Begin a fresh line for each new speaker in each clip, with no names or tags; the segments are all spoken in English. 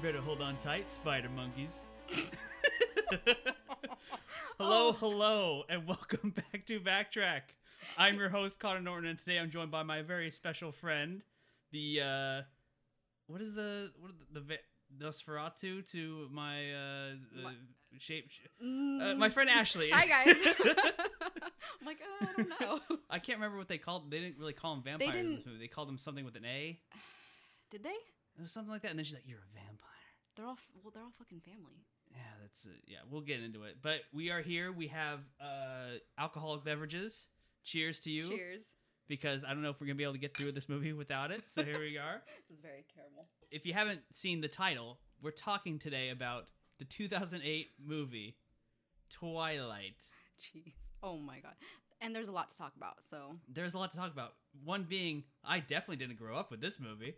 Care to hold on tight, spider monkeys? hello, hello, and welcome back to Backtrack. I'm your host, Connor Norton, and today I'm joined by my very special friend, the uh, what is the what are the, the va- Nosferatu to my uh, uh shape uh, my friend Ashley.
Mm. Hi guys. I'm like, oh, I don't know.
I can't remember what they called. They didn't really call him vampires in this
didn't-
movie. They called him something with an A.
Did they?
It was something like that. And then she's like, "You're a vampire."
They're all f- well. They're all fucking family.
Yeah, that's uh, yeah. We'll get into it, but we are here. We have uh alcoholic beverages. Cheers to you,
Cheers.
because I don't know if we're gonna be able to get through this movie without it. So here we are.
This is very terrible.
If you haven't seen the title, we're talking today about the 2008 movie Twilight.
Jeez. Oh my god. And there's a lot to talk about. So
There's a lot to talk about. One being, I definitely didn't grow up with this movie.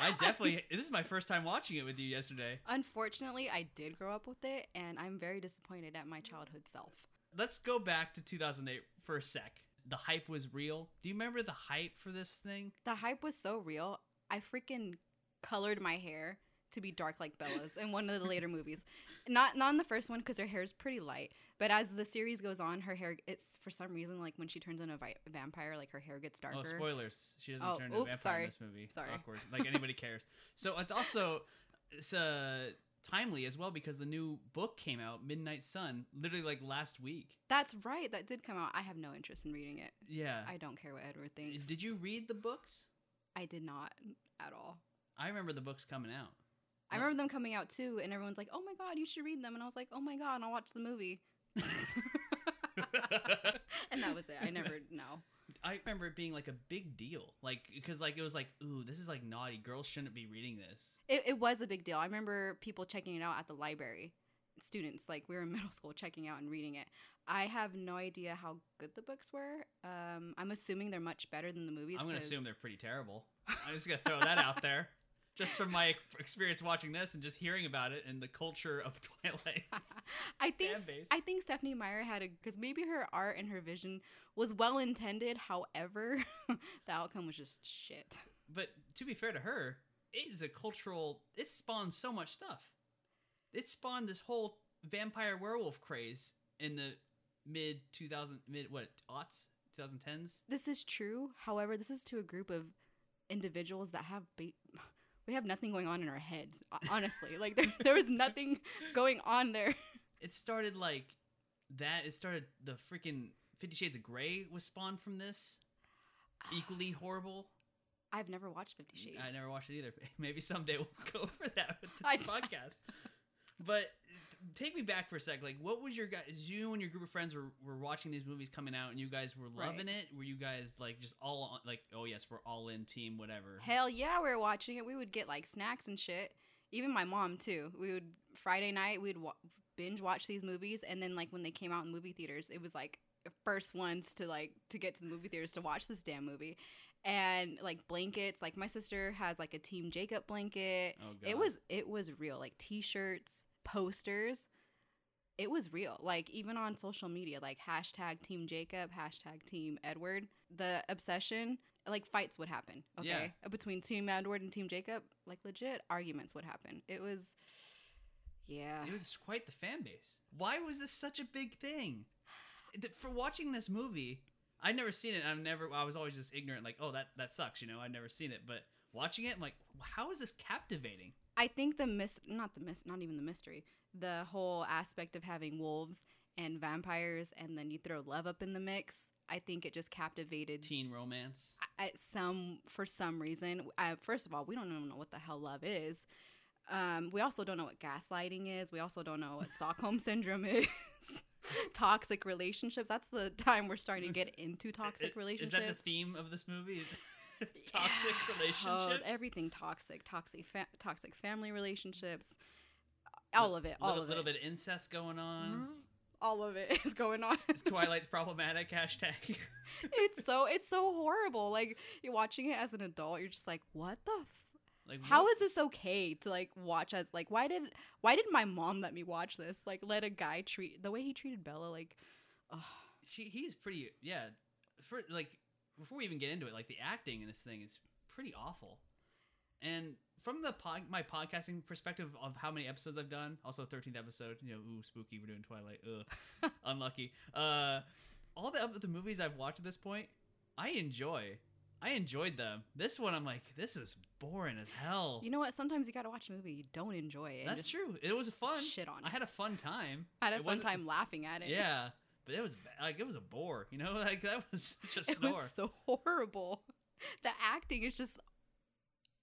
I definitely. this is my first time watching it with you yesterday.
unfortunately, I did grow up with it, and I'm very disappointed at my childhood self.
Let's go back to 2008 for a sec. The hype was real. Do you remember the hype for this thing?
The hype was so real. I freaking colored my hair to be dark like Bella's in one of the later movies. Not not in the first one because her hair is pretty light. But as the series goes on, her hair it's for some reason like when she turns into a vi- vampire, like her hair gets darker.
Oh, spoilers! She doesn't
Oh,
turn into a
oops,
vampire
sorry.
in this movie.
Sorry.
awkward. Like anybody cares. So it's also it's uh, timely as well because the new book came out, Midnight Sun, literally like last week.
That's right. That did come out. I have no interest in reading it.
Yeah.
I don't care what Edward thinks.
Uh, Did you read the books?
I did not at all.
I remember the books coming out.
I
Yeah.
remember them coming out too, and everyone's like, "Oh my god, you should read them," and I was like, "Oh my god, I'll watch the movie." and that was it. I never no.
I remember it being like a big deal, like because like it was like, ooh, this is like naughty. Girls shouldn't be reading this.
It, it was a big deal. I remember people checking it out at the library. Students, like we were in middle school, checking out and reading it. I have no idea how good the books were. Um, I'm assuming they're much better than the movies.
I'm gonna
'cause-
assume they're pretty terrible. I'm just gonna throw that out there, just from my ex- experience watching this and just hearing about it and the culture of Twilight.
I think
fan base.
I think Stephanie Meyer had a because maybe her art and her vision was well intended. However, the outcome was just shit.
but to be fair to her, it is a cultural. It spawned so much stuff. It spawned this whole vampire werewolf craze in the mid 2000 mid what aughts 2010s.
This is true. However, this is to a group of individuals that have ba- we have nothing going on in our heads. ho- Honestly, like there there was nothing going on there.
It started like that. It started the freaking Fifty Shades of Grey was spawned from this. Equally horrible.
I've never watched Fifty Shades.
I never watched it either. Maybe someday we'll go over that with this
I-
podcast. But t- take me back for a sec. Like, what was your guys? You and your group of friends were, were watching these movies coming out, and you guys were loving it. Were you guys like just all on, like, oh yes, we're all in team, whatever?
Hell yeah, we were watching it. We would get like snacks and shit. Even my mom too. We would Friday night we'd wa- binge watch these movies, and then like when they came out in movie theaters, it was like the first ones to like to get to the movie theaters to watch this damn movie, and like blankets. Like my sister has like a Team Jacob blanket.
oh
It was it was real. Like t-shirts, posters. It was real. Like even on social media, like hashtag Team Jacob, hashtag Team Edward. The obsession, like fights would happen. Okay, Uh, between Team Edward and Team Jacob, like legit arguments would happen. It was, yeah.
It was quite the fan base. Why was this such a big thing? Th- For watching this movie, I'd never seen it. I've never. I was always just ignorant, like, oh, that that sucks. You know, I'd never seen it. But watching it, I'm like, how is this captivating?
I think the mis not the mis not even the mystery, the whole aspect of having wolves and vampires, and then you throw love up in the mix. I think it just captivated
Teen romance.
at some for some reason uh, first of all we don't even know what the hell love is um, we also don't know what gaslighting is we also don't know what stockholm syndrome is toxic relationships that's the time we're starting to get into toxic
I-
relationships
Is that the theme of this movie? Is- toxic
Yeah.
relationships.
oh, everything toxic toxic fa- toxic family relationships all of it all
little,
of
little
it Mm-hmm.
bit of incest going on.
all of it is going on
Twilight's problematic hashtag.
it's so it's so horrible like you're watching it as an adult you're just like what the f-
like
How
what-
is this okay to like watch as like why did why did my mom let me watch this? Like let a guy treat the way he treated Bella like ugh.
she? He's pretty. Yeah. For like, before we even get into it, like the acting in this thing is pretty awful, and from the pod, my podcasting perspective of how many episodes I've done, also 13th episode, you know, ooh, spooky, we're doing Twilight, ugh, unlucky. Uh, all the the movies I've watched at this point, I enjoy. I enjoyed them. This one, I'm like, this is boring as hell.
You know what? Sometimes you got to watch a movie you don't enjoy it. and
That's
just
true. It was fun.
Shit on it.
I had a fun time.
I had a
it
fun
wasn't-
time laughing at it.
Yeah, but it was ba- like it was a bore. You know, like that was just
it
snore.
was so horrible. The acting is just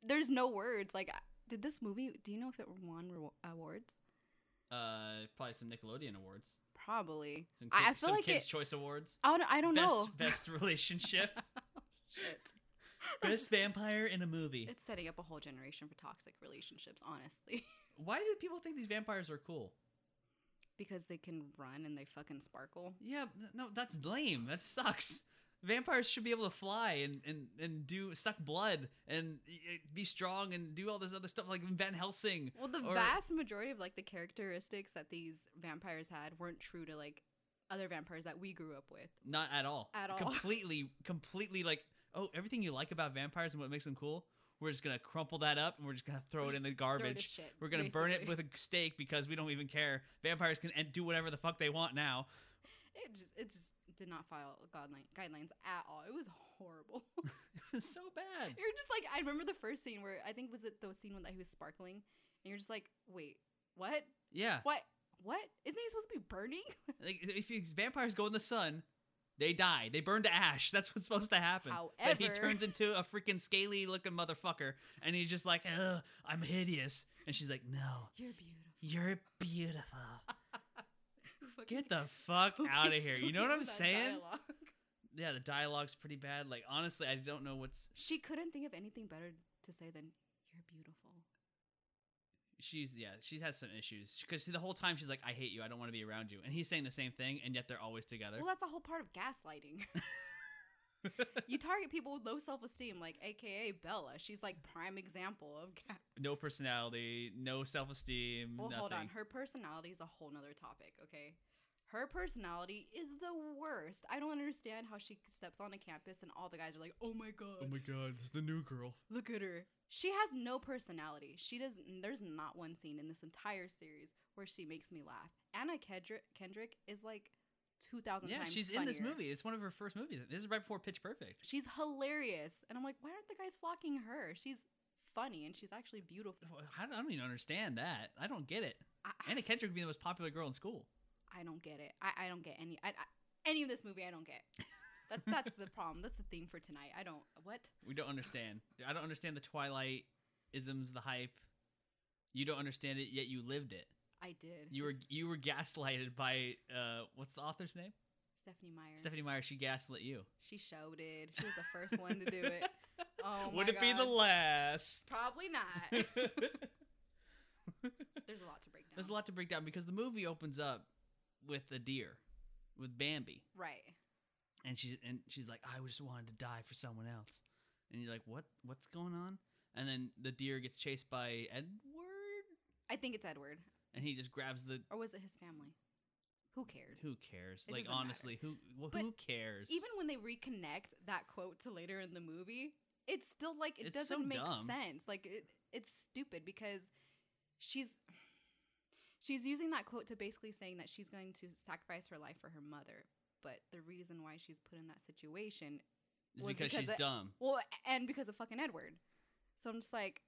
there's no words. Like, I- did this movie? Do you know if it won rewa- awards?
uh, probably some Nickelodeon awards.
Probably.
Some
I- I
kid-
feel
some
like
Kids
it-
Choice Awards.
I don't, I don't
best
know.
best relationship.
Shit.
best vampire in a movie.
It's setting up a whole generation for toxic relationships, honestly,
Why do people think these vampires are cool?
because they can run and they fucking sparkle.
Yeah, th- no, that's lame. That sucks. Vampires should be able to fly and and and do suck blood and eh, be strong and do all this other stuff like in Van Helsing.
Well, the
Or-
vast majority of like the characteristics that these vampires had weren't true to like other vampires that we grew up with.
Not at all.
At all.
Completely, completely like, oh, everything you like about vampires and what makes them cool, we're just gonna crumple that up and we're just gonna throw it in the
Throw to
garbage.
shit,
We're gonna burn it
basically.
with a steak because we don't even care. Vampires can and do whatever the fuck they want now.
It just, it just did not follow guideline, guidelines at all. It was horrible.
It's so bad.
you're just like, I remember the first scene where I think was it the scene when that he was sparkling, and you're just like, wait, what,
Yeah,
what, what? Isn't he supposed to be burning?
like if you, vampires go in the sun, they die. They burn to ash. That's what's supposed to happen. but he
However-
turns into a freaking scaly looking motherfucker, and he's just like, Ugh, I'm hideous. And she's like, No,
You're beautiful.
you're beautiful.
Who fucking-
Get the fuck
who
out of
gave-
here.
who
You know what
gave
I'm
him that
saying?
dialogue?
Yeah, the dialogue's pretty bad. Like, honestly, I don't know what's.
She couldn't think of anything better to say than "You're beautiful."
She's, yeah, she has some issues. Because the whole time she's like, I hate you. I don't want to be around you. And he's saying the same thing, and yet they're always together.
Well, that's the whole part of gaslighting. you target people with low self-esteem, like AKA Bella. She's like prime example of. Ga-
no personality, no self esteem,
well,
nothing.
hold on. Her personality is a whole nother topic. Okay, her personality is the worst. I don't understand how she steps on a campus and all the guys are like, "Oh my god,
Oh my god, this is the new girl.
look at her." She has no personality. She does. There's not one scene in this entire series where she makes me laugh. Anna Kendrick, Kendrick is like two thousand
Yeah,
times.
she's in this
funnier.
movie. It's one of her first movies. This is right before Pitch Perfect.
She's hilarious. And I'm like, why aren't the guys flocking her? She's funny and she's actually beautiful.
I don't even understand that. I don't get it.
I,
Anna Kendrick would be the most popular girl in school.
I don't get it. I, I don't get any I, I, any of this movie. I don't get. That, that's the problem. That's the theme for tonight. I don't. What?
We don't understand. I don't understand the Twilight isms, the hype. You don't understand it, yet you lived it.
I did.
You were
It's
you were gaslighted by uh, what's the author's name?
Stephanie Meyer.
Stephanie Meyer. She gaslit you.
She showed it. She was the first one to do it. Oh
would
my
it be the
God.
last?
Probably not. There's a lot to break down.
There's a lot to break down because the movie opens up with a deer, with Bambi.
Right.
and she and she's like, I just wanted to die for someone else. And you're like, what? What's going on? And then the deer gets chased by Edward,
I think it's Edward,
and he just grabs the.
or was it his family? Who cares?
Who cares?
It
like
doesn't matter.
honestly, who wh-
But
who cares?
even when they reconnect that quote to later in the movie, it's still like it
It's so
doesn't make
dumb.
sense. Like it, it's stupid because she's she's using that quote to basically saying that she's going to sacrifice her life for her mother, but the reason why she's put in that situation,
it's
was
because,
because
she's
it-
dumb,
well, and because of fucking Edward. So I'm just like,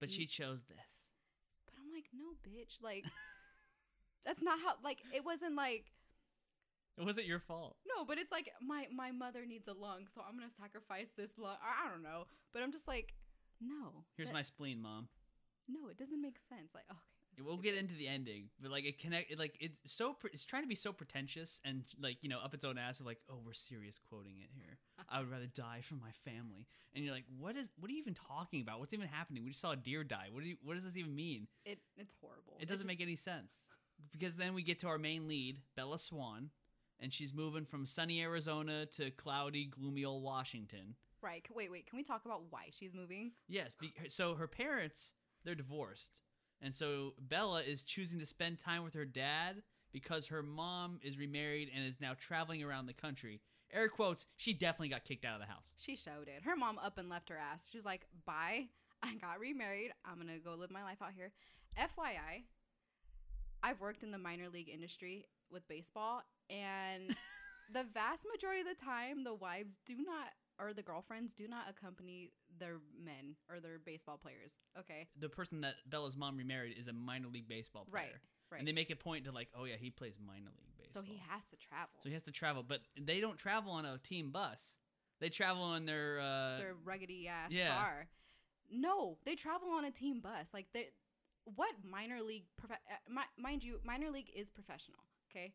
but
you-
she chose death.
but I'm like, no, bitch, like that's not how. Like it wasn't like.
It wasn't your fault.
No, but it's like my my mother needs a lung, so I'm gonna sacrifice this lung. I I don't know, but I'm just like, no.
Here's
that-
my spleen, mom.
No, it doesn't make sense. Like, okay,
Yeah, We'll get into the ending, but like it connect, it, like it's so pre- it's trying to be so pretentious and like you know up its own ass. We're like, oh, we're serious quoting it here. I would rather die for my family. And you're like, what is what are you even talking about? What's even happening? We just saw a deer die. What do you, what does this even mean?
it. It's horrible.
It doesn't make any sense because then we get to our main lead, Bella Swan, and she's moving from sunny Arizona to cloudy, gloomy old Washington.
right. c- Wait, wait. Can we talk about why she's moving?
Yes. Be- her- so her parents, they're divorced. And so Bella is choosing to spend time with her dad because her mom is remarried and is now traveling around the country. Air quotes, she definitely got kicked out of the house.
She showed it. Her mom up and left her ass. She's like, bye. I got remarried. I'm gonna go live my life out here. FYI, I've worked in the minor league industry with baseball, and the vast majority of the time, the wives do not or the girlfriends do not accompany their men or their baseball players. Okay,
The person that Bella's mom remarried is a minor league baseball player.
Right, right.
And they make a point to like, oh yeah, he plays minor league baseball.
so he has to travel.
So he has to travel, but they don't travel on a team bus. They travel on their uh
their ruggedy ass
yeah.
car. No, they travel on a team bus. Like they, what minor league? Prof- uh, mi- mind you, minor league is professional. Okay,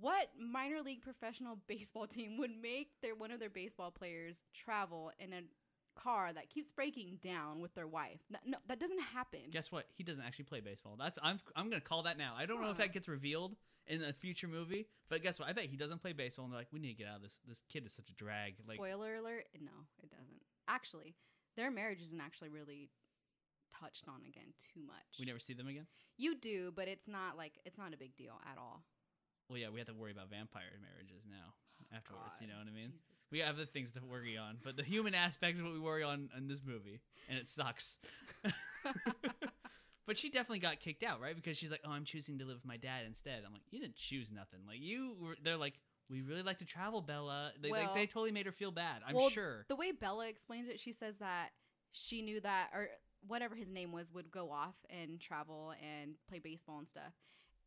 what minor league professional baseball team would make their one of their baseball players travel in a car that keeps breaking down with their wife? Th- No, that doesn't happen.
guess what? He doesn't actually play baseball. That's I'm I'm gonna call that now. I don't know if
Huh.
that gets revealed in a future movie, but guess what? I bet he doesn't play baseball. And they're like, we need to get out of this. This kid is such a drag. Like,
Spoiler alert: No, it doesn't. Actually, their marriage isn't actually really touched on again too much.
we never see them again.
You do, but it's not like it's not a big deal at all.
Well, yeah, we have to worry about vampire marriages now. Afterwards, you
God.
know what I mean?
Jesus
We have other things to worry on, but the human aspect is what we worry on in this movie, and it sucks. but she definitely got kicked out, right? Because she's like, "Oh, I'm choosing to live with my dad instead." I'm like, "You didn't choose nothing. Like you were." They're like, "We really like to travel, Bella." They like,
Well-
they totally made her feel bad. I'm
Well,
sure.
The way Bella explains it, she says that she knew that or whatever his name was would go off and travel and play baseball and stuff.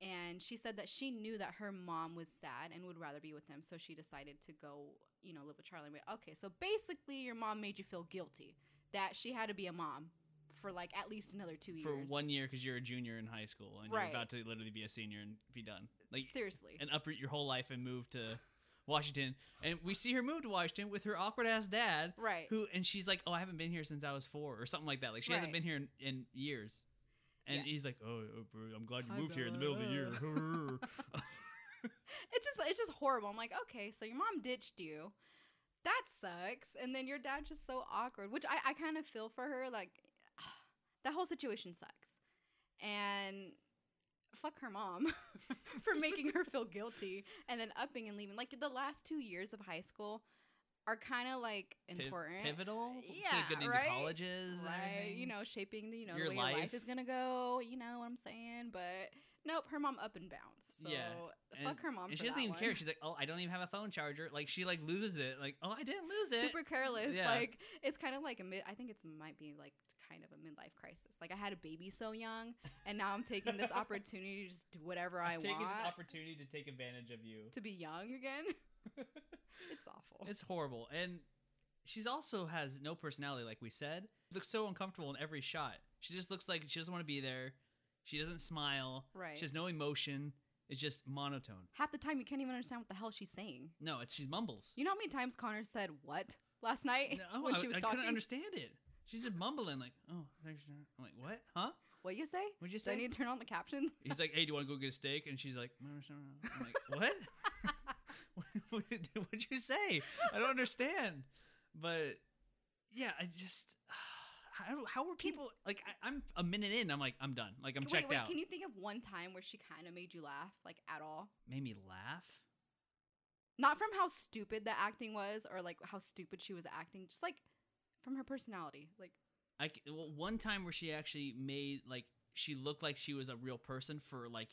And she said that she knew that her mom was sad and would rather be with him, so she decided to go, you know, live with Charlie. Wait, Okay, so basically, your mom made you feel guilty that she had to be a mom for like at least another two years.
for one year, because you're a junior in high school and
Right.
you're about to literally be a senior and be done. Like,
seriously,
and uproot your whole life and move to Washington. And we see her move to Washington with her awkward ass dad,
right?
who and she's like, "Oh, I haven't been here since I was four or something like that. Like she hasn't
Right.
been here in, in years." And
Yeah.
he's like, "Oh, oh, bro, I'm glad you
Hi,
moved here in the middle
Bella.
of the year."
it's just it's just horrible. I'm like, okay, so your mom ditched you. That sucks. And then your dad's just so awkward, which I, I kind of feel for her. Like that whole situation sucks. And fuck her mom for making her feel guilty and then upping and leaving. Like the last two years of high school are kind of like
Pi-
important.
pivotal. to
Yeah,
getting into
right?
colleges, and
Right, you
everything.
know, shaping the you know
Your
the way your
life.
life is gonna go. You know what I'm saying, but nope, her mom up and bounced. So
Yeah,
fuck her mom.
And
for
she doesn't
that
even
one.
care. She's like, "Oh, I don't even have a phone charger." Like she like loses it. Like, "Oh, I didn't lose it."
super careless.
Yeah.
Like it's kind of like a mid. I think it's might be like kind of a midlife crisis. Like I had a baby so young, and now I'm taking this opportunity to just do whatever I
taking
want
this opportunity to take advantage of you.
to be young again. it's awful.
It's horrible. And she's also has no personality, like we said. She looks so uncomfortable in every shot. She just looks like she doesn't want to be there. She doesn't smile.
Right.
She has no emotion. It's just monotone.
Half the time you can't even understand what the hell she's saying.
No, it's she mumbles.
You know how many times Connor said what last night
No,
when
I,
she was
I
talking?
couldn't understand it. She's just mumbling, like, "Oh, there's." no-" I'm like, "What? Huh?
What you say?
What'd you
Do I
say?"
need to turn on the captions?
He's like, "Hey, do you want to go get a steak?" And she's like, "No, no, no." "I'm like, what? what did what'd you say? I don't understand." But yeah, I just how how were people like? I, I'm a minute in. I'm like, I'm done. Like I'm
wait,
checked
wait.
out.
Can you think of one time where she kind of made you laugh, like at all?
Made me laugh.
not from how stupid the acting was or like how stupid she was acting just like from her personality like
I c- well, one time where she actually made like she looked like she was a real person for like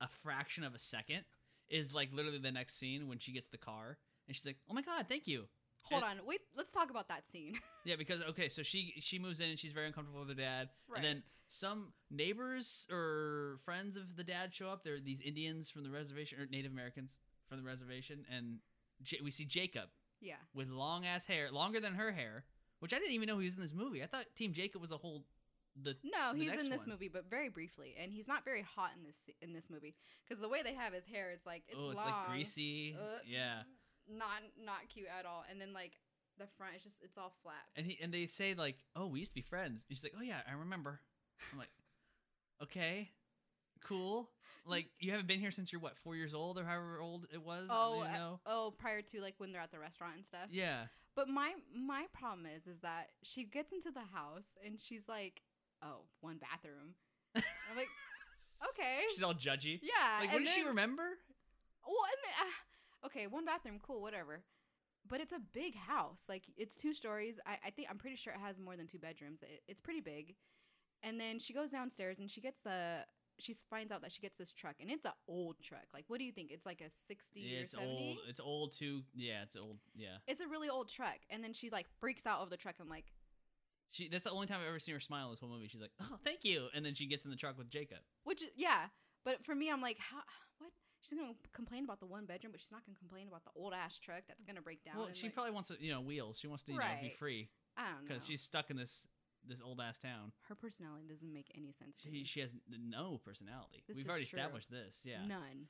a fraction of a second is like literally the next scene when she gets the car and she's like, "Oh my god, thank you."
hold
And-
on wait let's talk about that scene
Yeah, because okay, so she she moves in and she's very uncomfortable with her dad.
Right.
And then some neighbors or friends of the dad show up. They're these Indians from the reservation or Native Americans from the reservation, and J- we see Jacob
yeah
with long ass hair, longer than her hair, which I didn't even know he was in this movie. I thought Team Jacob was a whole the
no
The
he's
next
in this
one.
movie but very briefly and he's not very hot in this in this movie because the way they have his hair it's like it's
oh, it's
long
like greasy,
uh,
yeah.
not not cute at all and then like the front is just it's all flat
And he and they say like, "Oh, we used to be friends." And she's like, "Oh yeah, I remember." I'm like, "Okay, cool." Like you haven't been here since you're what four years old or however old it was. I
oh uh,
don't know.
oh prior to like when they're at the restaurant and stuff
Yeah,
But my my problem is is that she gets into the house and she's like, "Oh, one bathroom." I'm like, "Okay,
she's all judgy.
yeah."
Like, what
and
does she
then-
remember?
Well, and then, ah, okay, one bathroom, cool, whatever. but it's a big house. Like it's two stories. I, I think I'm pretty sure it has more than two bedrooms. It, it's pretty big. And then she goes downstairs and she gets the she finds out that she gets this truck and it's an old truck. Like what do you think? It's like a sixty
Yeah,
or
it's
seventy.
old. It's old too. Yeah, it's old. Yeah.
It's a really old truck. And then she like freaks out over the truck. I'm like,
She. That's the only time I've ever seen her smile in this whole movie. She's like, "Oh, thank you," and then she gets in the truck with Jacob.
which yeah. But for me, I'm like, how? What? She's gonna complain about the one bedroom, but she's not gonna complain about the old ass truck that's gonna break down.
well,
and,
she
like,
probably wants to, you know, wheels. She wants to, you know, be
Right.
free
I don't know.
because she's stuck in this this old ass town.
her personality doesn't make any sense to
She,
me.
she has n- no personality.
This
We've
is
already
true.
established this. Yeah.
None.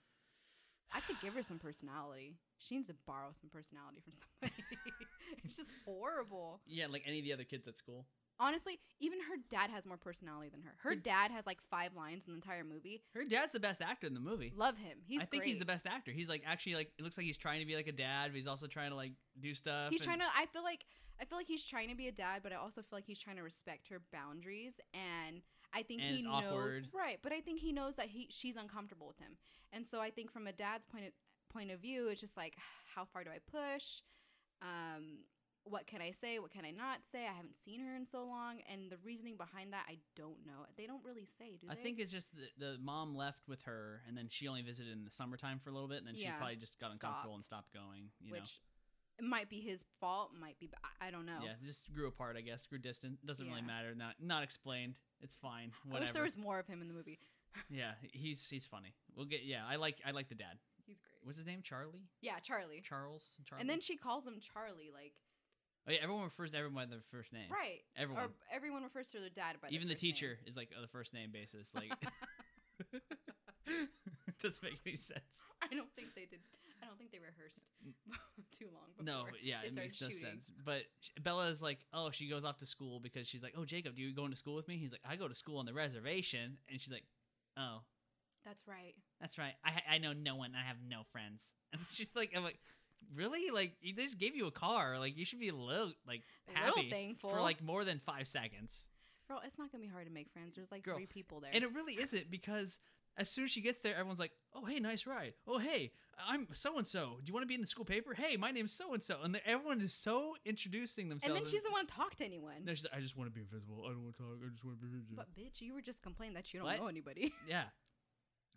I could give her some personality. She needs to borrow some personality from somebody. it's just horrible.
Yeah, like any of the other kids at school.
Honestly, even her dad has more personality than her. Her
Her-
dad has like five lines in the entire movie.
Her dad's the best actor in the movie.
Love him. He's
I think
great.
he's the best actor. He's like actually like it looks like he's trying to be like a dad, but he's also trying to like do stuff.
He's
and-
trying to I feel like I feel like he's trying to be a dad, but I also feel like he's trying to respect her boundaries and I think
And
he
it's
knows
awkward.
right, but I think he knows that he she's uncomfortable with him. And so I think from a dad's point of, point of view, it's just like how far do I push? Um what can I say? What can I not say? I haven't seen her in so long, and the reasoning behind that I don't know. They don't really say, do
I
they?
think it's just the, the mom left with her, and then she only visited in the summertime for a little bit, and then she
Yeah.
probably just got uncomfortable and stopped going. You know,
which it might be his fault, might be I- I don't know.
yeah, just grew apart. I guess grew distant. Doesn't really
Yeah.
matter. Not not explained. It's fine.
I
Whatever.
wish there was more of him in the movie.
Yeah, he's he's funny. We'll get. Yeah, I like I like the dad.
He's great.
What's his name? Charlie.
Yeah, Charlie.
Charles. Charlie.
And then she calls him Charlie, like
oh, yeah, everyone refers to everyone by their first name.
right.
Everyone.
Or everyone refers to their dad by their
Even the
first name.
teacher is like on the first name basis. Like, doesn't make any sense.
I don't think they did. I don't think they rehearsed too long. Before
Mm. No, yeah,
they
it
started
makes no
shooting.
sense. But sh- Bella is like, oh, she goes off to school because she's like, oh, Jacob, do you going to school with me? He's like, I go to school on the reservation, and she's like, oh,
That's right.
that's right. I ha- I know no one. I have no friends. And she's like, I'm like, really? Like, you- they just gave you a car. Like, you should be a little like
A
happy
little thankful.
for like more than five seconds.
girl, it's not gonna be hard to make friends. There's like
Girl,
three people there.
And it really isn't because as soon as she gets there, everyone's like, "Oh, hey, nice ride. Oh, hey, I'm so and so. Do you want to be in the school paper? Hey, my name's so and so." And the- everyone is so introducing themselves.
and then she doesn't want to talk to anyone.
No, she's like, "I just want to be invisible. I don't want to talk. I just want to be invisible."
But bitch, you were just complaining that you don't
What?
know anybody.
yeah.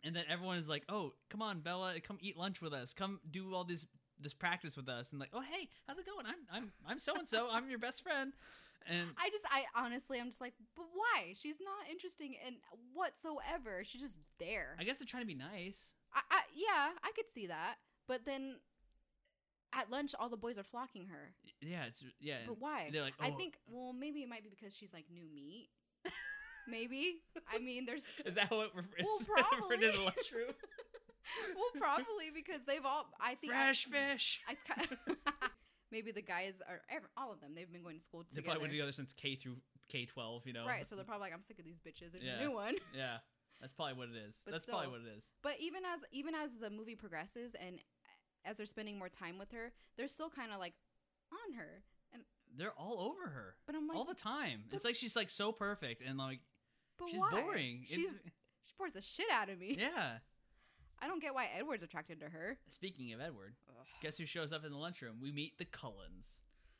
And then everyone is like, "Oh, come on, Bella, come eat lunch with us. Come do all this this practice with us." And like, "Oh, hey, how's it going? I'm I'm I'm so and so. I'm your best friend." And
I just, I honestly, I'm just like, but why? She's not interesting in whatsoever. She's just there.
I guess they're trying to be nice.
I, I yeah, I could see that. But then at lunch, all the boys are flocking her.
Yeah, it's yeah.
But why?
They're like,
I
"Oh,
think well, maybe it might be because she's like new meat. maybe I mean, there's
Is that what we're
Well,
is that what we're doing in the
probably.
lunchroom?
well, probably because they've all. I think I-
Fresh fish.
I, it's kind maybe the guys are ev- all of them. They've been going to school
They
together,
probably went together since K through K twelve. You know,
right? So they're probably like, I'm sick of these bitches. There's
Yeah.
a new one.
yeah, that's probably what it is.
But
that's probably
still.
what it is.
But even as even as the movie progresses and uh, as they're spending more time with her, they're still kind of like on her.
They're all over her
But I'm like,
all the time.
but-
it's like she's like so perfect and like
but
she's
why?
boring. It's-
She's she pours the shit out of me.
yeah.
I don't get why Edward's attracted to her.
Speaking of Edward,
Ugh.
guess who shows up in the lunchroom? We meet the Cullens,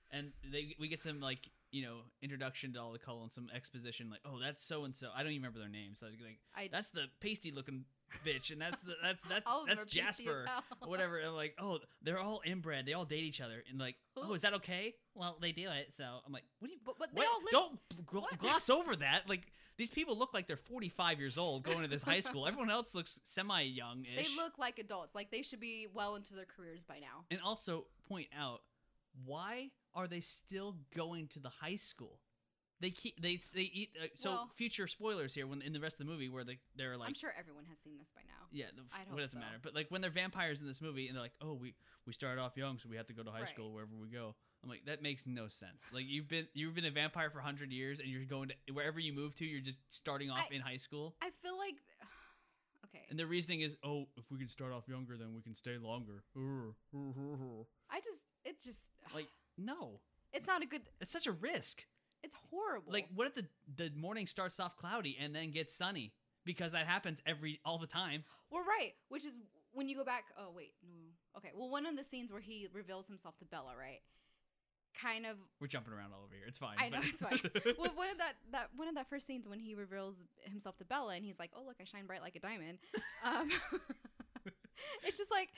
and they we get some like you know introduction to all the Cullens, some exposition like oh that's so and so. I don't even remember their names. Like, like
I
that's the pasty looking bitch, and that's the that's that's
all of them
that's
are pasty as
Jasper.
hell.
or whatever. And like, oh, they're all inbred. They all date each other. And like, oh, is that okay? Well, they do it. So I'm like, what do you?
But, but they
What?
all live.
Don't gl-
what?
gloss over that. Like these people look like they're 45 years old going to this high school. Everyone else looks semi young
they
ish.
look like adults. Like they should be well into their careers by now.
And also point out why are they still going to the high school? They keep they they eat. Uh, so
Well-
future spoilers here when in the rest of the movie where they they're like
I'm sure everyone has seen this by now.
Yeah, the,
I'd
what
hope
doesn't
so.
matter. But like when they're vampires in this movie, and they're like, "Oh, we we started off young, so we have to go to high
Right.
school wherever we go." I'm like, that makes no sense. Like you've been you've been a vampire for hundred years, and you're going to wherever you move to, you're just starting off
I-
in high school.
I feel like. Okay.
And their reasoning is, "Oh, if we can start off younger, then we can stay longer."
I just. It just.
Like- No,
It's not a good.
it's such a risk.
It's horrible.
Like, what if the the morning starts off cloudy and then gets sunny? because that happens every all the time.
We're right, which is when you go back. Oh wait, no. Okay, well, one of the scenes where he reveals himself to Bella, right? Kind of.
We're jumping around all over here. It's fine.
I know
but-
it's fine. Well, one of that that one of that first scenes when he reveals himself to Bella, and he's like, "Oh look, I shine bright like a diamond." Um, it's just like.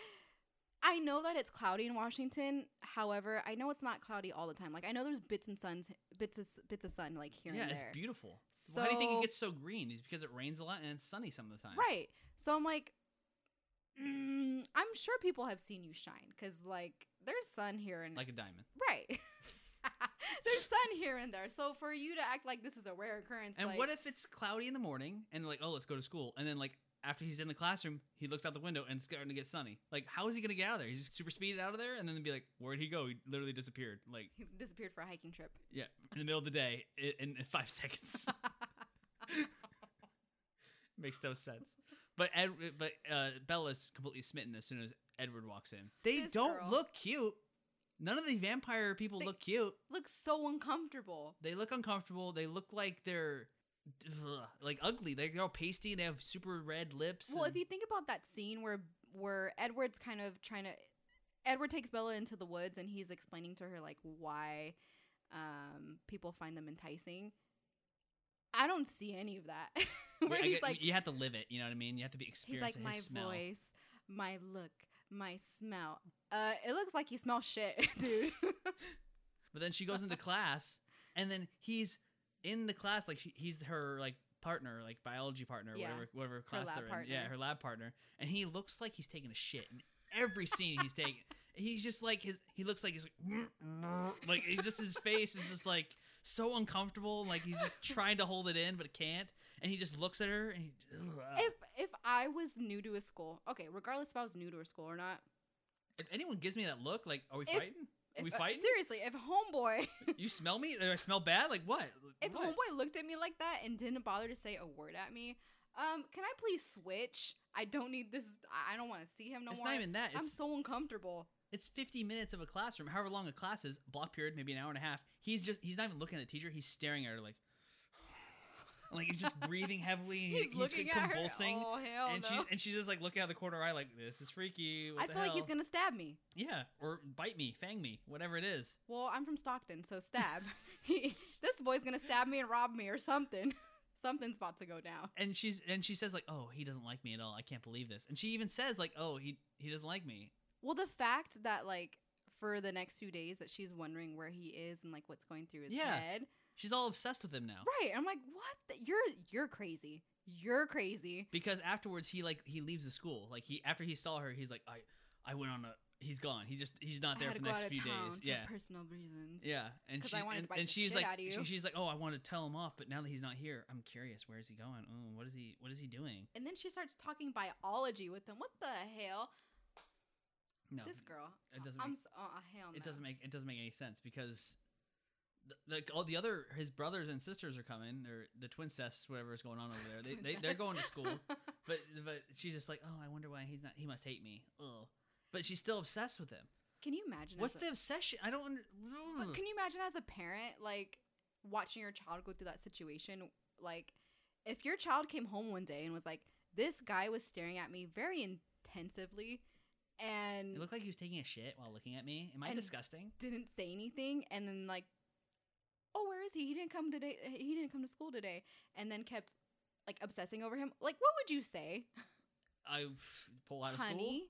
I know that it's cloudy in Washington. However, I know it's not cloudy all the time. Like I know there's bits and suns, bits of bits of sun, like here
yeah,
and
it's
there.
beautiful. Why do you think
So-
it gets so green? Is because it rains a lot and it's sunny some of the time.
Right. So I'm like, mm, I'm sure people have seen you shine because, like, there's sun here and
Like a diamond.
right. there's sun here and there. So for you to act like this is a rare occurrence,
And
like,
what if it's cloudy in the morning and like, oh, let's go to school, and then like after he's in the classroom, he looks out the window and it's starting to get sunny. Like, how is he gonna get out of there? He's just super speeded out of there, and then be like, where'd he go? He literally disappeared. Like,
he's disappeared for a hiking trip?
yeah, in the middle of the day i- in, in five seconds. Makes no sense. But Ed, but uh, Bella's completely smitten as soon as Edward walks in. They
This
don't
girl.
look cute. None of the vampire people
They-
look cute.
Looks so uncomfortable.
They look uncomfortable. They look like they're ugh, like ugly. Like they're all pasty. They have super red lips.
Well, if
and-
you think about that scene where where Edward's kind of trying to Edward takes Bella into the woods and he's explaining to her like why um, people find them enticing. I don't see any of that.
Yeah,
where
I
he's
get-
like
you have to live it. You know what I mean? You have to be
he's
experiencing
like my
his smell.
voice, my look, my smell. Uh, it looks like you smell shit, dude.
Uh. But then she goes into class, and then he's in the class like he- he's her like partner, like biology partner,
Yeah.
whatever whatever class
lab
they're in. Yeah,
partner.
her lab partner, and he looks like he's taking a shit in every scene he's taking. He's just like his. He looks like he's like, like he's just his face is just like so uncomfortable. Like he's just trying to hold it in but can't, and he just looks at her and he, ugh.
if if I was new to a school, okay, regardless if I was new to a school or not.
if anyone gives me that look, like, are we
If-
fighting? Are
If,
we
uh,
fighting?
seriously, if homeboy
you smell me? Do I smell bad? Like what?
if
What?
homeboy looked at me like that and didn't bother to say a word at me um can i please switch i don't need this i I don't want to see him no
it's
more
not even that.
i'm
It's
so uncomfortable
It's 50 minutes of a classroom, however long a class is, block period, maybe an hour and a half. He's just, he's not even looking at the teacher. He's staring at her like, like he's just breathing heavily. And
he's,
he's
looking at her
convulsing.
oh hell
and,
no
she's, and she's just like looking out the corner of her eye like, this is freaky. What
i
the
feel like he's
hell?"
gonna stab me
Yeah, or bite me, fang me, whatever it is.
well i'm from stockton so stab He- this boy's gonna stab me and rob me or something something's about to go down
And she's, and she says like, oh, he doesn't like me at all. I can't believe this. And she even says like, oh, he, he doesn't like me.
well the fact that like for the next few days that she's wondering where he is and like what's going through his
Yeah.
head
She's all obsessed with him now.
right i'm like what the- you're you're crazy you're crazy
because afterwards he like he leaves the school like he after he saw her he's like i i went on a he's gone he just he's not there
I had
for
to
the
go
next
out of
few
town
days
for
yeah
personal reasons.
yeah and
'Cause
she
I wanted to
and,
bite
and
the
she's
shit
like she-
outta you.
she's like oh i want to tell him off but now that he's not here i'm curious where is he going oh what is he what is he doing
And then she starts talking biology with him. What the hell?
no
This girl.
it doesn't
I'm
make-
so, uh, hell no.
it doesn't make it doesn't make any sense because th- like all the other his brothers and sisters are coming or the twin sets whatever is going on over there they, they they're going to school but but she's just like oh i wonder why he's not he must hate me oh but she's still obsessed with him
can you imagine?
What's
as
the Hmm. obsession? I don't. Under-
A, but can you imagine as a parent, like watching your child go through that situation? Like, if your child came home one day and was like, "This guy was staring at me very intensively," and
it looked like he was taking a shit while looking at me. Am I
And-
disgusting?
didn't say anything and then like oh where is he he didn't come today he didn't come to school today and then kept like obsessing over him like what would you say
I pull out of
honey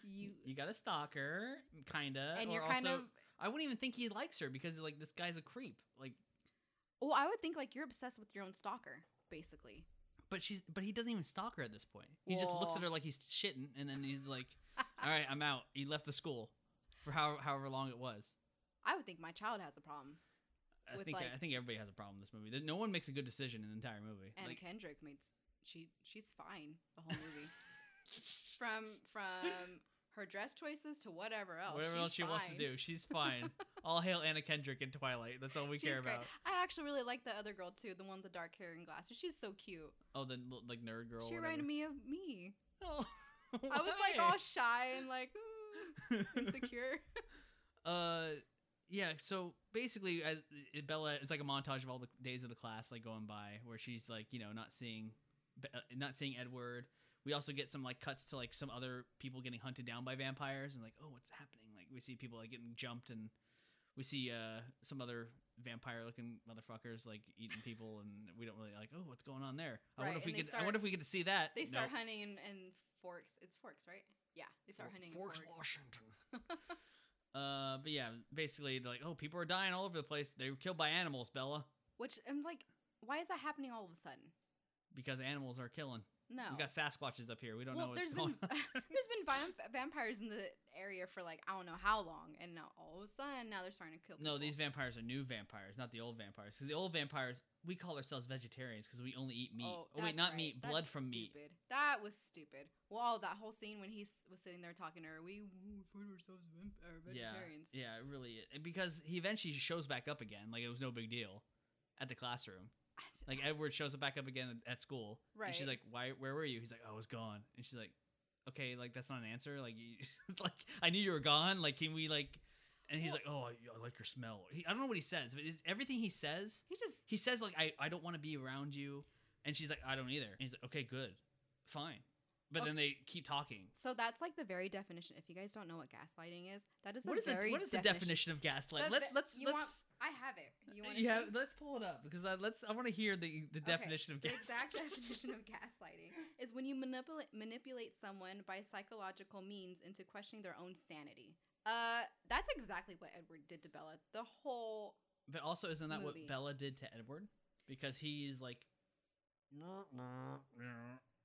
school.
you
you got a stalker, kinda,
and
or
you're kind
also,
of
I wouldn't even think he likes her because like this guy's a creep. Like,
well i would think like you're obsessed with your own stalker basically
but she's but he doesn't even stalk her at this point. He just looks at
Well-
her like he's shitting, and then he's like, "All right, I'm out." He left the school for how, however long it was.
i would think my child has a problem
I
With,
think
like-
I think everybody has a problem with this movie. There- No one makes a good decision in the entire movie.
anna
Like,
kendrick made s- she she's fine the whole movie from from her dress choices to whatever else
whatever
Oh, she's
else she wants to
fine.
do, she's fine. All hail Anna Kendrick in Twilight. That's all we
She's
care
great.
about.
I actually really like the other girl too, the one with the dark hair and glasses. She's so cute.
Oh, the l- like nerd girl.
she reminded me of me.
Oh,
I was like "Oh, all shy and like ooh, insecure.
uh, yeah. So basically, as, it- Bella, it's like a montage of all the days of the class like going by, where she's like, you know, not seeing b- uh, not seeing Edward. We also get some like cuts to like some other people getting hunted down by vampires and like, oh, what's happening? Like we see people like getting jumped and we see uh some other vampire looking motherfuckers like eating people and we don't really like, oh, what's going on there? I
Right,
wonder if we
and they
could I
start-
wonder if we get to see that.
They start
Nope.
hunting in, in Forks. It's Forks, right? Yeah, they start hunting in Forks.
Washington. uh, but yeah, basically, they're like, oh, people are dying all over the place. They were killed by animals, Bella,
Which I'm like, why is that happening all of a sudden?
because animals are killing.
No.
We got Sasquatches up here. We don't know what's
Oh. there's
going
been
on.
there's been vamp- vampires in the area for like I don't know how long, and now all of a sudden now they're starting to kill. People.
no, these vampires are new vampires, not the old vampires. Because the old vampires, we call ourselves vegetarians because we only eat meat.
Oh,
wait,
that's
not
right.
meat, blood
That's
from meat.
stupid. That was stupid. Well, that whole scene when he s- was sitting there talking to her, we find ourselves vamp- uh, vegetarians.
Yeah, yeah, it really. is. And Because he eventually shows back up again, like it was no big deal, at the classroom.
I d-
Like Edward shows up back up again at school. And she's
Right.
like, "Why? Where were you?" He's like, "Oh, "I was gone." And she's like, "Okay, like that's not an answer. Like, you, like I knew you were gone. Like, can we like?" And he's
Well-
like, "Oh, I, I like your smell." He, I don't know what he says, but it's, everything he says,
he just
he says like, "I I don't want to be around you," and she's like, "I don't either." And he's like, "Okay, good, fine." But then they keep talking.
so that's like the very definition. If you guys don't know what gaslighting is, that is the
What is the
very
what is the definition of gaslight?
The
let's
ve-
let's
you
let's
want- I have it. You want to
yeah, let's pull it up because I, let's I want to hear the the
Okay,
definition of
The
gaslight.
exact definition of gaslighting is when you manipulate manipulate someone by psychological means into questioning their own sanity. Uh, that's exactly what Edward did to Bella. The whole
But also, isn't that
movie.
what Bella did to Edward? Because he's like,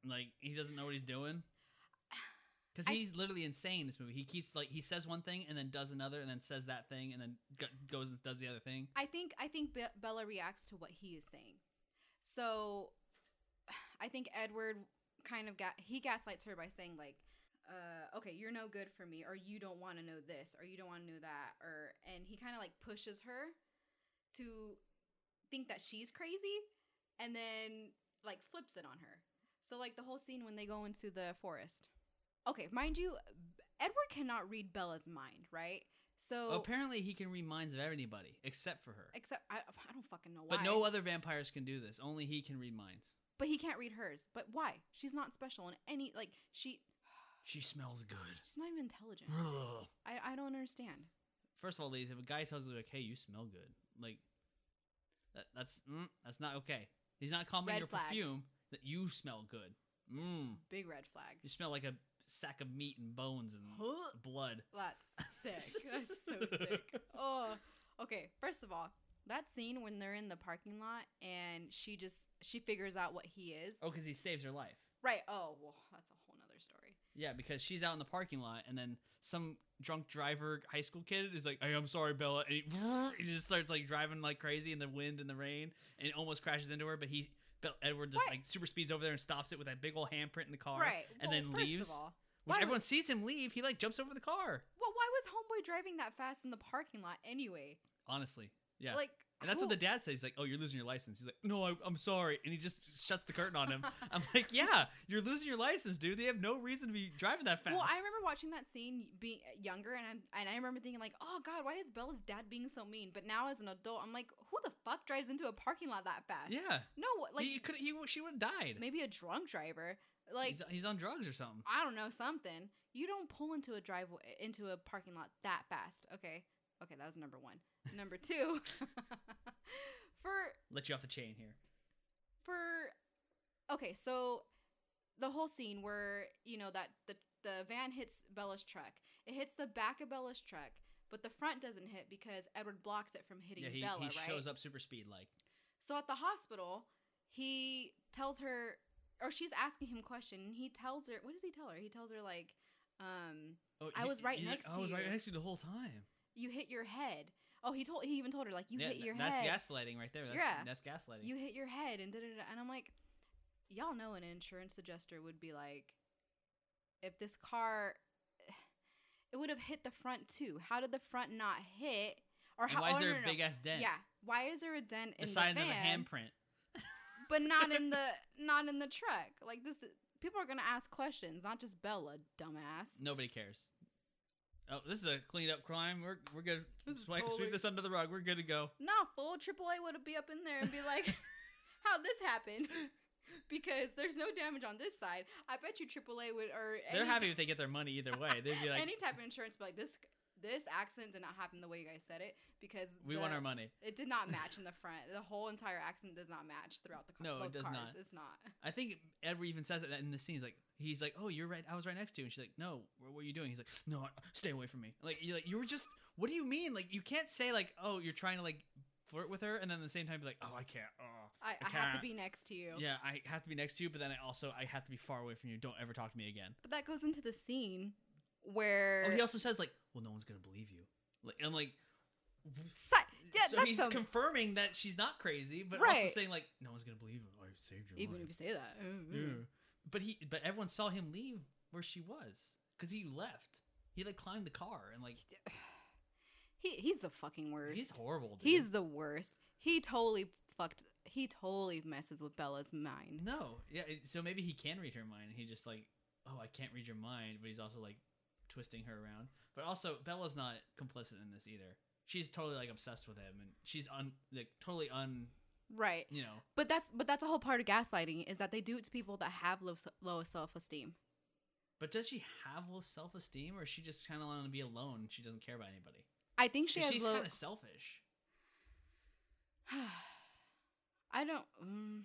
like he doesn't know what he's doing. Because
I-
he's literally insane. in This movie, he keeps like he says one thing and then does another, and then says that thing, and then go- goes and does the other thing.
I think I think Be- Bella reacts to what he is saying. So I think Edward kind of got he gaslights her by saying like uh, okay, you're no good for me, or you don't want to know this, or you don't want to know that, or and he kind of like pushes her to think that she's crazy, and then like flips it on her. So like the whole scene when they go into the forest. Okay, mind you, Edward cannot read Bella's mind, right? So
Apparently, he can read minds of anybody except for her.
except I, I don't fucking know why.
But no other vampires can do this. Only he can read minds.
But he can't read hers. But why? She's not special in any like she
She smells good.
she's not even intelligent. I, I don't understand.
First of all, ladies, if a guy tells you like, "Hey, you smell good," like that, that's mm, that's not okay. He's not complimenting your
Red flag.
perfume that you smell good. Mm,
Big red flag.
you smell like a sack of meat and bones and blood.
That's sick. That's so sick. Oh. Okay, first of all, that scene when they're in the parking lot and she just she figures out what he is.
Oh, because he saves her life.
Right. Oh, well, that's a whole nother story.
Yeah, because she's out in the parking lot, and then some drunk driver, high school kid, is like, "Hey, I'm sorry, Bella," and he, he just starts like driving like crazy in the wind and the rain, and almost crashes into her. But he, Bel- Edward, just
What?
like super speeds over there and stops it with that big old handprint in the car,
Right.
and
well,
then
first
leaves.
Of all,
Which
Why
everyone
was-
sees him leave. He like jumps over the car.
well, why was homeboy driving that fast in the parking lot anyway?
Honestly, yeah.
Like
and that's
who-
what the dad says. He's like, "Oh, you're losing your license." He's like, "No, I, I'm sorry," and he just shuts the curtain on him. I'm like, "Yeah, you're losing your license, dude. They have no reason to be driving that fast."
Well, I remember watching that scene being younger, and I'm and I remember thinking like, oh god, why is Bella's dad being so mean? But now as an adult, I'm like, who the fuck drives into a parking lot that fast?
yeah,
No, like
like he could, he she would have died.
maybe a drunk driver. Like
he's, he's on drugs or something.
I don't know something. You don't pull into a driveway into a parking lot that fast. Okay, okay, that was number one. Number two, for
Let you off the chain here.
for okay so the whole scene where you know that the the van hits bella's truck it hits the back of bella's truck but the front doesn't hit because edward blocks it from hitting
Yeah, he,
bella
he
right
shows up super speed like.
so at the hospital he tells her or she's asking him question and he tells her what does he tell her he tells her like um
Oh,
I was right
he's
next
like,
to
I was right
you."
next to you the whole time.
you hit your head oh he told he even told her like you
Yeah,
hit your
that's
head
gaslighting right there. That's,
Yeah.
that's gaslighting.
you hit your head and da da da. And I'm like, y'all know an insurance adjuster would be like, if this car, it would have hit the front too. How did the front not hit? Or
and
how?
why is
oh,
there
no,
a
no, no.
big ass dent?
Yeah. Why is there a dent
the
in
sign
the
of a
van,
handprint.
but not in the not in the truck? Like this, people are gonna ask questions, not just Bella, dumbass.
Nobody cares. Oh, this is a cleaned up crime. We're we're good.
This is
Swipe,
totally-
Sweep this under the rug. We're good to go.
Nah, fool. AAA would be up in there and be like, how'd this happen? because there's no damage on this side. I bet you AAA would or
They're
any,
happy if they get their money either way. They'd be like,
any type of insurance, but like this this accident did not happen the way you guys said it because
we
the-
want our money.
It did not match in the front. The whole entire accident does not match throughout the car.
No, it
both
does
cars.
not.
It's not.
I think Edward even says it in the scene. He's like, he's like, oh, you're right. I was right next to you. And she's like, no, what were you doing? He's like, no, stay away from me. Like, you like, you were just. What do you mean? Like, you can't say like, oh, you're trying to like flirt with her, and then at the same time be like, oh, I can't. Oh,
I,
I
I have to
can't.
be next to you.
yeah, I have to be next to you, but then I also I have to be far away from you. Don't ever talk to me again.
But that goes into the scene where
Oh, he also says like, well, no one's gonna believe you. Like, I'm like,
Si- yeah,
so
that's
he's
some-
confirming that she's not crazy, but also
Right.
saying like, no one's gonna believe him. I saved your
even
life.
if you say that. mm,
Yeah.
mm.
But he, but everyone saw him leave where she was because he left. He like climbed the car and like
He he's the fucking worst.
he's horrible. Dude.
He's the worst. He totally fucked. He totally messes with Bella's mind.
no, yeah. it- So maybe he can read her mind. and He just like, oh, I can't read your mind, but he's also like twisting her around. But also, Bella's not complicit in this either. She's totally like obsessed with him, and she's un like totally un
Right.
you know
But that's but that's a whole part of gaslighting is that they do it to people that have low s- low self esteem.
But does she have low self esteem, or is she just kind of want to be alone? She doesn't care about anybody.
I think she
'Cause
has
she's
low.
kind of selfish.
I don't. Mm.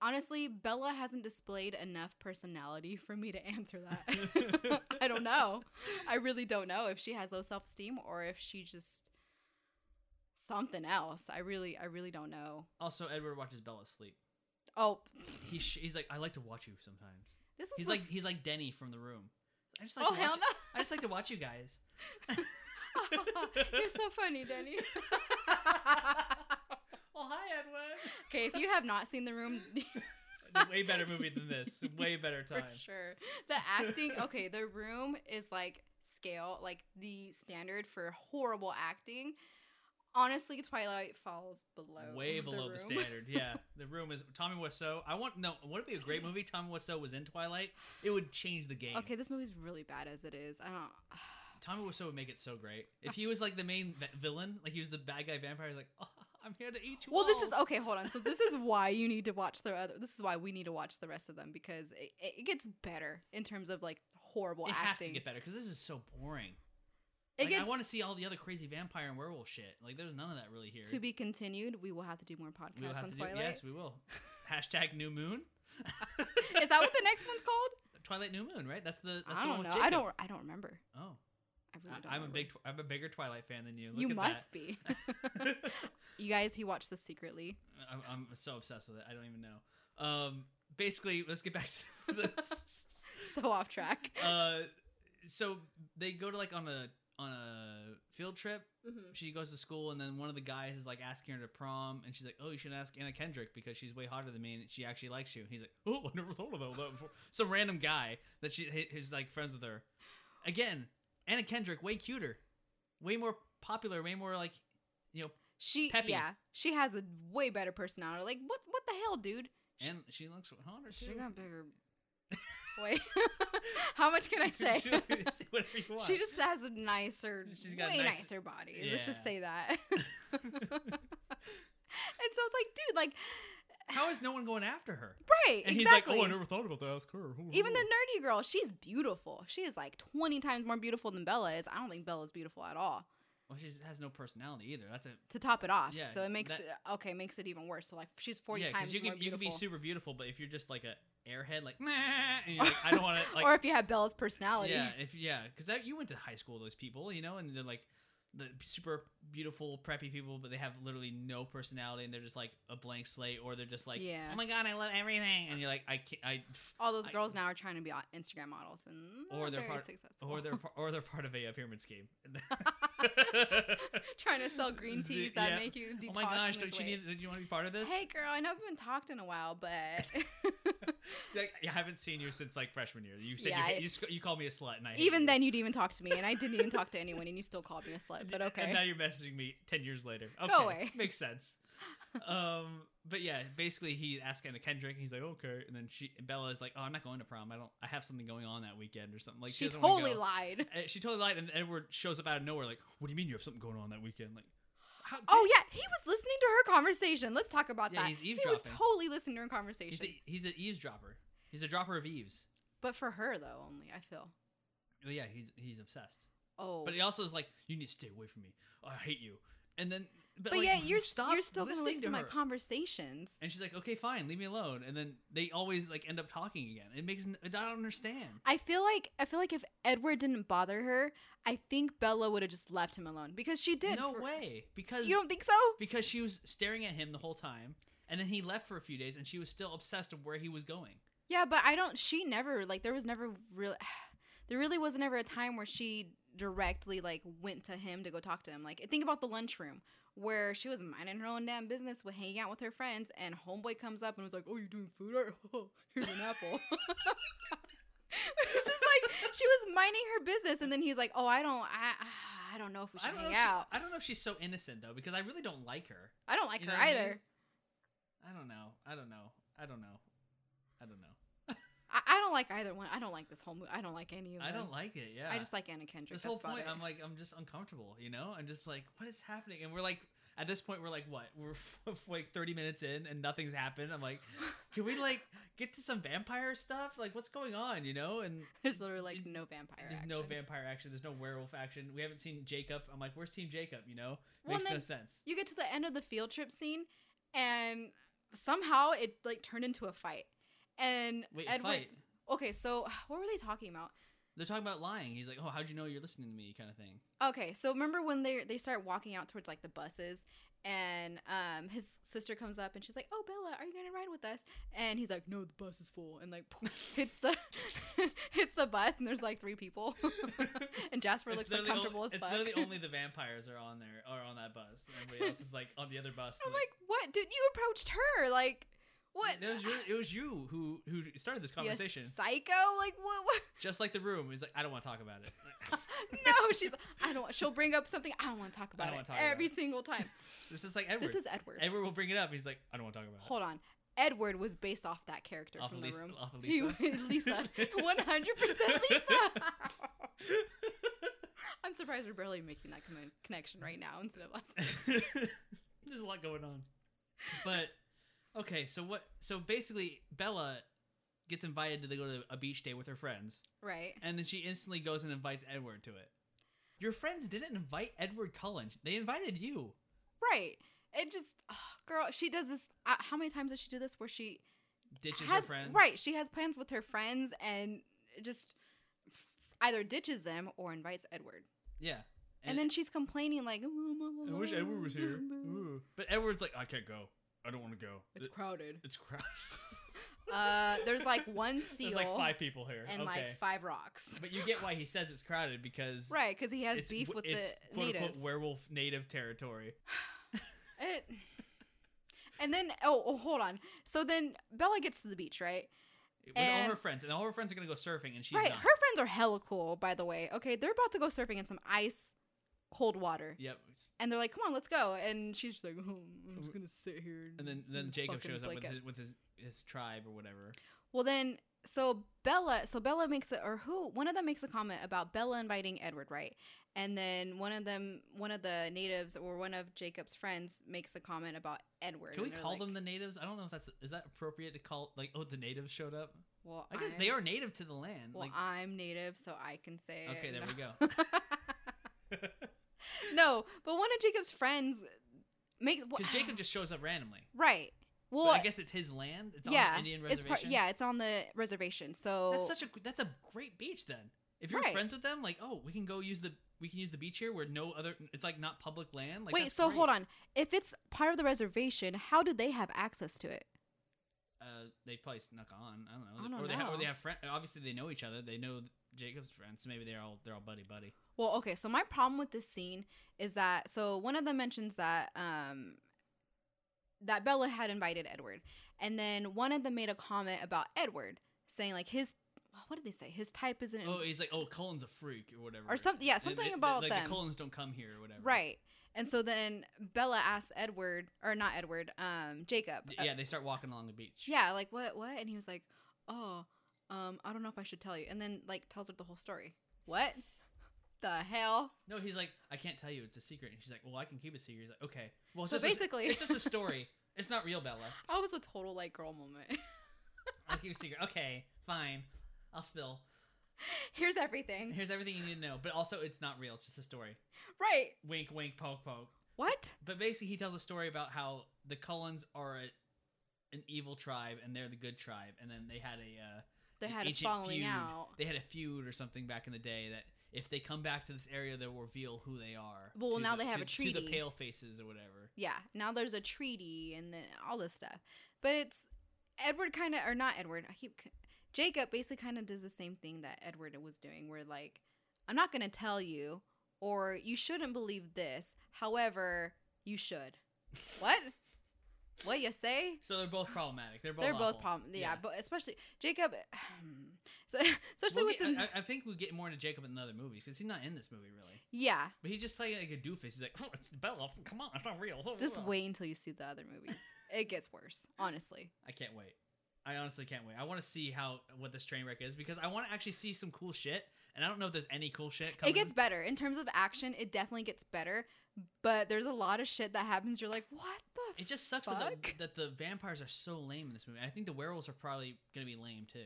Honestly, Bella hasn't displayed enough personality for me to answer that. I don't know. I really don't know if she has low self esteem or if she just something else. I really, I really don't know.
Also, Edward watches Bella sleep.
Oh,
He sh- he's like, I like to watch you sometimes.
this was
He's
bef-
like he's like Denny from the room. I just like
oh
to watch-
hell no!
I just like to watch you guys.
You're so funny, Denny.
Well, hi Edward.
okay, if you have not seen the room,
It's a way better movie than this. Way better
for
time.
sure. The acting, okay, the room is like scale, like the standard for horrible acting. Honestly, Twilight falls below.
Way below the
Room.
standard. Yeah, the room is Tommy Wiseau. I want no. Would it be a great movie? if Tommy Wiseau was in Twilight. It would change the game.
Okay, this movie's really bad as it is. I don't.
Tommy Wiseau would make it so great if he was like the main va- villain, like he was the bad guy vampire. Like, oh, I'm here to eat you.
Well, this
all."
is okay. Hold on. So this is why you need to watch the other. This is why we need to watch the rest of them because it, it gets better in terms of like horrible
It has
acting.
to get better because this is so boring.
It
Like,
gets
I want to see all the other crazy vampire and werewolf shit. Like, there's none of that really here.
to be continued. We will have to do more podcasts
we will have
on
to
Twilight.
do. Yes, we will. Hashtag New Moon.
Is that what the next one's called?
Twilight New Moon? Right. That's the. That's the
I don't
one
know.
with
I
Jacob.
don't. I don't remember.
Oh,
I
I,
really don't.
am a
remember.
big. Tw- I'm a bigger Twilight fan than you. Look
you
at That.
must be. you guys, he watched this secretly.
I'm, I'm so obsessed with it. I don't even know. Um, basically, let's get back to this.
So off track.
uh, so they go to like on a on a field trip.
Mm-hmm.
She goes to school, and then one of the guys is like asking her to prom, and she's like, "Oh, you should ask Anna Kendrick because she's way hotter than me, and she actually likes you." And he's like, "Oh, I never thought about that before." Some random guy that she hi- is like friends with her. Again, Anna Kendrick, way cuter, way more popular, way more like, you know,
She,
Peppy.
yeah, she has a way better personality. Like, what? What the hell, dude?
and she looks hotter too.
She got bigger. Wait, how much can I say?
She- say whatever you want.
she just has a nicer,
She's got
way
nice-
nicer body. Let's just
Yeah.
say that. and so it's like, dude, like,
How is no one going after her?
right?
And
exactly.
he's like, "Oh, I never thought about that. Ask her."
Even the nerdy girl, she's beautiful. She is like 20 times more beautiful than Bella is. I don't think Bella's beautiful at all.
Well, she has no personality either. That's a
To top it off,
Yeah,
so it makes
that-
it okay, makes it even worse. So like she's 40
yeah, 'cause
times
you can
more
you can
beautiful.
be super beautiful, but if you're just like a airhead, like, "Meh," and you're like I don't want to like
or if you have Bella's personality.
yeah, if yeah, because you went to high school with those people, you know, and they're like the super beautiful preppy people, but they have literally no personality, and they're just like a blank slate, or they're just like,
Yeah.
oh my god, I love everything, and you're like, I can't, I,
All those
I-
girls now are trying to be on Instagram models and
Or
not
they're
very
part-
successful.
or they're par- or they're part of a pyramid scheme. Oh
trying to sell green
Z-
teas that
yeah.
make you detox.
oh my gosh,
in
don't
this
you
way.
need? Do you want to be part of this?
Hey girl, I know we haven't talked in a while, but
Like, I haven't seen you since like freshman year. You said
Yeah,
you,
I-
hate, you sc- you called me a slut, and I hate
even
you.
then you didn't even talk to me, and I didn't even talk to anyone, and you still called me a slut. But okay,
And now you're messaging me ten years later. Okay,
away.
Makes sense. um, but yeah, basically he asked Anna Kendrick, and he's like, okay, and then she Bella is like, oh, I'm not going to prom. I don't. I have something going on that weekend or something. Like
she
doesn't wanna
totally
go. Eh,
lied.
Uh, She totally lied, and Edward shows up out of nowhere, like, what do you mean you have something going on that weekend? Like, How,
Oh yeah, he was listening to her conversation. Let's talk about
Yeah,
that.
he's
he was
eavesdropping.
totally listening to her
He's
conversation.
a, he's an eavesdropper. He's a dropper of eaves.
but for her though, only I feel.
Oh yeah, he's he's obsessed.
Oh,
But he also is like, you need to stay away from me. I hate you. And then, but,
but
like,
yeah, you're
stop
you're still gonna
listening
listen to, my
her.
conversations.
And she's like, okay, fine, leave me alone. And then they always like end up talking again. It makes n- I don't understand.
I feel like I feel like if Edward didn't bother her, I think Bella would have just left him alone because she did.
no
for-
way, because
You don't think so?
because she was staring at him the whole time. And then he left for a few days, and she was still obsessed of where he was going.
Yeah, but I don't. She never like there was never really there really wasn't ever a time where she directly like went to him to go talk to him. Like think about the lunchroom where she was minding her own damn business with hanging out with her friends, and homeboy comes up and was like, "Oh, you're doing food art? Here's an apple." it's just like she was minding her business, and then he's like, "Oh, I don't, I, I don't know if we
I
should
don't know.
hang
if she-
out."
I don't know if she's so innocent though, because I really don't like her.
I don't like
You
her
know what I mean?
either.
I don't know. I don't know. I don't know. I don't know.
I, I don't like either one. I don't like this whole movie. I don't like any of them.
I don't like it. Yeah.
I just like Anna Kendrick.
this
That's
whole
about
point.
it.
I'm like, I'm just uncomfortable. You know, I'm just like, what is happening? And we're like, at this point, we're like, what? We're like 30 minutes in, and nothing's happened. I'm like, can we like get to some vampire stuff? Like, what's going on? You know? And
There's literally like
it-
no vampire.
there's no
action.
vampire action. There's no werewolf action. We haven't seen Jacob. I'm like, where's Team Jacob? You know,
Well,
makes
and
no
then
sense.
you get to the end of the field trip scene, and somehow it like turned into a fight. And
Wait, a
Edward.
fight.
Okay, so what were they talking about?
They're talking about lying. He's like, oh, how'd you know you're listening to me? Kind of thing.
Okay, so remember when they they start walking out towards like the buses, and um his sister comes up and she's like, "Oh Bella, are you gonna ride with us?" And he's like, "No, the bus is full," and like hits the hits the bus, and there's like three people, and Jasper
It's
looks like
literally only-
comfortable as
it's
fuck.
literally only the vampires are on there are on that bus. And Everybody else is like on the other bus.
I'm like, "What, dude? You approached her like what?"
It was, your, it was you who who started this
You
conversation.
psycho? Like what? what?
Just like the room. He's like, I don't want to talk about it. Like,
no, she's. I don't. want She'll bring up something. I don't want to talk about
don't
it
wanna talk about
every
it.
single time.
this is like Edward.
this is Edward.
Edward will bring it up. He's like, I don't want to talk about
Hold on. Edward was based off that character
it. Off
from
of
the
Lisa.
room.
Off of
He
Lisa.
Lisa. 100% Lisa. I'm surprised we're barely making that commo- connection right now instead of last week.
There's a lot going on. But okay, so what? So basically, Bella gets invited to go to a beach day with her friends.
Right.
and then she instantly goes and invites Edward to it. Your friends didn't invite Edward Cullen; they invited you.
Right. It just, ugh, girl, she does this. Uh, how many times does she do this where she
Ditches
has,
her friends,
Right. She has plans with her friends and just either ditches them or invites Edward.
Yeah,
And, then she's complaining, like, "Oh, I'm
I wish Edward
alone."
was here. Ooh. But Edward's like, I can't go. I don't want to go.
It's
It-
crowded.
it's crowded.
Uh, there's like one seal
There's like five people here.
and
okay,
like five rocks.
but you get why he says it's crowded because
Right, because he has
it's
beef
w-
with
it's
the
quote
natives.
unquote werewolf native territory.
It, and then oh, oh, hold on. So then Bella gets to the beach, right?
With
And-
all her friends, and all her friends are gonna go surfing, and she's
right.
not.
Her friends are hella cool, by the way. Okay, they're about to go surfing in some ice, cold water,
Yep. it's-
and they're like, "Come on, let's go." And she's just like, oh, "I'm just gonna sit here."
And then then
just
Jacob
fucking
shows up with
blanket."
his, with his his tribe or whatever.
Well, then so Bella, so Bella makes a or who one of them makes a comment about Bella inviting Edward, right? And then one of them, one of the natives or one of Jacob's friends makes a comment about Edward.
Can we
and they're
call
like,
them the natives? I don't know if that's is that appropriate to call like oh the natives showed up.
Well,
I guess
I'm-
they are native to the land.
Well,
like
I'm native, so I can say.
okay, there
no.
we go.
no, but one of Jacob's friends makes well,
Because Jacob just shows up randomly.
right.
But
Well,
I guess it's his land. It's on
yeah,
the Indian
it's
reservation.
part. Yeah, it's on the reservation. So
that's such a that's a great beach then. If you're
Right.
friends with them, like oh we can go use the we can use the beach here where no other it's like not public land. Like
wait,
that's
so
great.
hold on. If it's part of the reservation, how do they have access to it?
Uh, they probably snuck on. I don't know.
I don't
or they ha- or
know.
they have friends. Obviously they know each other. They know Jacob's friends. So maybe they're all they're all buddy buddy.
Well, okay. So my problem with this scene is that so one of them mentions that um that Bella had invited Edward, and then one of them made a comment about Edward saying like his what did they say his type isn't
Oh, he's like oh Cullen's a freak or whatever.
or something yeah
They- they-
something
they-
about
like
them
the Cullens don't come here or whatever.
right. And so then Bella asks Edward or not Edward um Jacob
D-
uh,
Yeah, they start walking along the beach.
yeah like what what and he was like oh um I don't know if I should tell you and then like tells her the whole story what the hell?
No, he's like, I can't tell you. It's a secret. And she's like, Well, I can keep it secret. He's like, Okay. Well, it's
so
just a s-
basically,
it's just a story. It's not real, Bella.
I was a total like girl moment.
I'll keep it secret. Okay, fine. I'll spill.
Here's everything.
Here's everything you need to know. But also, it's not real. It's just a story.
Right.
Wink, wink, poke, poke.
What?
But basically, he tells a story about how the Cullens are a, an evil tribe and they're the good tribe. And then they had a uh,
They
an
had a
ancient
following
feud.
out.
They had a feud or something back in the day that if they come back to this area, they'll reveal who they are.
Well,
to
now
the-
they have a
to- to
treaty.
the pale faces or whatever.
Yeah. Now there's a treaty and then all this stuff. But it's Edward kind of, or not Edward. I keep c- Jacob basically kind of does the same thing that Edward was doing, where like, I'm not gonna tell you, or you shouldn't believe this. However, you should. What? what you say?
So they're both problematic. They're both.
They're both
awful.
problem. Yeah,
Yeah.
but especially Jacob. So especially
We'll
with
get-
the
I, I think we get more into Jacob in the other movies because he's not in this movie really.
yeah.
But he's just like, like a doofus. He's like, oh, it's Bella. Come on, it's not real.
Just wait until you see the other movies. It gets worse, honestly.
I can't wait. I honestly can't wait. I want to see how what this train wreck is because I want to actually see some cool shit. And I don't know if there's any cool shit coming.
It gets better in terms of action. It definitely gets better, but there's a lot of shit that happens. You're like, what the?
It just sucks that the,
Fuck.
that the vampires are so lame in this movie. I think the werewolves are probably gonna be lame too.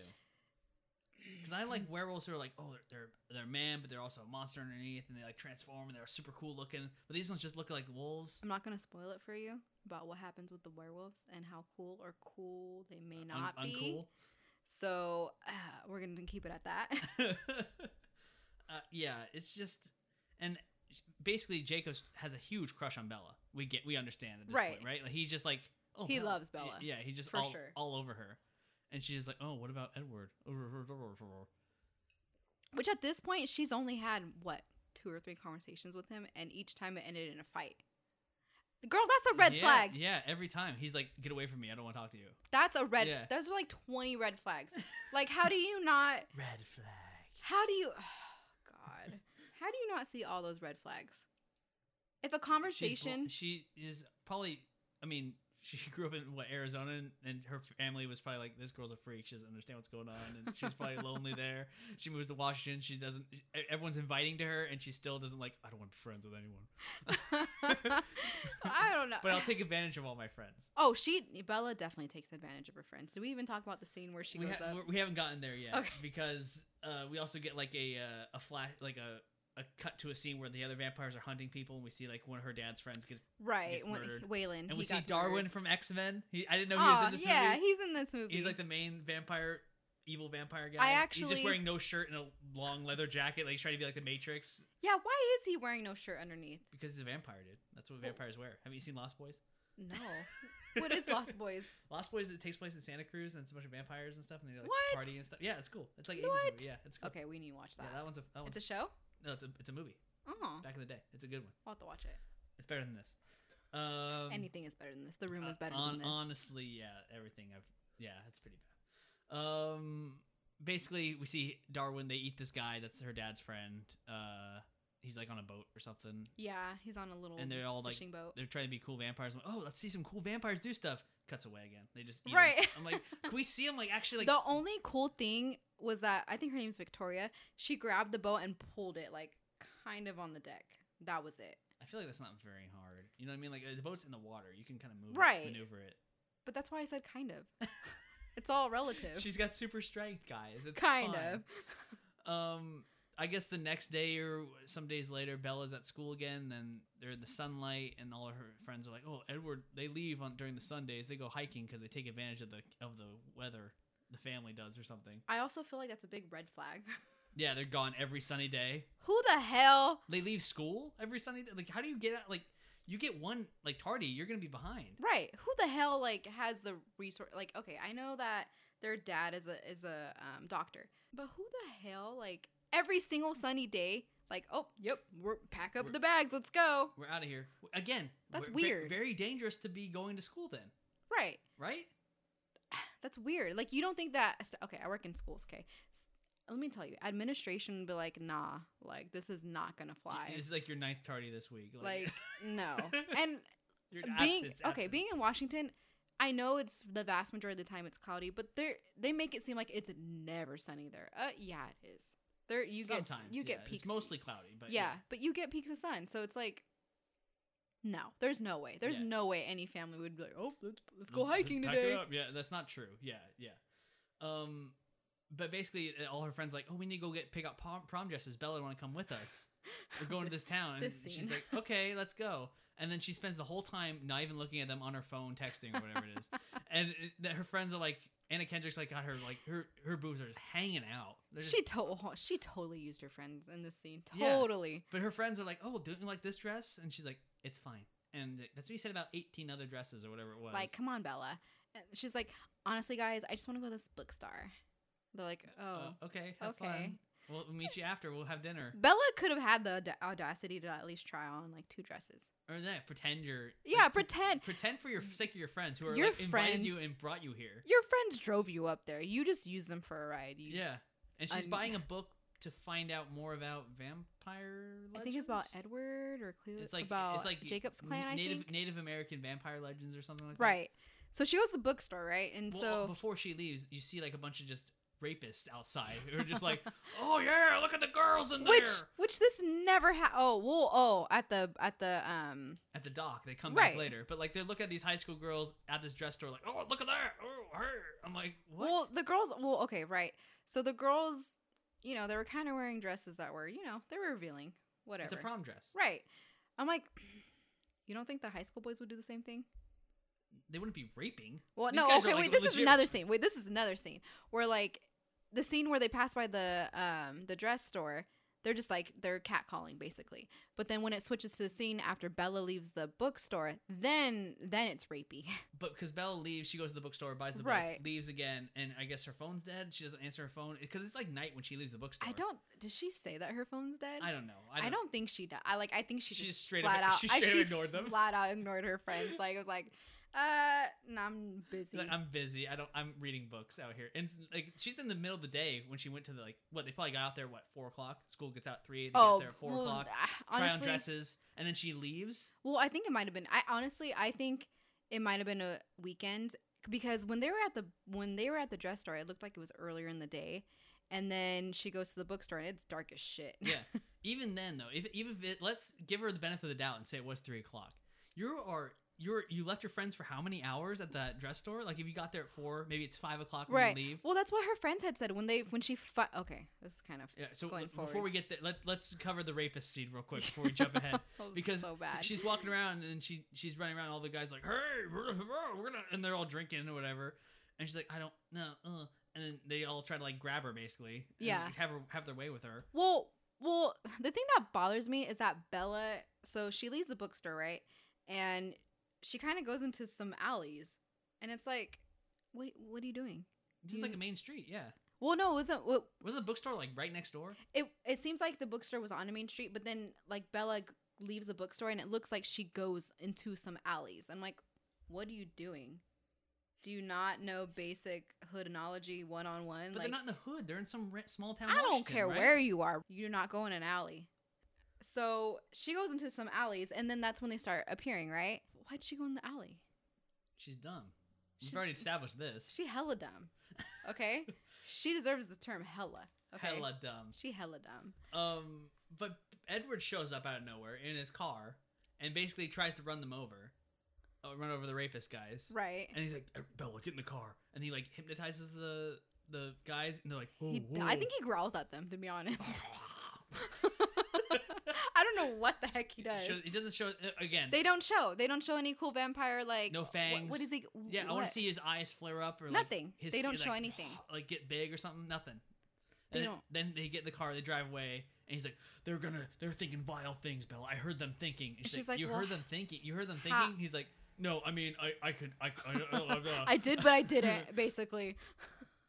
Because I
Hmm.
like werewolves who are like, oh, they're they're, they're man, but they're also a monster underneath, and they like transform and they're super cool looking. But these ones just look like wolves.
I'm not gonna spoil it for you about what happens with the werewolves and how cool or cool they may
Un-
not be.
uncool.
So uh, we're gonna keep it at that.
uh, yeah, it's just and basically Jacobs has a huge crush on Bella. We get we understand at this
Right.
point, right? Like he's just like oh
He loves Bella,
Yeah, he just
for
all,
sure.
all over her. And she's like, "Oh, what about Edward?"
Which at this point, she's only had what two or three conversations with him, and each time it ended in a fight. Girl, that's a red
Yeah,
flag.
Yeah, every time he's like, "Get away from me! I don't want to talk to you."
That's a red.
Yeah.
Those are like 20 red flags. like, how do you not?
Red flag.
How do you? Oh, God, how do you not see all those red flags? If a
She's bl-
conversation,
she is probably. I mean, she grew up in what Arizona, and, and her family was probably like, "This girl's a freak. She doesn't understand what's going on, and she's probably lonely there." She moves to Washington. She doesn't. e- Everyone's inviting to her, and she still doesn't like. I don't want to be friends with anyone.
I don't know.
but I'll take advantage of all my friends.
oh, she Bella definitely takes advantage of her friends. Do we even talk about the scene where she
we,
goes
ha-
up?
we're- we haven't gotten there yet
Okay.
because uh, we also get like a uh, a flash like a. A cut to a scene where the other vampires are hunting people, and we see like one of her dad's friends get,
Right,
gets
when
murdered.
Waylon.
and
he
we see
got
Darwin
murdered.
from X Men. I didn't know he was
Aw,
in this
yeah,
movie.
he's in this movie.
He's like the main vampire, evil vampire guy.
I
he's
actually-
just wearing no shirt and a long leather jacket, like he's trying to be like the Matrix
yeah. Why is he wearing no shirt underneath?
because he's a vampire, dude. That's what
Well-
vampires wear. Haven't you seen Lost Boys?
No. what is Lost Boys?
Lost Boys it takes place in Santa Cruz and it's a bunch of vampires and stuff, and they like
What?
party and stuff. Yeah, it's cool. It's like 80s
What?
movie. Yeah, it's cool.
Okay, we need to watch
Yeah,
that.
that one's a that one's
it's a show.
no, it's a it's a movie
Oh,
back in the day. It's a good one.
I'll have to watch it.
It's better than this. Um,
Anything is better than this. The room
Uh,
was better
hon-
than this.
Honestly, yeah, everything. I've yeah, it's pretty bad. Um, basically, we see Darwin. They eat this guy that's her dad's friend. Uh, he's like on a boat or something,
yeah, he's on a little
and they're all like
fishing boat.
they're trying to be cool vampires. I'm like, oh, let's see some cool vampires do stuff. Cuts away again. They just eat him.
Right.
I'm like, can we see him like actually like
the only cool thing was that I think her name's Victoria. She grabbed the boat and pulled it like kind of on the deck. That was it.
I feel like that's not very hard. You know what I mean? Like uh, the boat's in the water. You can kind of move, it,
Right.
maneuver it.
But that's why I said kind of. it's all relative.
She's got super strength, guys. It's
kind
fine.
of.
um i guess the next day or some days later bella's at school again then they're in the sunlight and all her friends are like oh edward they leave on during the sundays they go hiking because they take advantage of the of the weather the family does or something
I also feel like that's a big red flag.
yeah they're gone every sunny day
Who the hell?
they leave school every sunny day like how do you get out like you get one like tardy you're gonna be behind
Right. Who the hell like has the resource like okay, I know that their dad is a is a um, doctor. But who the hell like every single sunny day like oh, yep, we're pack up
We're-
the bags, let's go.
we're out of here again
That's
we're ve-
weird.
very dangerous to be going to school then
Right.
right
That's weird. Like you don't think that. st- Okay, I work in schools. Okay, S- let me tell you, administration would be like, nah, like this is not gonna fly.
this is like your ninth tardy this week
like no. And
your
being
absence-
okay, being
absence.
in Washington, I know it's the vast majority of the time it's cloudy, but they are they make it seem like it's never sunny there. Uh, yeah, it is. There you
Sometimes
get you get
yeah.
peaks.
It's mostly cloudy, but
yeah, but you get peaks of sun. So it's like no, there's no way. There's
Yeah.
no way any family would be like, "Oh, let's, let's
Let's-
go hiking
let's pack it
today."
up. Yeah, that's not true. Yeah, yeah. Um, but basically, uh, all her friends like, oh, we need to go get pick up prom, prom dresses. Bella want to come with us. We're going to this town. And
This
she's
scene.
like, okay, let's go. And then she spends the whole time not even looking at them on her phone, texting or whatever it is. And it, that her friends are like, Anna Kendrick's like got her like her her boobs are just hanging out. They're just-
She to- she totally used her friends in this scene.
Yeah.
Totally.
but her friends are like, oh, don't you like this dress? And she's like, it's fine. And uh, that's what you said about eighteen other dresses or whatever it was.
Like, come on, Bella. And she's like, honestly, guys, I just want to go to this bookstore. They're like, oh.
Uh, okay, have
okay.
fun. We'll we'll meet you after. We'll have dinner.
Bella could have had the aud- audacity to at least try on like two dresses.
or that pretend you're
Yeah,
pre-
pretend.
pretend for your sake of your friends who are
Your
like, invited
friends-
you and brought you here
Your friends drove you up there. You just used them for a ride. You,
yeah and she's
Un-
buying a book to find out more about vampire legends?
I think it's about Edward or Clue.
it's like
about
it's like
Jacob's
n-
clan. I
native
think
native american vampire legends or something like that
right. So she goes to the bookstore, right? And
well, oh,
so
before she leaves you see like a bunch of just rapists outside who are just like oh yeah look at the girls in
which
there
which this never ha oh well oh at the at the um
at the dock they come
Right.
back later but like they look at these high school girls at this dress store like oh look at that oh her i'm like what
well the girls well okay right so the girls you know they were kind of wearing dresses that were you know they were revealing whatever
it's a prom dress
right I'm like you don't think the high school boys would do the same thing
they wouldn't be raping
Well,
These
no,
guys are,
okay,
like,
wait. This is
legit-
another scene. Wait, this is another scene where like the scene where they pass by the um the dress store. They're just like they're catcalling basically. But then when it switches to the scene after Bella leaves the bookstore, then then it's rapey.
But because Bella leaves, she goes to the bookstore, buys the
Right.
book, leaves again, and I guess her phone's dead. She doesn't answer her phone because it's like night when she leaves the bookstore.
I don't. Does she say that her phone's dead?
I don't know. I
I
don't.
don't, think she does. I like. I think she,
She
just
just straight up-
flat out.
she
I-
straight up ignored them.
Flat out ignored her friends. Like it was like, uh, no, I'm busy.
Like, I'm busy. I don't. I'm reading books out here, and like she's in the middle of the day when she went to the like what they probably got out there what four o'clock. School gets out three. They get there at four
Oh, well,
o'clock.
ah,
try on dresses, and then she leaves.
Well, I think it might have been. I honestly, I think it might have been a weekend because when they were at the when they were at the dress store, it looked like it was earlier in the day, and then she goes to the bookstore and it's dark as shit.
Yeah. even then though, if even if it, let's give her the benefit of the doubt and say it was three o'clock. You are. You're, you left your friends for how many hours at that dress store? Like, if you got there at four, maybe it's five o'clock when
right.
you leave.
Well, that's what her friends had said when they when she fi- okay, this is kind of
Yeah, so
going
l- before
forward. Oh
we get there, let, let's cover the rapist scene real quick before we jump ahead.
That was
Because
so bad.
She's walking around and she she's running around. All the guys like, hey, we're gonna, we're gonna, and they're all drinking or whatever. And she's like, I don't know. Uh. And then they all try to like grab her basically. and
Yeah.
have her have their way with her.
Well, well, the thing that bothers me is that Bella. So she leaves the bookstore, right? And she kind of goes into some alleys, and it's like, what what are you doing?
It's just
You-
like a main street. Yeah,
Well, no, it wasn't. Well,
wasn't the bookstore like right next door?
it it seems like the bookstore was on a main street, but then like Bella g- leaves the bookstore, and it looks like she goes into some alleys. I'm like, what are you doing? Do you not know basic hood analogy one on
But
one? Like,
they're not in the hood. They're in some ra- small town.
I don't
Washington,
care
right?
where you are. You're not going an alley. So she goes into some alleys, and then that's when they start appearing, right? Why'd she go in the alley?
She's dumb. We've
She's-
already established this.
She hella dumb. Okay, she deserves the term hella. Okay,
Hella dumb.
She hella dumb.
Um, but Edward shows up out of nowhere in his car and basically tries to run them over, uh, run over the rapist guys.
Right.
And he's like, "Eh, "Bella, get in the car," and he like hypnotizes the the guys, and they're like, "Whoa,
He,
whoa."
I think he growls at them, to be honest. I don't know what the heck he does.
Shows- He doesn't show uh, again.
They don't show. They don't show any cool vampire like
No
wh-
fangs.
what is he?
yeah, I want
what?
to see his eyes flare up or like,
Nothing.
his-
They
like,
don't show anything.
Like get big or something. Nothing.
They
And
don't.
Then then they get in the car, they drive away, and he's like, "They're gonna, they're thinking vile things, Bella. I heard them thinking." And she's, like, "You
well,
heard them thinking? You heard them
how-
thinking?" He's like, "No, I mean, I, I could, I, I, I, I,
I did, but I didn't. Basically.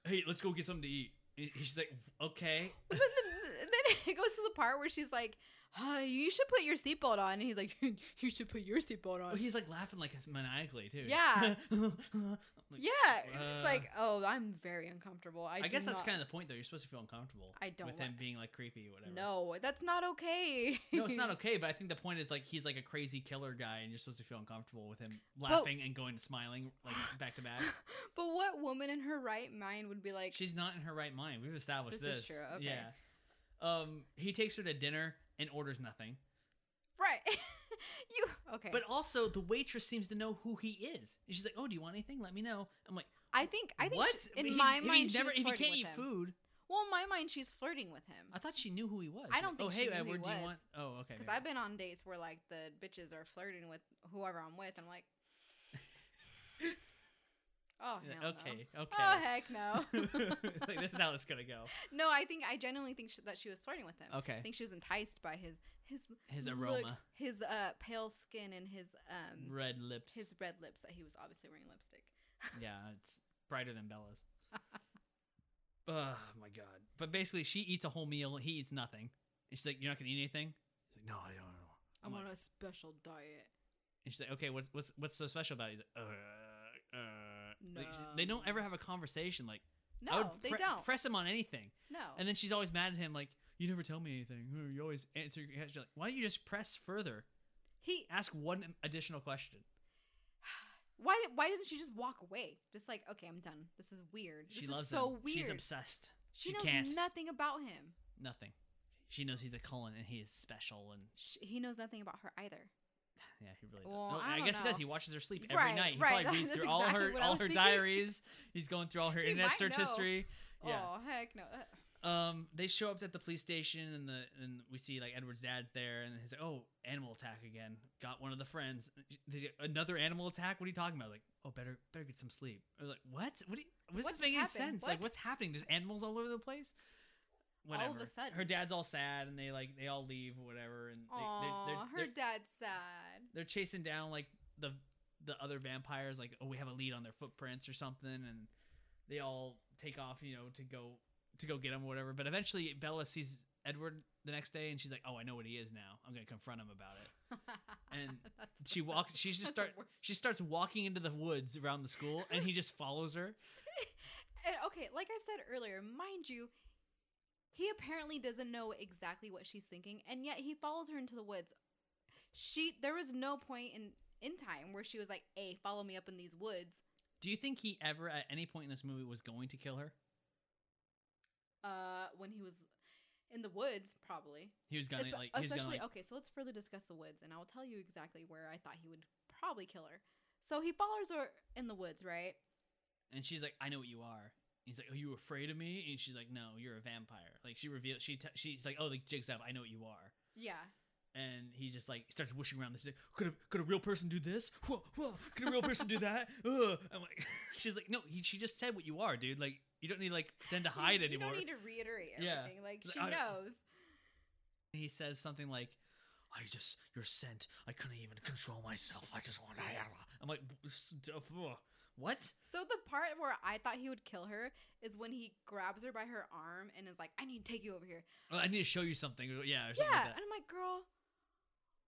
hey, let's go get something to eat." And she's like, "Okay."
then, then it goes to the part where she's like, uh, "You should put your seatbelt on," and he's like, "You should put your seatbelt
Oh,
on."
he's like laughing like maniacally too.
Yeah.
I'm like,
yeah, it's
uh,
just like, oh, I'm very uncomfortable. I,
I, guess that's kind of the point though. You're supposed to feel uncomfortable.
I don't
with
like-
him being like creepy or whatever.
No, that's not okay.
no, it's not okay. But I think the point is like he's like a crazy killer guy, and you're supposed to feel uncomfortable with him laughing and going to smiling like back to back.
but what woman in her right mind would be like?
She's not in her right mind. We've established
This
this.
is true, okay.
Yeah. Um, he takes her to dinner and orders nothing.
Right. you okay.
But also, the waitress seems to know who he is. And she's like, "Oh, do you want anything? Let me know." I'm like,
I think I think
"What?"
she-
If
in
he's-
my
if
mind
he's never, if
she's
he
flirting
can't
with
eat
him.
food.
Well, in my mind she's flirting with him.
I thought she knew who he was.
I don't
Like,
think
oh,
she
hey,
knew who he
Edward, do you
was.
want? Oh, okay.
Because
maybe.
I've been on dates where like the bitches are flirting with whoever I'm with, and I'm like, oh
Yeah,
hell no.
okay,
Oh
okay.
heck no.
like this is how it's gonna go.
no, I think I genuinely think she, that she was flirting with him. I
Okay,
think she was enticed by his his
his
looks,
aroma,
his uh pale skin, and his um
red lips.
his red lips. That he was obviously wearing lipstick.
Yeah, it's brighter than Bella's. oh my god! But basically, she eats a whole meal. He eats nothing. And she's like, "You're not gonna eat anything." He's like, "No, I don't know."
I'm
like,
on a special diet.
And she's like, "Okay, what's what's what's so special about it?" He's like, "Uh, uh." Like, she- they don't
No.
ever have a conversation. Like, I
No,
would
they
pre-
don't.
press him on anything,
no.
and then she's always mad at him. Like, you never tell me anything. You always answer. Your question. Like, why don't you just press further?
he
Ask one additional question.
why why doesn't she just walk away? Just like, okay, I'm done. This is weird.
She
this
loves
is so
him.
weird.
She's obsessed.
she,
she
knows
can't.
nothing about him.
Nothing. She knows he's a Cullen and he is special and
Sh he knows nothing about her either.
Yeah, he really
Well,
does. No,
I
I,
don't
guess he does.
know.
He watches her sleep every
Right,
night. He
right.
probably reads
That's
through all
exactly
her
what I
all
was
her
thinking.
diaries. He's going through all her
He
internet
might
search
know.
history. Yeah.
Oh heck no! Uh,
Um, they show up at the police station and the and we see like Edward's dad's there and he's like, "Oh, animal attack again. Got one of the friends. Did you- Another animal attack? What are you talking about?" Like, "Oh, better better get some sleep." Or like, "What? What? Do you, what does
What
this make any
happened?
sense? Like,
What?"
what's happening? There's animals all over the place."
of
Whatever.
a sudden.
her dad's all sad and they like they all leave whatever and they,
Aw,
they're, they're,
her
they're-
dad's sad.
they're chasing down like the the other vampires like oh we have a lead on their footprints or something and they all take off you know to go to go get him or whatever but eventually bella sees edward the next day and she's like oh i know what he is now i'm gonna confront him about it And
That's
she walks she just
That's the
start
worst.
she starts walking into the woods around the school and he just follows her
And okay, like I've said earlier, mind you, he apparently doesn't know exactly what she's thinking, and yet he follows her into the woods. She there was no point in in time where she was like, "Hey, follow me up in these woods."
do you think he ever at any point in this movie was going to kill her
Uh, when he was in the woods, probably.
he was gonna
Espe-
like he was gonna
especially
like
okay, so let's further discuss the woods, and I'll tell you exactly where I thought he would probably kill her. So he follows her in the woods, right?
And she's like, "I know what you are." He's like, "Are you afraid of me?" And she's like, "No, you're a vampire." Like she reveals, she t- she's like, "Oh, the jig's up. I know what you are."
Yeah.
And he just like starts whooshing around. He's like, "Could a could a real person do this? Whoa, whoa! Could a real person do that?" Ugh. I'm like, she's like, "No, he, she just said what you are, dude. Like you don't need to, like pretend to hide
you,
anymore."
You don't need to reiterate
Yeah.
everything. Like
Like,
she
I-
knows.
And he says something like, "I just your scent. I couldn't even control myself. I just want to." I'm like, "What?"
So the part where I thought he would kill her is when he grabs her by her arm and is like, "I need to take you over here."
Oh, I need to show you something. Yeah, or something
yeah,
like that.
and I'm like, "Girl,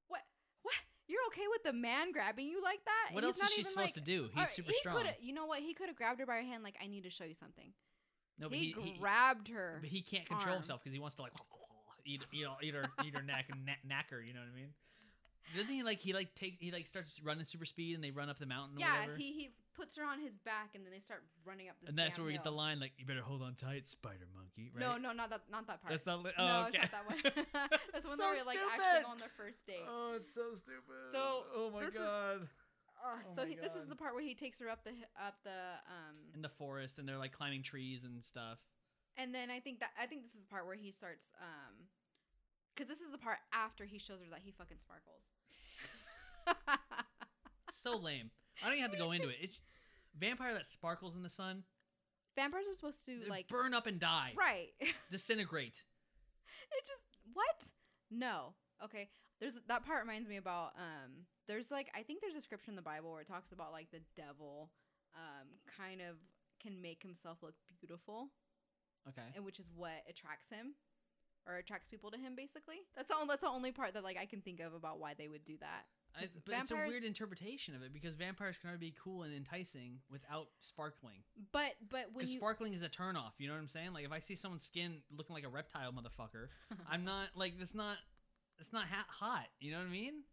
what? What? You're okay with the man grabbing you like that?
What
He's
else is she supposed to do? He's
Alright,
super
he
strong.
coulda- You know what? He could have grabbed her by her hand, like, "I need to show you something."
No, but
he,
he, he-
grabbed her.
But he can't control
arm.
himself because he wants to like eat eat, all- eat her eat her knack kna- knacker. You know what I mean? Doesn't he like he like take he like starts running super speed and they run up the mountain? Or
yeah,
whatever?
he he puts her on his back, and then they start running up this.
and that's
damn
where we get the
hill.
line like you better hold on tight, spider monkey. Right?
No, no, not that, not that part.
that's not. Li- oh,
no,
okay.
it's not that one. that's the one that
So
we like
stupid.
actually go on their first date.
Oh, it's so stupid.
So,
oh my
this is-
god.
Ugh,
Oh
so
my
he, this is
God.
the part where he takes her up the hi- up the um
In the forest, and they're like climbing trees and stuff.
and then I think that I think this is the part where he starts um cuz this is the part after he shows her that he fucking sparkles.
So lame. I don't even have to go into it. It's vampire that sparkles in the sun.
Vampires are supposed to
They
like
burn up and die,
right. it
disintegrate.
just what? No. Okay. There's that part reminds me about um there's like I think there's a scripture in the Bible where it talks about like the devil um kind of can make himself look beautiful.
Okay.
and which is what attracts him or attracts people to him basically that's the, on- that's the only part that like i can think of about why they would do that
I,
'Cause
but it's a
vampires-
weird interpretation of it because vampires can already be cool and enticing without sparkling.
but but when
Because
you
sparkling is a turnoff. You know what I'm saying? Like if I see someone's skin looking like a reptile, motherfucker, I'm not like that's not that's not ha- hot. You know what I mean?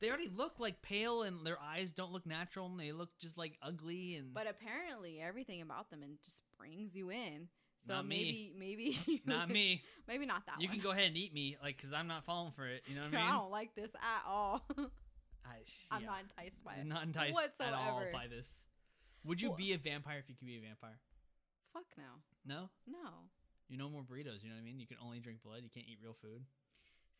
They already look like pale and their eyes don't look natural
uh,
and they look just like ugly and
but apparently everything about them and just brings you in So
Not me.
maybe maybe you,
Not me.
maybe not that
you
one.
can go ahead and eat me, like, because I'm not falling for it. You know what I
I
mean?
don't like this at all.
I,
I'm
yeah.
not enticed by it.
not enticed at all
whatsoever.
by this. Would you
Well-
be a vampire if you could be a vampire?
Fuck no.
No,
No.
you no more burritos. You know what I mean? You can only drink blood. You can't eat real food.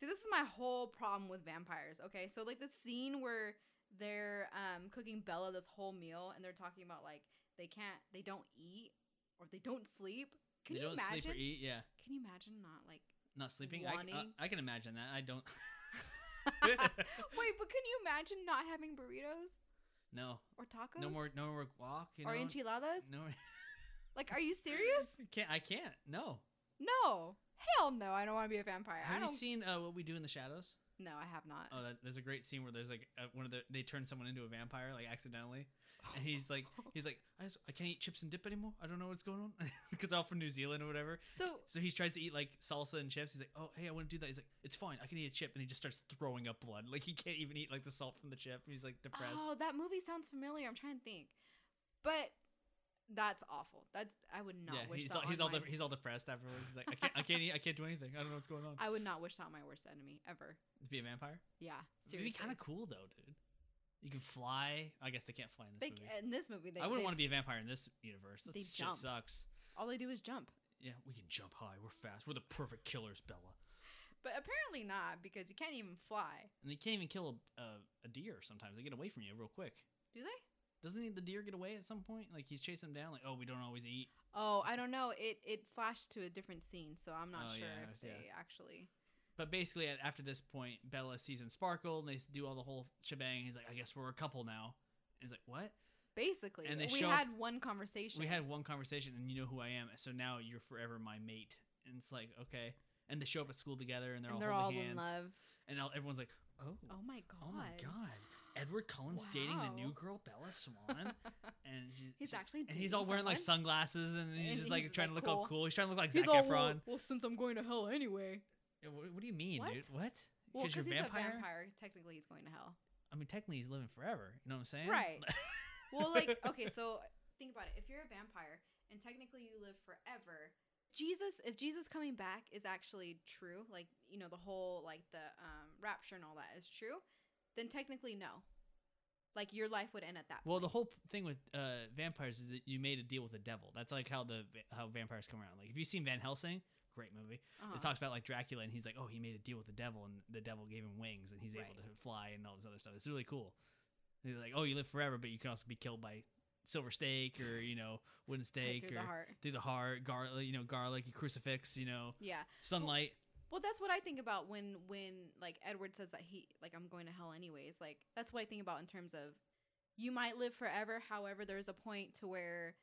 See, this is my whole problem with vampires. Okay, so like the scene where they're um, cooking Bella this whole meal, and they're talking about like they can't, they don't eat, or they don't sleep. Can
you
you
don't
imagine?
sleep or eat. Yeah,
Can you imagine not like?
not sleeping. I, c- uh,
Wanting-
I can imagine that. I don't.
Wait, but can you imagine not having burritos
no,
or tacos?
no more, no more walk. You
or
know?
enchiladas?
No,
Like, are you serious?
can't. I can't. No.
No, hell no! I don't want to be a vampire. I
Have you
don't.
seen uh, what we do in the shadows?
no, I have not.
Oh, that, there's a great scene where there's like uh, one of the they turn someone into a vampire like accidentally, and he's like he's like I just, I can't eat chips and dip anymore. I don't know what's going on because all from New Zealand or whatever.
so
So he tries to eat like salsa and chips. He's like, oh hey, I want to do that. He's like, it's fine. I can eat a chip, and he just starts throwing up blood. Like he can't even eat like the salt from the chip. He's like depressed.
Oh, that movie sounds familiar. I'm trying to think, but that's awful. That's I would not
yeah,
wish
he's
that.
all, he's
on
all
my,
de- he's all depressed afterwards. He's like, I can't I can't eat. I can't do anything. I don't know what's going on.
I would not wish that on my worst enemy ever.
to be a vampire.
Yeah,
It'd be
seriously.
kind of cool though, dude. You can fly. I guess they can't fly in this
They,
movie.
in this movie, they,
I wouldn't
they-
want to be a vampire in this universe. That
they
shit
jump.
sucks.
All they do is jump,
Yeah, we can jump high. We're fast. We're the perfect killers, Bella.
but apparently not because you can't even fly.
And they can't even kill a, a, a deer sometimes. They get away from you real quick.
Do they?
Doesn't he, the deer get away at some point? Like he's chasing them down. Like, oh, we don't always eat.
Oh, I don't know. It it flashed to a different scene, so I'm not
Oh,
sure
yeah,
if
yeah.
they actually.
But basically, at, after this point, Bella sees him sparkle, and they do all the whole shebang. He's like, I guess we're a couple now. And he's like, what?
Basically,
And they
we
show-
had one conversation.
We had one conversation, and you know who I am. So now you're forever my mate. And it's like, okay. And they show up at school together, and they're
and
all
they're all
holding
in
hands.
love.
And all, everyone's like, oh,
Oh my god!
Oh my god. Edward Cullen's dating the new
Wow.
girl, Bella Swan. and she-
He's
she-
actually
and he's all
dating
wearing like
someone?
sunglasses and he's
And
just like
he's,
trying
like,
to look all
cool.
cool. He's trying to look like
He's
Zac
all well,
Efron.
well. Since I'm going to hell anyway.
Yeah, wha- What do you mean,
What?
dude? What?
Well,
you're
because he's a vampire, technically he's going to hell.
I mean, technically he's living forever. You know what I'm saying?
Right. Well, like, okay, so think about it. If you're a vampire and technically you live forever, Jesus, if Jesus coming back is actually true, like, you know, the whole, like, the um, rapture and all that is true, then technically no. Like, your life would end at that
Well, the whole p- thing with uh, vampires is that you made a deal with the devil. That's like how the va- how vampires come around. Like if you've seen Van Helsing, great movie.
point.
It talks about like Dracula and he's like, oh, he made a deal with the devil and the devil gave him wings and he's
Right.
able to fly and all this other stuff. It's really cool. He's like, oh, you live forever, but you can also be killed by silver stake or you know wooden
Right
stake
through
or
the heart.
through the heart, garlic, you know, garlic, you crucifix, you know,
Yeah.
sunlight.
Well, that's what I think about when when like Edward says that he like I'm going to hell anyways. Like that's what I think about in terms of you might live forever. However, there's a point to where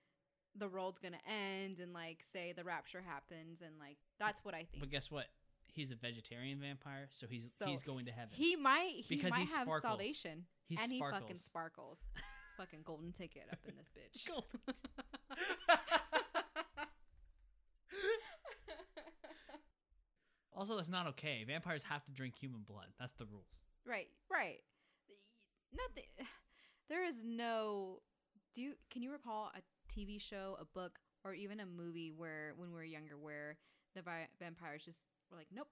the world's going to end and like say the rapture happens and like that's what I think.
But guess what? He's a vegetarian vampire, so he's
So
he's going to heaven.
He might he
Because he
might have
sparkles.
salvation.
he
and
sparkles.
he fucking sparkles. fucking golden ticket up in this bitch.
also, that's not okay. Vampires have to drink human blood. That's the rules.
Right, right. Nothing. There is no. Do you, can you recall a TV show, a book, or even a movie where when we were younger, where the vi- vampires just were like, nope,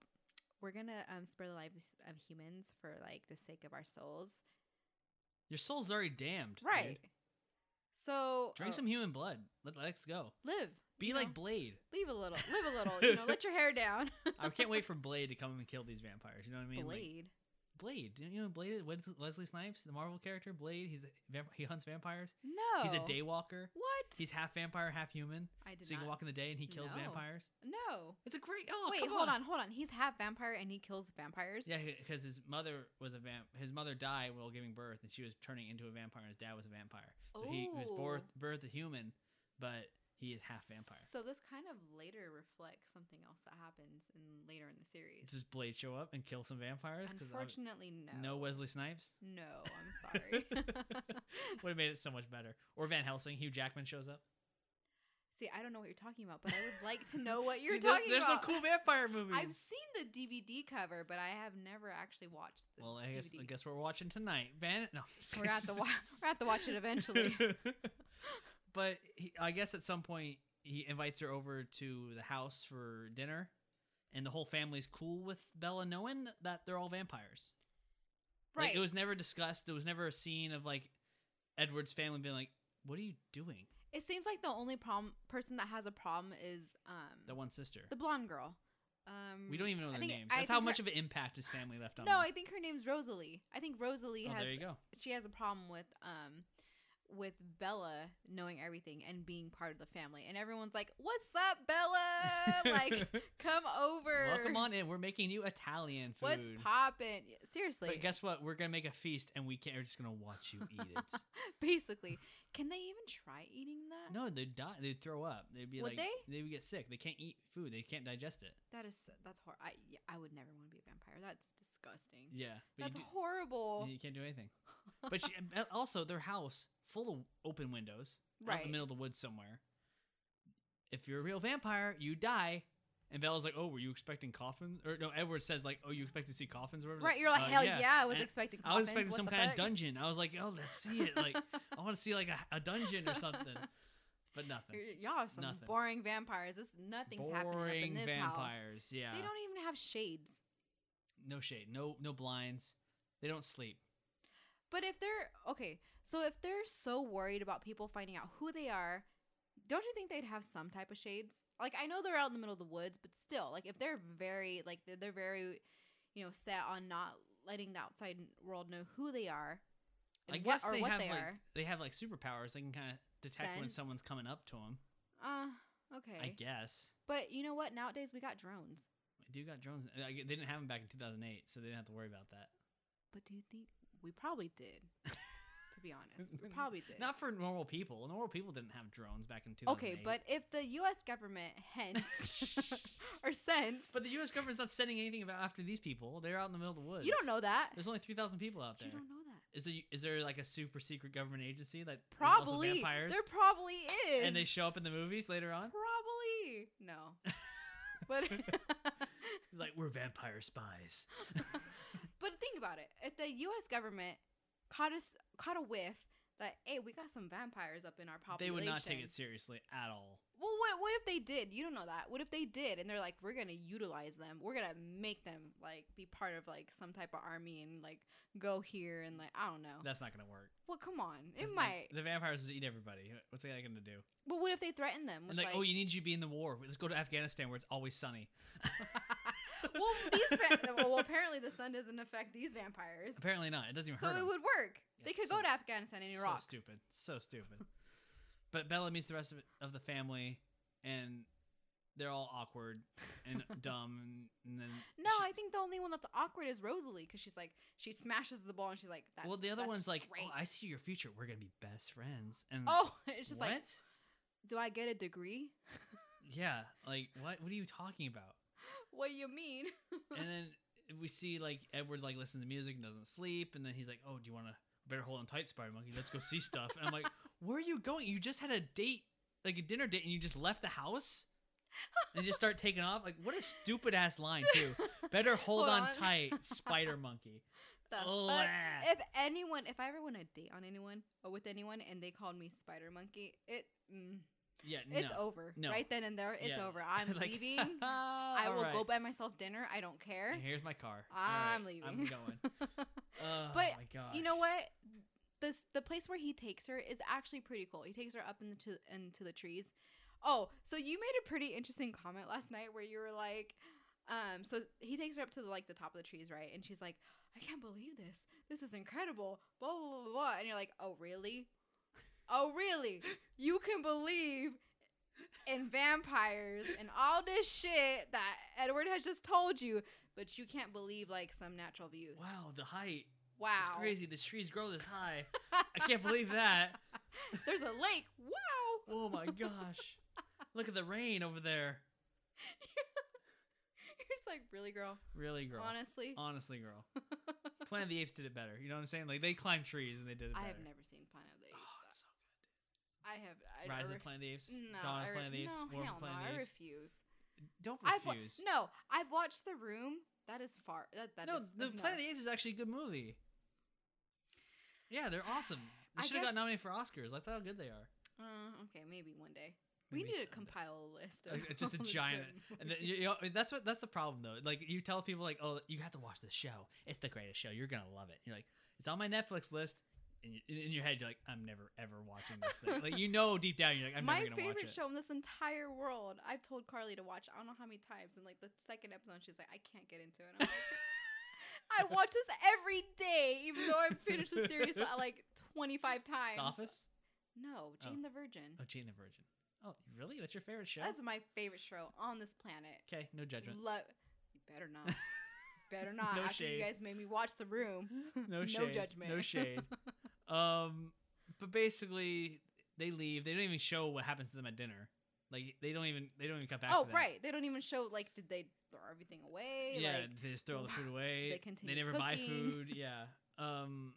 we're gonna um, spare the lives of humans for like the sake of our souls,
Your soul's already damned. dude.
right? So
Drink
oh,
some human blood. Let, let's go.
live,
Be
you
like
know?
Blade.
leave a little, live a little, you know, let your hair down.
I can't wait for Blade to come and kill these vampires. You know what I mean? Like,
Blade.
Blade. You know who Blade. is? Wes- Wesley Snipes, the Marvel character. Blade. He's a vamp- he hunts vampires.
No,
He's a daywalker.
What?
He's half vampire, half human.
I did
So you
not.
can walk in the day and he kills
No.
vampires.
no.
It's a great. Oh,
Wait,
come
hold on, hold on. He's half vampire and he kills vampires.
Yeah, because his mother was a vamp. His mother died while giving birth, and she was turning into a vampire. and His dad was a vampire, so he was
Ooh.
birth birth a human, but he is half vampire.
So this kind of later reflects something else that happens in later in the series.
Does Blade show up and kill some vampires? 'Cause I-
Unfortunately, no.
no Wesley Snipes.
No, I'm sorry.
Would have made it so much better. Or Van Helsing, Hugh Jackman shows up.
See, I don't know what you're talking about, but I would like to know what you're
See, there's,
talking
there's
about.
some cool vampire movies.
I've seen the DVD cover, but I have never actually watched the
well, I guess,
DVD.
I guess we're watching tonight. Van, no, I'm just
we're at the wa-
kidding.
we're at the watch it eventually.
but he, I guess at some point he invites her over to the house for dinner, and the whole family's cool with Bella knowing that they're all vampires. Like,
Right.
it was never discussed. There was never a scene of like Edward's family being like, "What are you doing?"
it seems like the only problem person that has a problem is um
That one sister.
the blonde girl. Um,
we don't even know
I
their
think-
names.
I
That's how
think
much
her-
of an impact his family left on.
No,
them.
I think her name's Rosalie. I think Rosalie
oh,
has
there you go.
she has a problem with um with Bella knowing everything and being part of the family, and everyone's like, "What's up, Bella? like, come over.
welcome on in. We're making you Italian food.
What's poppin'? Seriously,
But guess what? We're gonna make a feast, and we can't. We're just gonna watch you eat it.
basically, can they even try eating that?
no, they'd die. They'd throw up. They'd be
Would
like,
they?
would get sick. They can't eat food. They can't digest it.
that is so- that's horrible. I yeah, I would never want to be a vampire. That's disgusting.
Yeah, but
that's
you, do,
horrible.
you can't do anything. But she, and also, their house full of open windows, out in
Right.
the middle of the woods somewhere. If you're a real vampire, you die. And Bella's like, "Oh, were you expecting coffins?" Or no, Edward says like, "Oh, you expect to see coffins?" Or whatever.
right? You're like,
"Uh,
hell yeah. I was
And
expecting.
I was
coffins,
expecting
what
some
the
kind of
fuck?"
dungeon. I was like, "Oh, let's see it!" Like, I want to see like a, a dungeon or something, but nothing.
You're- Y'all are some
Nothing.
boring vampires. This nothing's happening up in
Boring
this house.
vampires. Yeah.
They don't even have shades.
no shade. No no blinds. They don't sleep.
But if they're okay, so if they're so worried about people finding out who they are, don't you think they'd have some type of shades? Like I know they're out in the middle of the woods, but still, like if they're very like they're, they're very, you know, set on not letting the outside world know who they are, and
I
what
guess
or
they
what
have
they
like
are.
they have like superpowers. They can kind of detect when
Sense.
someone's coming up to them.
Uh, okay.
I guess.
But you know what? Nowadays we got drones.
I do got drones. I, they didn't have them back in 2008, so they didn't have to worry about that.
But do you think we probably did? to be honest, we probably did.
Not for normal people. Normal people didn't have drones back in 2008.
Okay, but if the U.S. government hence or sense,
But the U.S. government's not sending anything about after these people. They're out in the middle of the woods.
you don't know that.
There's only 3,000 people out there.
You don't know that.
Is there is there like a super secret government agency that is also
Probably
vampires
there probably is.
and they show up in the movies later on?
probably no. but
Like we're vampire spies.
but think about it. If the U.S. government caught us caught a whiff that hey we got some vampires up in our population,
They would not take it seriously at all.
Well, what what if they did? You don't know that. What if they did? And they're like, we're gonna utilize them. We're gonna make them like be part of like some type of army and like go here and like I don't know.
That's not going to work.
well, come on, Oh. it
That's not-
might. Mm,
the vampires just eat everybody. What's that going to do?
but what if they threaten them?
And
With,
like, oh, you need you to be in the war. Let's go to Afghanistan where it's always sunny.
well, these va- well apparently the sun doesn't affect these vampires,
Apparently not. It doesn't even
so
hurt.
it
'em.
would work. they
That's
could
so
go to
s-
Afghanistan and Iraq.
So stupid. So stupid. but Bella meets the rest of, of the family, and they're all awkward and dumb. And, and then
No,
she-
I think the only one that's awkward is Rosalie because she's like she smashes the ball and she's like. That's,
well, the other
that's
one's like,
great."
"Oh, I see your future. We're gonna be best friends." And
oh, it's just
what?
like, do I get a degree?
yeah, like what? What are you talking about?
what do you mean?
and then we see like Edward's like listens to music and doesn't sleep, and then he's like, "Oh, do you want to better hold on tight, Spider Monkey? Let's go see stuff." And I'm like, "Where are you going? You just had a date, like a dinner date, and you just left the house." and just start taking off. Like, what a stupid ass line, too. Better hold,
Hold
on,
on.
tight, Spider Monkey.
the
Oh,
fuck?
ah.
If anyone, if I ever want to date on anyone or with anyone, and they called me Spider Monkey, it mm,
Yeah,
it's
no.
over
No.
right then and there. It's
Yeah.
over. I'm
Like,
leaving. I
all
will go
right.
buy myself dinner. I don't care.
And here's my car. All
I'm
right,
leaving.
I'm going. Oh,
But,
my God.
you know what? This the place where he takes her is actually pretty cool. He takes her up into into the trees. Oh, so you made a pretty interesting comment last night where you were like, um, so he takes her up to the, like the top of the trees, right? And she's like, I can't believe this. This is incredible. Blah blah blah. blah. And you're like, oh really? Oh really? You can believe in vampires and all this shit that Edward has just told you, but you can't believe like some natural views.
Wow, the height.
Wow.
It's crazy. The trees grow this high. I can't believe that.
There's a lake. Wow.
Oh my gosh. Look at the rain over there.
You're just like, really, girl?
Really, girl.
Honestly?
Honestly, girl. Planet of the Apes did it better. You know what I'm saying? Like they climbed trees and they did it
I
better.
have never seen Planet of the
Oh,
Apes.
it's so
I have. I
good. Rise
I
of
ref-
Planet of the Apes.
No,
Dawn
I
of
re-
Planet of the Apes.
no,
War of
hell no,
Planet of
I
the Apes.
refuse.
Don't
I've wa-
refuse.
no, I've watched The Room. That is far. That, that
no,
is-
the
no.
Planet of the Apes is actually a good movie. Yeah, they're awesome. They
I
should have
guess-
got nominated for Oscars. That's how good they are.
Uh, okay, maybe one day. We
Maybe
need to
some-
compile a list.
Uh,
Of
it's just a
all the
giant-
good
And then, you you know, that's what that's the problem though. Like you tell people like, "Oh, you have to watch this show. It's the greatest show. You're gonna love it." You're like, "It's on my Netflix list." And you, in in your head, you're like, "I'm never ever watching this thing." Like you know deep down, you're like, "I'm
my
never gonna watch
favorite
it."
show in this entire world. I've told Carly to watch. I don't know how many times. And like the second episode, she's like, I can't get into it. I'm like, I watch this every day, even though I've finished the series uh, like 25 times.
The Office.
No, Jane the Virgin.
Oh, Jane the Virgin. Oh, really? That's your favorite show?
That's my favorite show on this planet.
okay, no judgment.
Love. You better not. better not.
No
After
shade.
you guys made me watch The Room.
No
No
shade.
judgment.
No shade. um, but basically, they leave. They don't even show what happens to them at dinner. Like they don't even they don't even come back.
oh
to that.
right, they don't even show like did they throw everything away?
Yeah,
Like,
they just throw all the food away.
they continue
never buy
cooking?
food. Yeah. Um,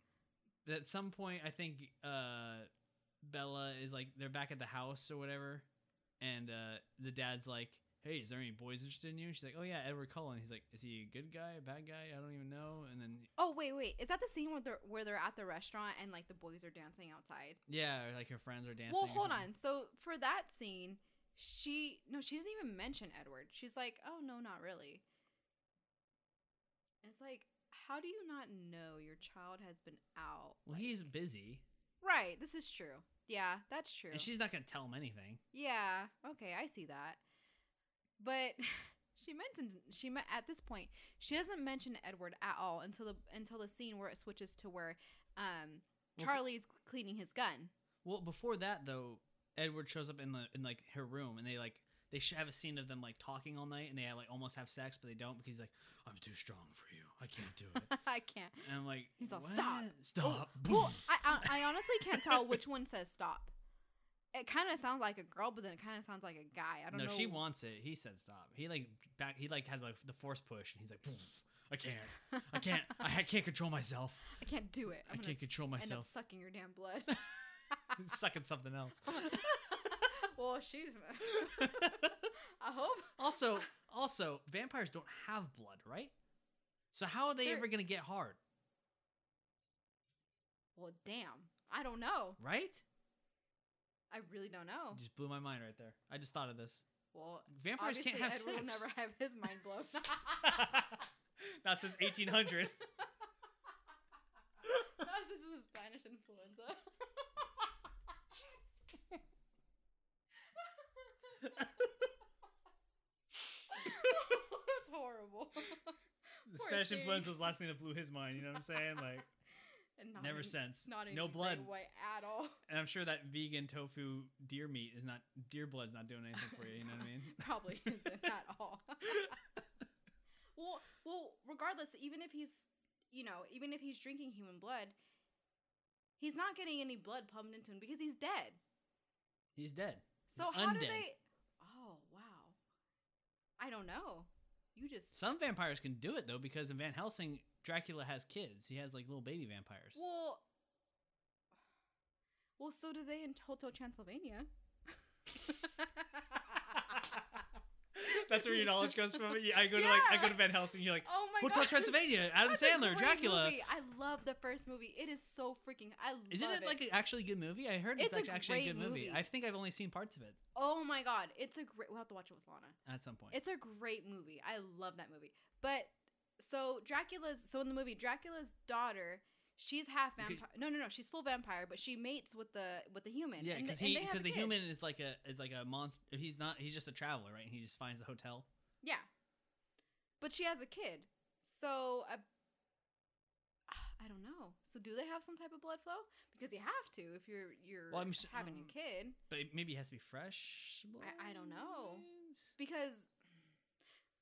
at some point, I think uh, Bella is like they're back at the house or whatever, and uh, the dad's like, "Hey, is there any boys interested in you?" She's like, "Oh yeah, Edward Cullen." He's like, "Is he a good guy, a bad guy? I don't even know." And then
Oh wait, wait. Is that the scene where they're where they're at the restaurant and like the boys are dancing outside?
yeah, or, like her friends are dancing.
well,
or
hold
something.
on. So for that scene, she no, she doesn't even mention Edward. She's like, "Oh no, not really." It's like, how do you not know your child has been out?
Well,
Like-
he's busy,
right. This is true. Yeah, that's true.
and she's not gonna tell him anything.
Yeah. Okay, I see that. But she mentioned she me- at this point she doesn't mention Edward at all until the until the scene where it switches to where um
Well,
Charlie's cleaning his gun.
Well, before that though, Edward shows up in the in like her room, and they like they should have a scene of them like talking all night, and they like almost have sex, but they don't because he's like, "I'm too strong for you. I can't do it."
I can't.
and I'm like,
He's all,
"What?
"Stop."
stop."
Oh, Well, I, I I honestly can't tell which one says stop. It kind of sounds like a girl, but then it kind of sounds like a guy. I don't
no,
know.
she wants it. He said stop. He like back. He like has like the force push, and he's like, "Poof, "I can't. I can't. I ha- can't control myself.
I can't do it.
I
I'm gonna
can't control
s- End
myself."
up sucking your damn blood.
He's Sucking something else.
well, she's. I hope.
Also, also, vampires don't have blood, right? So how are they
They're-
ever gonna get hard,
Well, damn. I don't know.
right?
I really don't know.
You just blew my mind right there. I just thought of this.
Well,
Vampires
obviously
can't have
Edward
sex.
will never have his mind blown.
Not since 1800.
no, this is a Spanish influenza. That's horrible.
The
Poor
Spanish
thing.
influenza was the last thing that blew his mind. You know what I'm saying? Like
And not
never
in-
since.
Not in
no
any great
blood,
way at all.
and I'm sure that vegan tofu deer meat is not deer blood's not doing anything for you. You know what I mean?
Probably isn't at all. well, well, regardless, even if he's, you know, even if he's drinking human blood, he's not getting any blood pumped into him because he's dead.
He's dead.
So how do
undead.
they? Oh wow, I don't know. You just
Some vampires can do it though, because in Van Helsing, Dracula has kids. He has like little baby vampires.
well, well. So do they in Hotel Transylvania?
That's where your knowledge comes from. Yeah, I go to like I go to
Yeah.
Van Helsing. You're like
Oh my
Hotel
god,
Transylvania, Adam
That's a
Sandler,
great
Dracula.
movie. I love the first movie. It is so freaking. I love
Isn't it, like an actually good movie? I heard it's,
It's a
like, actually a
great
good movie.
movie.
I think I've only seen parts of it
oh my god, it's a great. We'll have to watch it with Lana.
at some point.
It's a great movie. I love that movie. But so Dracula's so in the movie Dracula's daughter, she's half
Okay.
vampire. No, no, no, she's full vampire, but she mates with the with the human.
yeah,
and
because
and
he
they have
because
a
the
kid.
human is like a is like a monster. He's not. He's just a traveler, right? And he just finds a hotel.
Yeah, but she has a kid. So I, I don't know. So do they have some type of blood flow? Because you have to if you're you're
Well, I'm s-
having
um,
a kid.
But it- maybe it has to be fresh.
I- I don't know.
bloods?
Because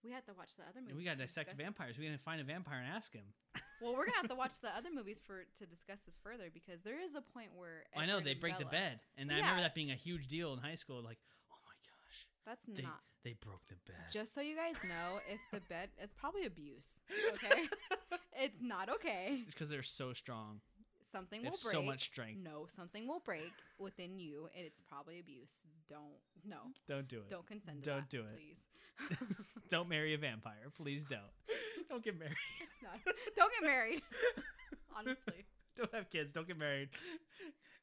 we had to watch the other movies.
We gotta
to
dissect
discuss-
vampires. We gotta find a vampire and ask him.
Well, we're gonna have to watch the other movies for to discuss this further because there is a point where
I know
Edward
they
and
break the
Bella-
bed, and I
Yeah.
remember that being a huge deal in high school. Like, oh my gosh,
That's
they
not.
they broke the bed.
Just so you guys know, if the bed, it's probably abuse. Okay, it's not okay.
it's because they're so strong.
Something
They
will
have
break.
so much strength.
No, something will break within you, and it's probably abuse. Don't no.
Don't do it.
Don't consent. To
Don't
that,
do it.
please.
don't marry a vampire. Please don't. don't get married.
it's not. Don't get married. Honestly.
Don't have kids. Don't get married.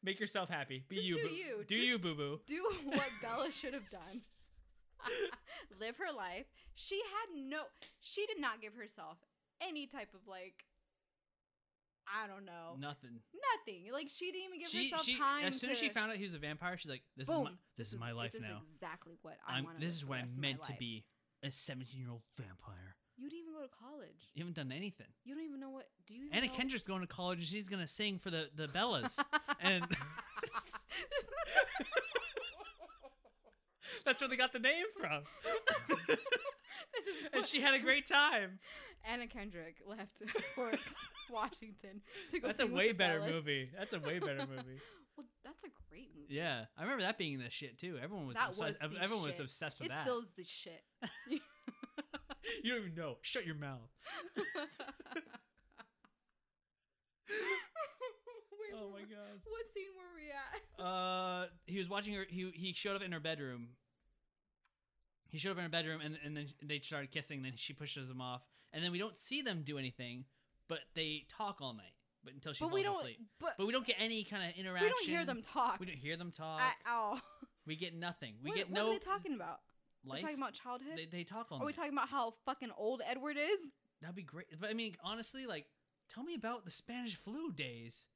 Make yourself happy. Be
Just
you.
do
boo-
you.
Do
Just-
you, boo boo.
do what Bella should have done. Live her life. She had no she did not give herself any type of like I don't know.
Nothing.
Nothing. Like she didn't even give
she,
herself
she
time
as soon
to
as she found out he was a vampire, she's like, "This
boom.
is my, this, is my life
this
now.
Is exactly what I
I'm.
want.
This is what I'm meant to
life.
be. A 17 year old vampire.
You didn't even go to college.
You haven't done anything.
You don't even know what. Do you? Even
Anna
know?
Kendra's going to college and she's gonna sing for the the Bellas. and
That's where they got the name from.
this is
and
what-
she had a great time.
Anna Kendrick left for Washington to go.
That's a
sing with
way
the
better
Bellas.
movie. That's a way better movie.
Well, that's a great movie.
yeah, I remember that being the shit too. Everyone was
That
obsessed,
was the
everyone was
shit.
obsessed with
It
that.
still's the shit.
you don't even know. Shut your mouth.
Wait,
Oh
what-
my god.
What scene were we at?
Uh, he was watching her. He he showed up in her bedroom. He showed up in her bedroom, and and then they started kissing. And then she pushes him off, and then we don't see them do anything, but they talk all night, but until she
but
falls
we don't.
asleep.
But,
But we don't get any kind of
we
interaction.
don't hear them talk.
We don't hear them talk.
at all.
we get nothing. We
what,
get
what
no
are they talking about? We're
life.
talking about childhood.
they, they talk all
are we
night.
talking about how fucking old Edward is?
That'd be great. But I mean, honestly, like, tell me about the Spanish flu days,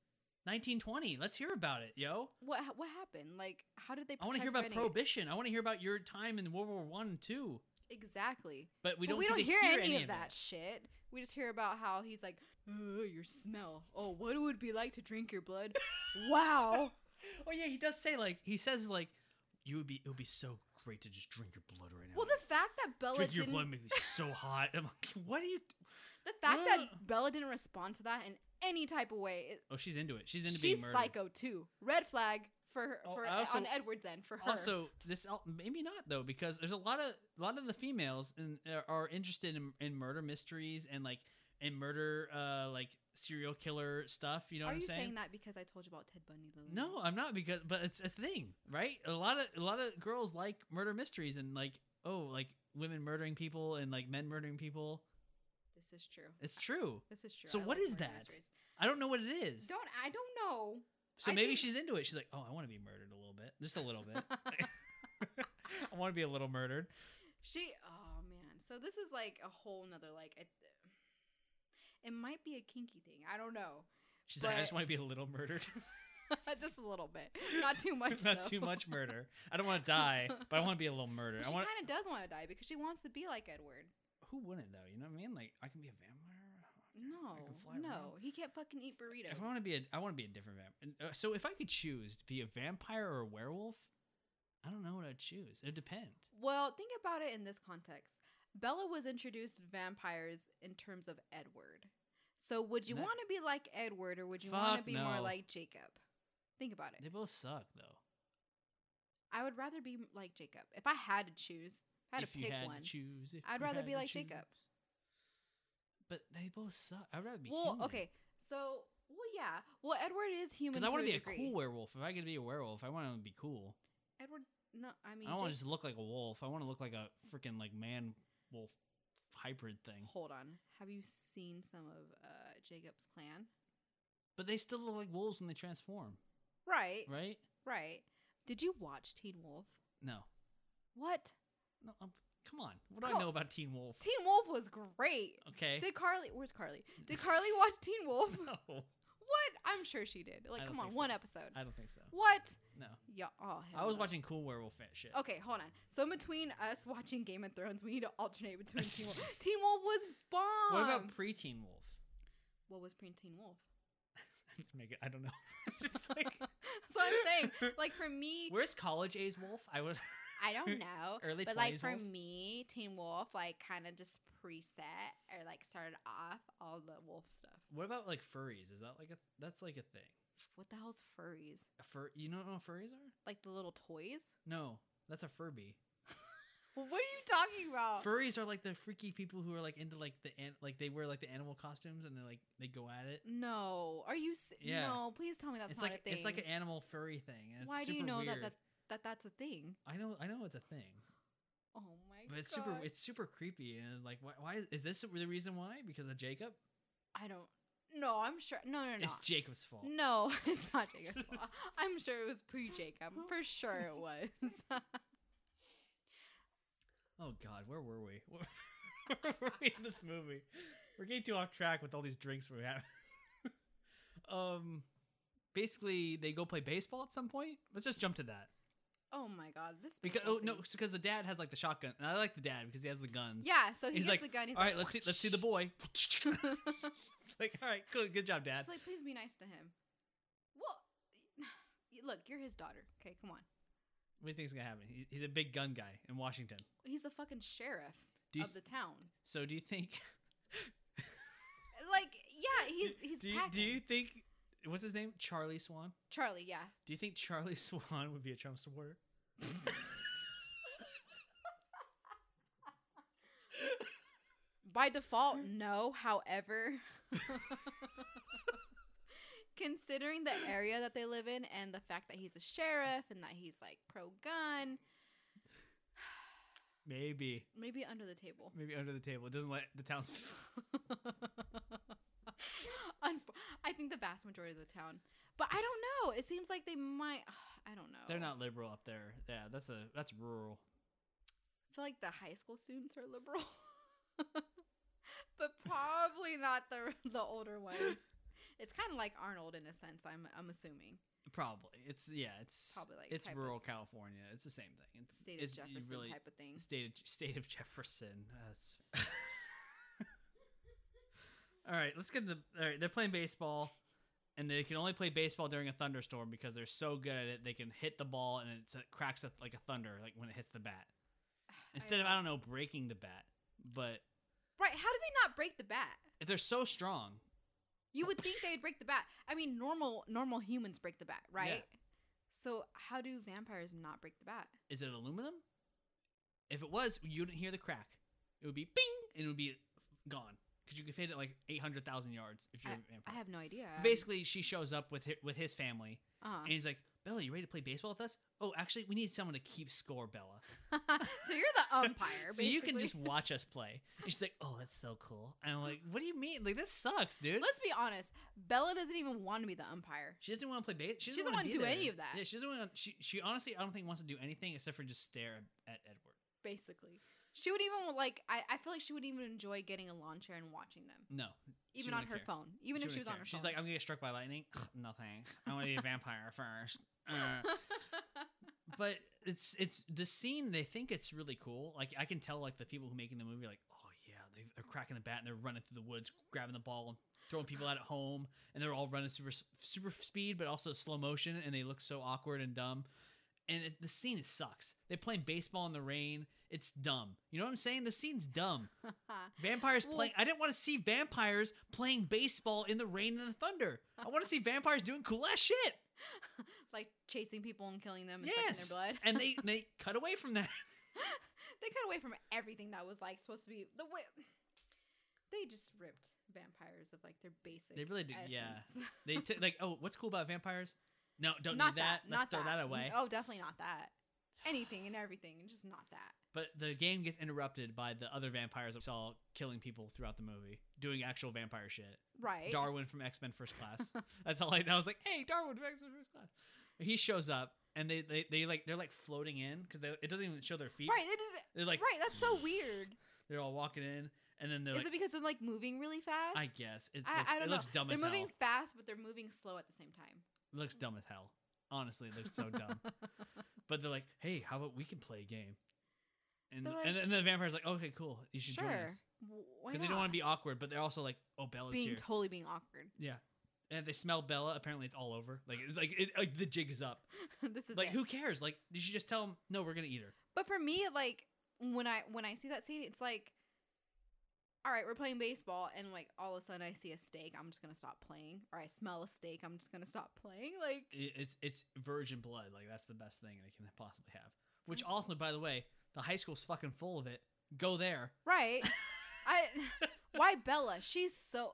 1920. Let's hear about it, yo.
What ha- what happened? Like, how did they?
I want to hear about
protect Rennie?
Prohibition. I want to hear about your time in World War One and Two.
Exactly.
But we
But
don't.
we
get
don't
to
hear, any, of, that,
that.
shit. We just hear about how he's like, Ugh, your smell. Oh, what it would be like to drink your blood. wow.
Oh yeah, he does say like he says like you would be it would be so great to just drink your blood right now.
Well, the fact that Bella
drink your
didn't,
blood makes me so hot. I'm like, what are you?
the fact
Uh.
Ugh.
that Bella didn't respond to that in any type of way, it-
Oh, she's into it. She's into being
she's
murdered.
psycho too. Red flag for her,
Oh,
for
I also-
on Edward's end for her.
Also, this al- maybe not though because there's a lot of a lot of the females in, are- are interested in, in murder mysteries and like in murder uh like serial killer stuff. You know
are
what I'm
you
saying?
that because I told you about Ted Bundy? Lily?
No, I'm not because but it's a thing, right? A lot of a lot of girls like murder mysteries and like oh like women murdering people and like men murdering people.
this is true.
It's true.
This is true.
So
I
what
like
is
murder
that?
mysteries.
I don't know what it is.
Don't I don't know.
so
I
maybe
think-
she's into it. She's like, oh, I want to be murdered a little bit, just a little bit. I want to be a little murdered.
She, oh man. So this is like a whole nother, like, it, it might be a kinky thing. I don't know.
She's like, I just
But-
want to be a little murdered.
Just a little bit. Not too much.
Not
though.
too much murder. I don't want to die, but I want to be a little murdered.
But
I
she
want.
kind of does want to die because she wants to be like Edward.
Who wouldn't though? You know what I mean? Like, I can be a vampire.
No,
fly
no,
around.
he can't fucking eat burritos.
If I want to be a, I want to be a different vampire. uh, So if I could choose to be a vampire or a werewolf, I don't know what I'd choose. It depends.
well, think about it in this context. Bella was introduced to vampires in terms of Edward. So would you
No.
want to be like Edward or would you want to
Fuck
be more
no.
like Jacob? Think about it.
They both suck though.
I would rather be m- like Jacob. If I had to choose, if I had
if
to
you
pick
had
one.
to choose, if
I'd
you
rather
had
be
to
like Jacob.
choose. But they both suck. I'd rather be
well,
human.
okay. So, well, yeah. Well, Edward is human.
Because I
to
want to be
degree.
a cool werewolf. If I could be a werewolf, I want to be cool.
Edward, no, I mean,
I don't want to
Jac-
just look like a wolf. I want to look like a freaking like man wolf hybrid thing.
hold on. Have you seen some of uh, Jacob's clan?
But they still look like wolves when they transform,
Right, right,
right?
Did you watch Teen Wolf?
No,
What?
no. i come on. What do I
Come-
know about Teen Wolf?
Teen Wolf was great.
Okay.
Did Carly? Where's Carly? Did Carly watch Teen Wolf?
no,
What? I'm sure she did. Like,
don't
come on,
think so.
one episode.
I don't think so.
what?
No.
Yeah. Oh, hell
I was
no.
watching Cool Werewolf fan shit.
Okay, hold on. So in between us watching Game of Thrones, we need to alternate between Teen Wolf. Teen Wolf was bomb.
What about pre-Teen Wolf?
what was pre Teen Wolf?
Make it. I don't know. It's like-
That's what I'm saying. Like for me,
where's college age wolf? I was.
I don't know.
Early
but like
20s
for
Wolf?
me, Teen Wolf like kind of just preset or like started off all the wolf stuff.
What about like furries? Is that like a? That's like a thing.
What the hell's furries?
A fur. You know what furries are?
Like the little toys?
No, that's a Furby.
Well, what are you talking about?
Furries are like the freaky people who are like into like the an- like they wear like the animal costumes and they like they go at it.
no, are you? s
Yeah.
No, please tell me that's
it's
not
like
a thing.
it's like an animal furry thing. And it's
Why do you
super
know that,
weird.
that that that's a thing?
I know I know it's a thing,
Oh my
but it's
god!
super it's super creepy and like why, why is this the reason why? Because of Jacob?
I don't. No, I'm sure. No, no, no.
It's Jacob's fault.
No, it's not Jacob's fault. I'm sure it was pre Jacob. For sure it was.
Oh God, where were we? Where where were we in this movie? We're getting too off track with all these drinks we have. um, basically, they go play baseball at some point. Let's just jump to that
oh my god, this
because oh no,
scene.
because the dad has like the shotgun, and I like the dad because he has the guns.
Yeah, so he
he's
gets
like,
the gun. He's
all
like,
right, let's see, let's see the boy. like, all right, good, good job, dad.
Just like, please be nice to him. Well, y- look, you're his daughter. Okay, come on.
what do you think's gonna happen? He, he's a big gun guy in Washington.
He's the fucking sheriff
Do you
of the town.
so? Do you think?
Like, yeah, he's he's
do, you, do
packing.
you think what's his name? Charlie Swan.
Charlie, yeah.
Do you think Charlie Swan would be a Trump supporter?
By default,
Mm.
no. However, considering the area that they live in and the fact that he's a sheriff and that he's like pro gun,
Maybe.
maybe under the table.
Maybe under the table. It doesn't let the townspeople.
Un- I think the vast majority of the town. But I don't know. It seems like they might. I don't know.
They're not liberal up there. Yeah, that's a that's rural.
I feel like the high school students are liberal, but probably not the the older ones. It's kind of like Arnold in a sense. I'm I'm assuming.
Probably. It's yeah. It's
Probably, like,
it's
type of
rural
s-
California. It's the same thing. It's
state
it's,
of
you
Jefferson
really-
type of thing.
State of, state of Jefferson. Uh, That's- all right, let's get the. All right, they're playing baseball, and they can only play baseball during a thunderstorm because they're so good at it. They can hit the ball and it's- it cracks a, like a thunder, like when it hits the bat. Instead of I don't know breaking the bat, but
right, how do they not break the bat?
if they're so strong,
You would think they'd break the bat. I mean, normal normal humans break the bat, right? So how do vampires not break the bat?
is it aluminum? If it was, you wouldn't hear the crack. It would be bing, and it would be gone because you could hit it like eight hundred thousand yards if you're a
I
vampire.
have um, no idea.
Basically, she shows up with hi- with his family,
uh
and he's like, "Bella, you ready to play baseball with us? Oh, actually, we need someone to keep score, Bella,
so you're the umpire.
so you can
basically.
just watch us play." And she's like, "Oh, that's so cool." And I'm like, "What do you mean? Like this sucks, dude."
Let's be honest. Bella doesn't even want to be the umpire.
she doesn't want to play baseball. She
She
doesn't,
doesn't
want
wanna
to
do any of that.
Yeah, she doesn't want. She she honestly, I don't think wants to do anything except for just stare at, at Edward.
Basically, she would even like. I, I feel like she would even enjoy getting a lawn chair and watching them,
No, she
even on
wouldn't
her
care.
phone. Even if she was
wouldn't
on her
care. She's
phone.
like, I'm gonna get struck by lightning. Ugh, Nothing. I want to be a vampire first. Uh, but it's it's the scene. They think it's really cool. Like I can tell, like the people who making the movie, like, oh yeah, they, they're cracking the bat and they're running through the woods, grabbing the ball and throwing people out at home, and they're all running super super speed, but also slow motion, and they look so awkward and dumb. And it, the scene it sucks. They're playing baseball in the rain. It's dumb. You know what I'm saying? The scene's dumb. Vampires
Well-
playing. I didn't want to see vampires playing baseball in the rain and the thunder. I want to see vampires doing cool ass shit.
like chasing people and killing them and
yes,
sucking their blood.
and they they cut away from that.
they cut away from everything that was like supposed to be the way they just ripped vampires of like their basic.
They really do, yeah.
essence.
They took like, oh, what's cool about vampires? No, don't
not
do that. Let's
not
throw that, away.
Oh, definitely not that. Anything and everything, just not that.
But the game gets interrupted by the other vampires I saw killing people throughout the movie, doing actual vampire shit.
Right.
Darwin from X Men First Class. That's all I, I was like, hey, Darwin from X Men First Class. He shows up and they, they, they like they're like floating in because it doesn't even show their feet.
right. It is.
They're like
right. That's so weird.
they're all walking in and then they're
Is
like,
it because they're like moving really fast?
I guess it's,
I,
looks,
I don't
it
know.
looks dumb
they're
as
moving
hell.
fast, but they're moving slow at the same time.
It looks dumb as hell. Honestly, it looks so dumb. but they're like, hey, how about we can play a game? And
They're like-
and, then the vampire's like, okay, cool, you should join us
sure.
because they don't want to be awkward, but they're also like, oh, Bella's
being
here.
totally being awkward.
yeah, and if they smell Bella. Apparently, it's all over. Like like, it, like the jig is up.
this is
like
it.
who cares? Like you should just tell them, no, we're gonna eat her.
But for me, like when I when I see that scene, it's like, all right, we're playing baseball, and like all of a sudden I see a steak, I'm just gonna stop playing, or I smell a steak, I'm just gonna stop playing. Like
It, it's it's virgin blood. Like that's the best thing they can possibly have. Which
Mm.
also, by the way, the high school's fucking full of it. Go there.
right, I why Bella? She's so.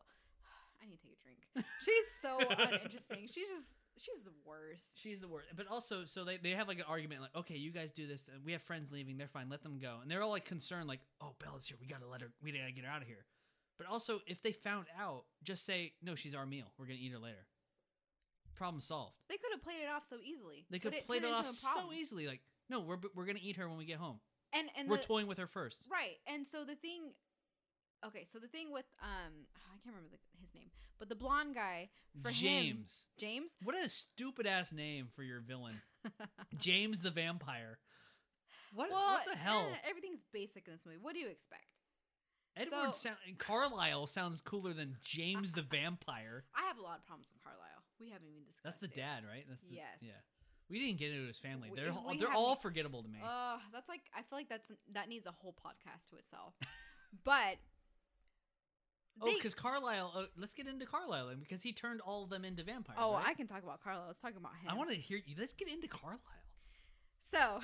I need to take a drink. She's so uninteresting. She's just she's the worst.
She's the worst. But also, so they, they have like an argument like, okay, you guys do this. and We have friends leaving. They're fine. Let them go. And they're all like concerned, like, oh, Bella's here. We gotta let her. We gotta get her out of here. But also, if they found out, just say, no, she's our meal. We're going to eat her later. Problem solved.
They could have played it off so easily.
They
but
could play it
turned
off
into a
so
problem.
easily. Like, no, we're, we're going to eat her when we get home.
And and
we're
the,
toying with her first.
Right. And so the thing Okay, so the thing with um I can't remember the, his name, but the blonde guy for him
James.
James
What a stupid ass name for your villain. James the Vampire. What, what the
no, no,
hell?
no, everything's basic in this movie. What do you expect?
Edward
so-
sound Carlisle sounds cooler than James the Vampire.
I have a lot of problems with Carlisle. We haven't even
That's
discussed
the
it.
dad, right? That's the,
Yes.
Yeah. We didn't get into his family.
We-
they're all-
we
they're
haven't-
all forgettable to me.
Oh, that's like I feel like that's that needs a whole podcast to itself. but
oh,
they-
because Carlisle. Uh, let's get into Carlisle then, because he turned all of them into vampires.
oh, I
right?
can talk about Carlisle. Let's talk about him.
I want to hear you. Let's get into Carlisle.
So,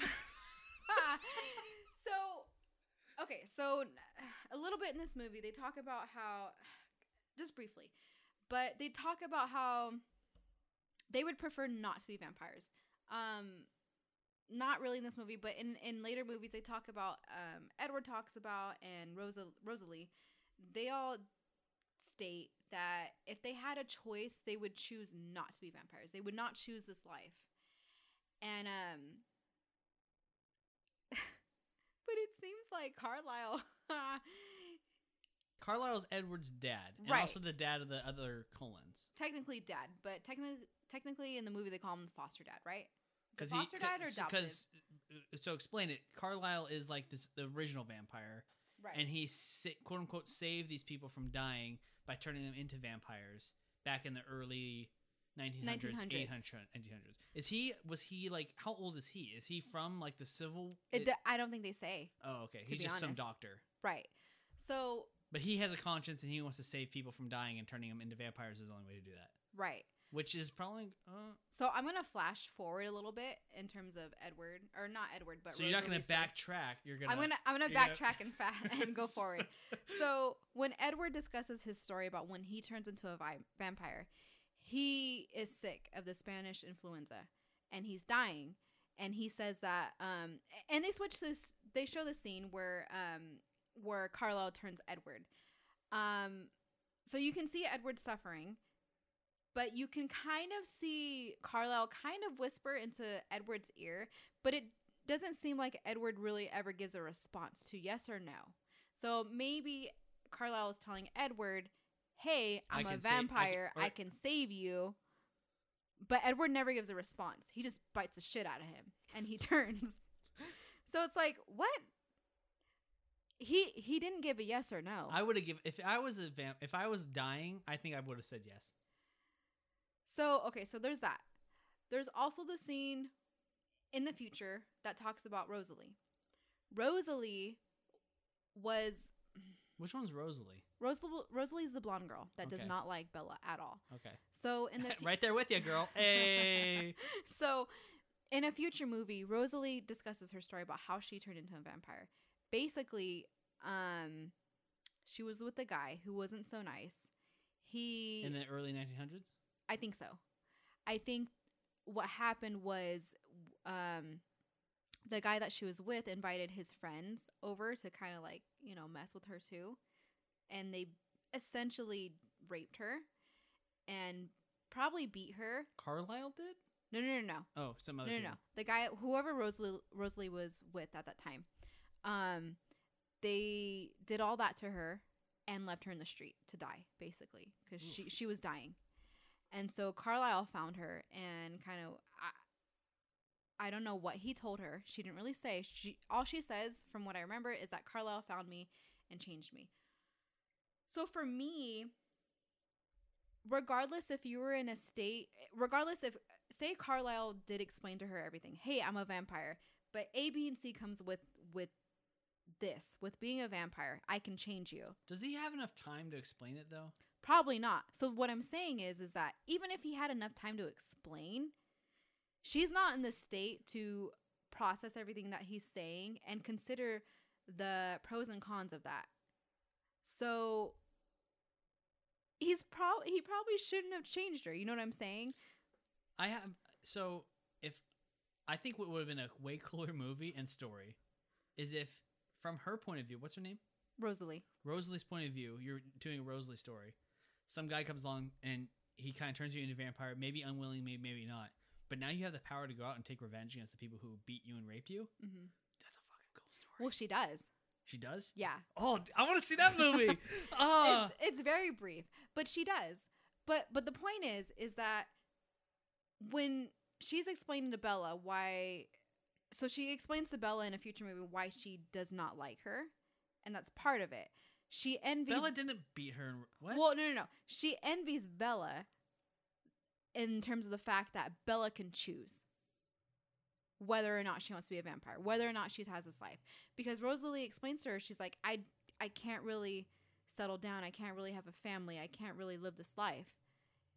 so okay. So, a little bit in this movie, they talk about how, just briefly, but they talk about how they would prefer not to be vampires. Um, not really in this movie, but in in later movies, they talk about um, Edward talks about and Rosa Rosalie. They all state that if they had a choice, they would choose not to be vampires. They would not choose this life and um but it seems like carlisle
Carlisle's Edward's dad, and
Right.
also the dad of the other Colons.
technically dad but technically technically in the movie they call him the foster dad right Is it
he-
foster dad or
so-
adopted
uh, so explain it. Carlisle is like this the original vampire,
right
and he sa- quote unquote saved these people from dying by turning them into vampires back in the early 1900s,
1900s.
800s, 1900s. Is he was he like how old is he? Is he from like the civil?
it, d i don't think they say
oh, okay.
to
He's
be
just some
honest.
doctor,
right so
but he has a conscience and he wants to save people from dying and turning them into vampires is the only way to do that.
right
Which is probably uh,
so i'm gonna flash forward a little bit in terms of edward or not edward but
so you're not going
Rosalie's
to
story.
backtrack. You're going
i'm gonna i'm gonna
you're gonna-
backtrack and fa- and go forward so when Edward discusses his story about when he turns into a vi- vampire, he is sick of the Spanish influenza and he's dying. And he says that, um, a- and they switch this. They show the scene where um, where Carlisle turns Edward. Um, so you can see Edward suffering, but you can kind of see Carlisle kind of whisper into Edward's ear, but it doesn't seem like Edward really ever gives a response to yes or no. So maybe Carlisle is telling Edward, "Hey,
I
I'm a
can sa- I can-
vampire.
or-
I can save you." But Edward never gives a response. He just bites the shit out of him and he turns. so it's like, what? He he didn't give a yes or no.
I would have given if I was a vamp. If I was dying, I think I would have said yes.
So, okay, so there's that. There's also the scene in the future that talks about Rosalie. Rosalie was
Which one's Rosalie?
Rosalie Rosalie's the blonde girl that does
Okay.
not like Bella at all.
Okay.
So in the fu-
right there with you, girl. Hey.
so in a future movie, Rosalie discusses her story about how she turned into a vampire. Basically, um she was with a guy who wasn't so nice. He
In the early 1900s.
I think so. I think what happened was um, the guy that she was with invited his friends over to kind of like, you know, mess with her too. And they essentially raped her and probably beat her.
Carlisle did.
No, no, no, no.
Oh, some other.
No, no, no.
people.
The guy, whoever Rosalie, Rosalie was with at that time, um, they did all that to her and left her in the street to die, basically, because
Oof.
she she was dying. And so Carlisle found her and kind of, I, I don't know what he told her. She didn't really say. She all she says, from what I remember, is that Carlisle found me and changed me. So for me, regardless if you were in a state, regardless if say Carlisle did explain to her everything. Hey, I'm a vampire, but A, B, and C comes with with this, with being a vampire. I can change you.
Does he have enough time to explain it though?
Probably not. So what I'm saying is is that even if he had enough time to explain, she's not in the state to process everything that he's saying and consider the pros and cons of that. So he's probably he probably shouldn't have changed her. You know what I'm saying?
I have. So if I think what would have been a way cooler movie and story is if, from her point of view, what's her name?
Rosalie.
Rosalie's point of view, you're doing a Rosalie story. Some guy comes along and he kind of turns you into a vampire, maybe unwilling, maybe maybe not. But now you have the power to go out and take revenge against the people who beat you and raped you.
Mm-hmm.
That's a fucking cool story.
Well, she does.
she does.
Yeah.
Oh, d- I want to see that movie. Ah,
it's, it's very brief, but she does. But but the point is is that when she's explaining to Bella why so she explains to Bella in a future movie why she does not like her, and that's part of it. She envies
Bella didn't beat her. In, what?
Well, no, no, no. She envies Bella in terms of the fact that Bella can choose whether or not she wants to be a vampire, whether or not she has this life. Because Rosalie explains to her, she's like, I, I can't really settle down. I can't really have a family. I can't really live this life.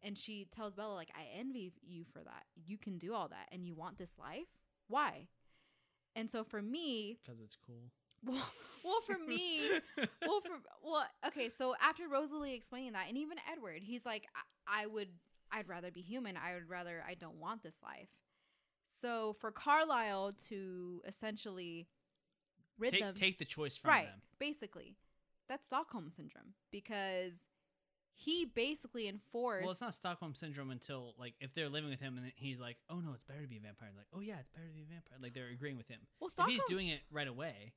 And she tells Bella, like, I envy you for that. You can do all that, and you want this life. Why? And so for me,
because it's cool.
well, well for me, well, for well, okay. So after Rosalie explaining that, and even Edward, he's like, I, I would, I'd rather be human. I would rather, I don't want this life. So for Carlisle to essentially rid
take,
them,
take the choice from
right,
them.
basically, that's Stockholm syndrome because he basically enforced.
Well, it's not Stockholm syndrome until like if they're living with him and he's like, "Oh no, it's better to be a vampire." Like, "Oh yeah, it's better to be a vampire." Like they're agreeing with him.
well,
if
Stockholm.
he's doing it right away,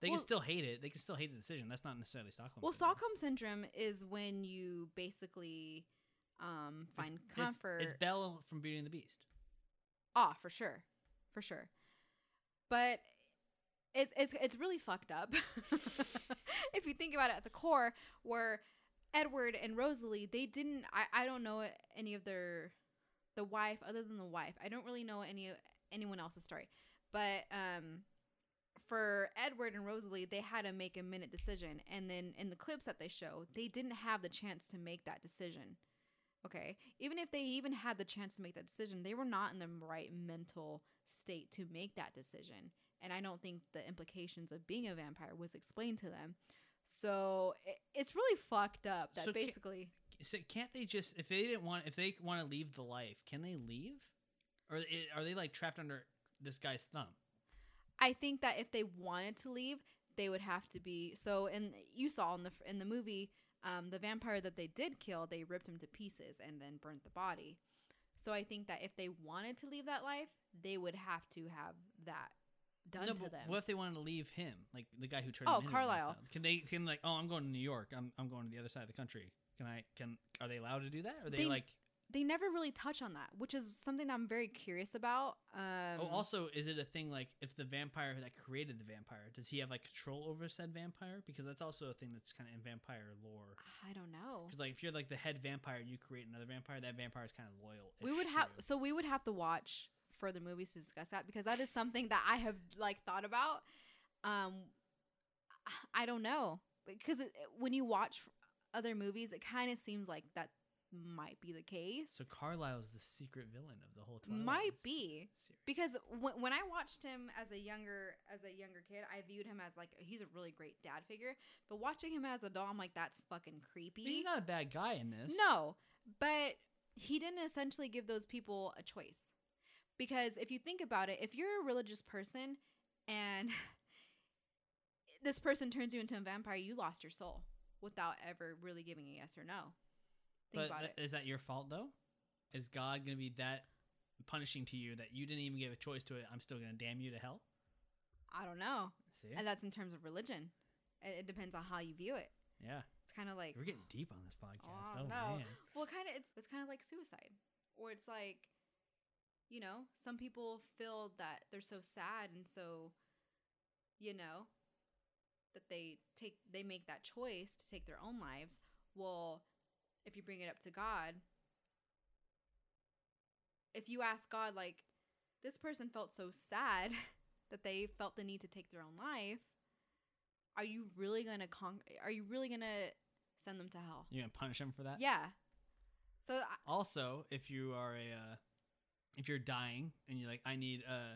they
Well-
can still hate it. They can still hate the decision. That's not necessarily Stockholm.
well,
syndrome.
Stockholm syndrome is when you basically um,
It's-
find
it's-
comfort.
It's, Belle from Beauty and the Beast.
Ah, for sure, for sure. But it's it's it's really fucked up if you think about it at the core. Where Edward and Rosalie, they didn't. I I don't know any of their the wife other than the wife. I don't really know any anyone else's story. But um, for Edward and Rosalie, they had to make a minute decision, and then in the clips that they show, they didn't have the chance to make that decision. Okay. Even if they even had the chance to make that decision, they were not in the right mental state to make that decision. And I don't think the implications of being a vampire was explained to them. So i it's really fucked up that
So ca-
basically.
So can't they just if they didn't want if they want to leave the life, can they leave? Or i- are they like trapped under this guy's thumb?
I think that if they wanted to leave, they would have to be so. And you saw in the in the movie, um, the vampire that they did kill, they ripped him to pieces and then burnt the body. So I think that if they wanted to leave that life, they would have to have that done
No,
to
but
them.
What if they wanted to leave him, like the guy who turned?
Oh,
him into a vampire?
Carlisle.
Can they? Can like? Oh, I'm going to New York. I'm I'm going to the other side of the country. Can I? Can are they allowed to do that? Are they,
They-
like?
they never really touch on that, which is something that I'm very curious about. Um,
oh, also, is it a thing like if the vampire that created the vampire does he have like control over said vampire? Because that's also a thing that's kind of in vampire lore.
I don't know.
Because like if you're like the head vampire and you create another vampire, that vampire is kind of loyal.
We would have so we would have to watch further movies to discuss that because that is something that I have like thought about. Um, I- I don't know because it, it- when you watch other movies, it kind of seems like that might be the case.
So Carlisle's the secret villain of the whole Twilight
might be
series.
because when, when I watched him as a younger as a younger kid, I viewed him as like he's a really great dad figure. But watching him as a doll, I'm like that's fucking creepy.
But He's not a bad guy in this.
No, but he didn't essentially give those people a choice. Because if you think about it, if you're a religious person and this person turns you into a vampire, you lost your soul without ever really giving a yes or no. Think
but
about
th-
it.
is that your fault though? Is God going to be that punishing to you that you didn't even give a choice to it? I'm still going to damn you to hell.
I don't know.
See,
And that's in terms of religion. It, it depends on how you view it.
yeah,
It's kind of like
we're getting deep on this podcast.
Oh,
Oh,
no.
man,
Well, kind of, it's, it's kind of like suicide, or it's like, you know, some people feel that they're so sad and so, you know, that they take they make that choice to take their own lives. Well, if you bring it up to God, if you ask God, like, this person felt so sad that they felt the need to take their own life. Are you really gonna con? Are you really gonna send them to hell?
you're going to punish him for that.
Yeah. So I,
Also, if you are a, uh, if you're dying and you're like, I need uh,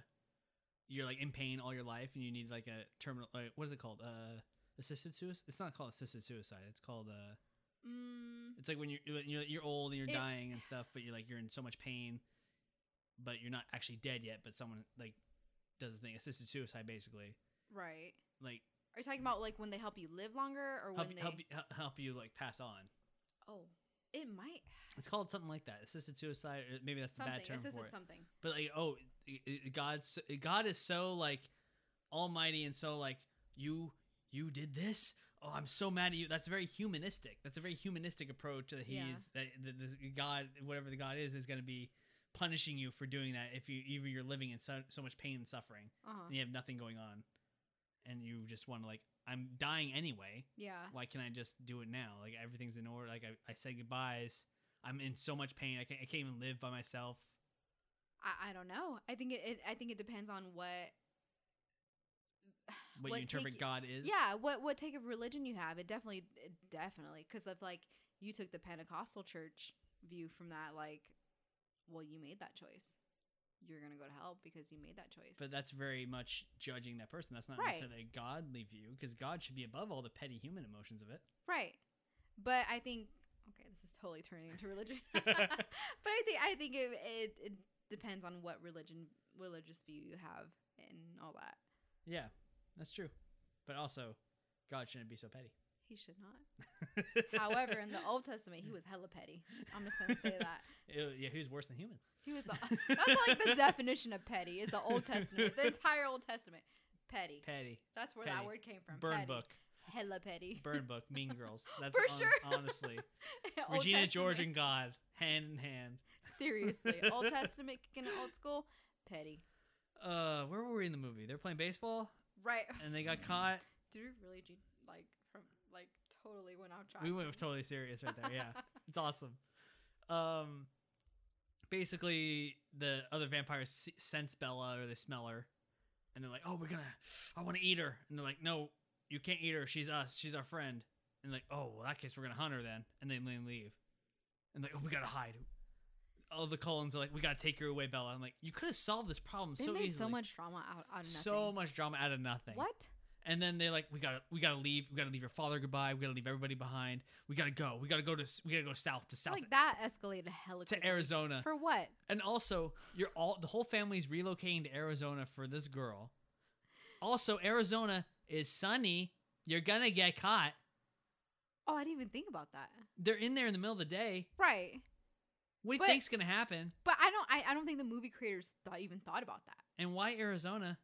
you're like in pain all your life and you need like a terminal. Like, what is it called? Uh, assisted suicide. It's not called assisted suicide. It's called uh.
mm,
It's like when you're when you're, you're old and you're
It-
dying and stuff, but you're like you're in so much pain, but you're not actually dead yet. But someone like does the thing assisted suicide, basically.
right.
Like
Are you talking about like when they help you live longer or
Help,
when they?
help, you- hel- help you like pass on.
Oh, it might
It's called something like that. Assisted suicide, or maybe that's the
something.
bad term
It says
for
it's
it.
something.
But like, oh, i- i- God's God is so like almighty and so like you you did this. Oh, I'm so mad at you. That's very humanistic. That's a very humanistic approach that he
Yeah.
is that the, the God, whatever the God is, is going to be punishing you for doing that if you even you're living in so, so much pain and suffering
Uh huh.
and you have nothing going on and you just want to like I'm dying anyway.
Yeah.
Why can't I just do it now? Like everything's in order. Like I, I said goodbyes. I'm in so much pain. I can't, I can't even live by myself.
I, I don't know. I think it, it. I think it depends on what
what,
What
you interpret
take-
God is.
Yeah, what what take of religion you have? It definitely, it definitely, because if like you took the Pentecostal church view from that, like, well, you made that choice. You're gonna go to hell because you made that choice.
But that's very much judging that person. That's not
Right.
necessarily a godly view because God should be above all the petty human emotions of it.
right. But I think okay, this is totally turning into religion. but I think I think it, it it depends on what religion religious view you have and all that.
Yeah, that's true. But also, God shouldn't be so petty.
He should not. However, in the Old Testament, he was hella petty. I'm just gonna say that.
Ew, yeah, who's worse than humans?
He was the, that's like the definition of petty is the Old Testament, the entire Old Testament. Petty.
Petty.
that's where that
petty.
word came from.
Burn
petty.
book.
Hella petty.
Burn book. Mean Girls. That's
For
hon-
sure.
honestly.
Old
Regina
Testament.
George and God hand in hand.
Seriously, Old Testament and old school. Petty.
Uh, where were we in the movie? They're playing baseball
Right.
and they got caught.
Do we really ge- like from like totally went off track?
We went totally serious right there. Yeah. It's awesome. Um, basically, the other vampires se- sense Bella or they smell her, and they're like, "Oh, we're gonna, I want to eat her," and they're like, "No, you can't eat her. She's us. She's our friend." And like, "Oh, well, in that case, we're gonna hunt her then," and they then leave, and like, "Oh, we gotta hide." All the Collins are like, "We gotta take her away, Bella." I'm like, "You could have solved this problem
they
so
made
easily."
so much drama out out of nothing.
so much drama out of nothing.
What?
And then they like, we gotta, we gotta leave. We gotta leave your father goodbye. We gotta leave everybody behind. We gotta go. We gotta go to, s- we gotta go south to south
Like that escalated hella
to
quickly.
Arizona.
For what?
and also, you're all the whole family's relocating to Arizona for this girl. Also, Arizona is sunny. You're gonna get caught.
Oh, I didn't even think about that.
They're in there in the middle of the day.
Right.
What do you
But-
think's gonna happen?
But I don't I, I don't think the movie creators thought even thought about that.
And why Arizona?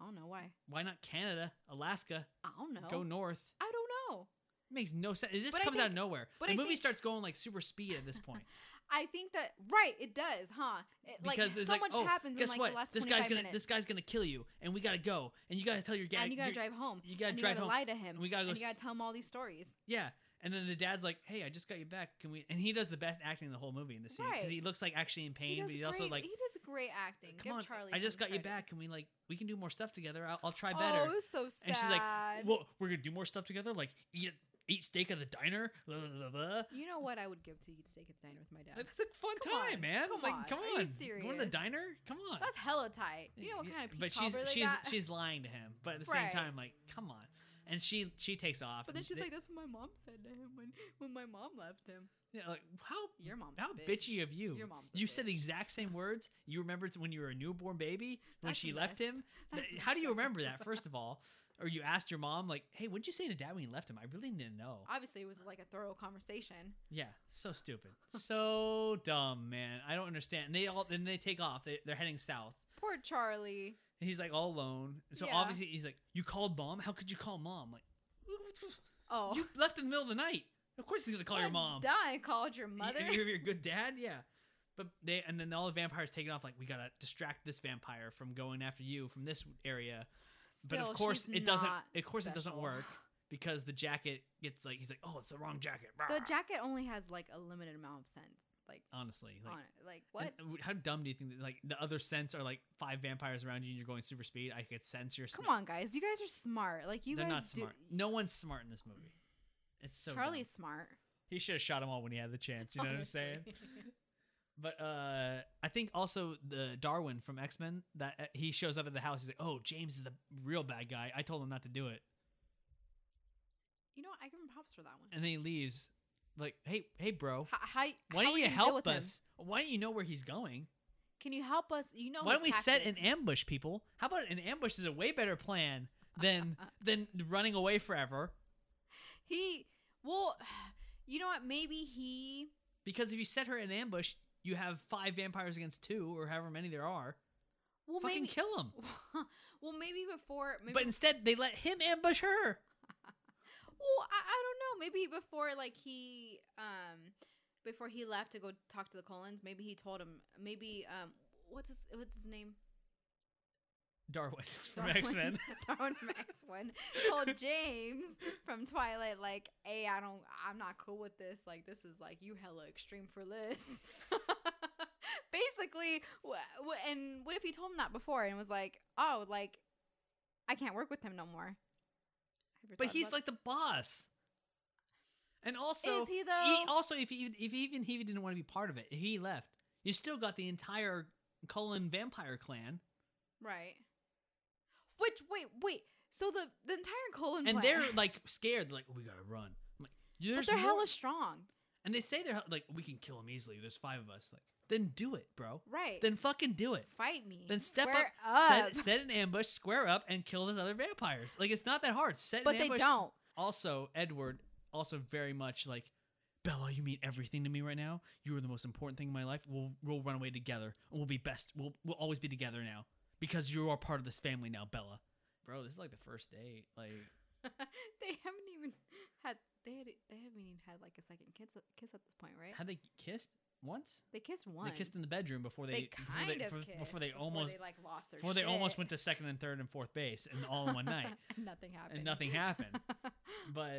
I don't know why.
Why not Canada, Alaska?
I don't know.
Go north.
I don't know.
makes no sense. This
But I
comes out of
think-
nowhere.
but
the
I
movie
think-
starts going like super speed at this point.
I think that right, it does, huh? It, like
because
so
it's like,
much
oh,
happens
guess
in like
what?
the last
this
twenty
guy's
five
gonna
minutes.
this guy's gonna kill you, and we gotta go, and you gotta tell your dad,
and you gotta
your-
drive home.
you gotta
and
drive
you gotta
home,
lie to him.
and we gotta go
and you
s-
gotta tell him all these stories.
yeah. And then the dad's like, "Hey, I just got you back. Can we?" And he does the best acting in the whole movie in the scene because
Right.
he looks like actually in pain,
he does
but he's
great,
also like,
he does great acting.
"Come
Give
on,
Charlie
I just
some
got you
credit.
back. Can we like we can do more stuff together? I'll, I'll try
Oh,
better."
it was so sad.
and she's like, "Well, we're gonna do more stuff together. Like eat eat steak at the diner." Blah, blah, blah, blah.
you know what I would give to eat steak at the diner with my
Like,
dad.
that's a fun
Come
time,
on,
man.
come
like,
on,
come
are
on.
you
Going to the
serious?
diner? Come on.
That's hella tight. You know what
Yeah,
kind of peach
but she's
cobbler they
she's
got?
she's lying to him, but at the same
Right.
time, like, come on. And she she takes off.
but then
and
she's
they-
like, that's what my mom said to him when, when my mom left him.
you know, like, how
Your mom's a
how bitchy
bitch.
of you.
Your mom's a
you said the
bitch.
exact same words. You remembered when you were a newborn baby when
That's
she
the
left
best.
him.
That's
Th-
the
How do you
best.
remember that? First of all, or you asked your mom like, "Hey, what'd you say to dad when you left him?" I really didn't know.
Obviously, it was like a thorough conversation.
Yeah, so stupid, so dumb, man. I don't understand. And they all then they take off. They, they're heading south.
Poor Charlie.
And he's like all alone. So
Yeah.
obviously he's like, "You called mom? How could you call mom?" Like,
Oh,
You left in the middle of the night. Of course he's gonna call your
Well
mom.
Done. Called your
Y-
mother.
You're, you're a good dad, yeah. But they and then all the vampires taking off. Like we gotta distract this vampire from going after you from this area.
Still,
but of course
she's
it doesn't.
not
Of course it doesn't
special.
work because the jacket gets like he's like, oh, it's the wrong jacket.
The
Rah.
jacket only has like a limited amount of scent. Like
Honestly, like
on it. Like what?
and w- how dumb do you think that like the other scents are like five vampires around you and you're going super speed? I could sense your.
Come on, guys. You guys are smart. Like you
they're
guys
not
do.
smart. No one's smart in this movie. It's so dumb.
Charlie's smart.
He should have shot them all when he had the chance. You know
honestly.
what I'm saying? But uh, I think also the Darwin from X Men that uh, he shows up at the house. He's like, "Oh, James is the real bad guy. I told him not to do it,"
You know, what? I give him props for that one.
and then he leaves. Like, "Hey, hey, bro,
How, how,
why
how
don't
we
you
gonna deal
help
with him?
us? Why don't you know where he's going?
Can you help us? You know.
why
his
don't we set an
tactics.
ambush, people? How about an ambush is a way better plan than than running away forever.
He well, you know what? Maybe he
Because if you set her in ambush, you have five vampires against two, or however many there are.
well
Fucking
maybe
kill them.
well maybe before maybe
But instead, they let him ambush her.
well I, I don't know maybe before like he um before he left to go talk to the Collins maybe he told him maybe um what's his what's his name
Darwin from
Darwin-
X Men.
Darwin from X Men told James from Twilight, like, "Hey, I don't, I'm not cool with this. Like, this is like you hella extreme for this." Basically, wha- wha- and what if he told him that before and was like, "Oh, like, I can't work with him no more." Have you
But
thought
he's
about-
like the boss. And also,
is he though?
also if he even if he even he didn't want to be part of it, if he left, you still got the entire Cullen vampire clan,
right. Which wait, wait. So the the entire colon
and
plant-
they're like scared. Like we gotta run. I'm like,
but
There's
they're
more-
hella strong,
and they say they're hel- like we can kill him easily. There's five of us. Like then do it, bro.
right?
Then fucking do it.
fight me.
Then step
Square
up, Set, set an ambush, square up, and kill those other vampires. Like it's not that hard. Set
but
an
they
ambush.
don't.
also edward also very much like bella you mean everything to me right now you are the most important thing in my life we'll, we'll run away together and we'll be best we'll, we'll always be together now because you are part of this family now bella bro this is like the first date like
they haven't even had they had they haven't even had like a second kiss kiss at this point, right?
had they kissed once
they kissed once.
they kissed in the bedroom before they,
They,
before
kind
they-
of
before-
kissed
before they almost
they, like lost their
before they almost
shit.
went to second and third and fourth base and all in one night
nothing happened.
and nothing happened but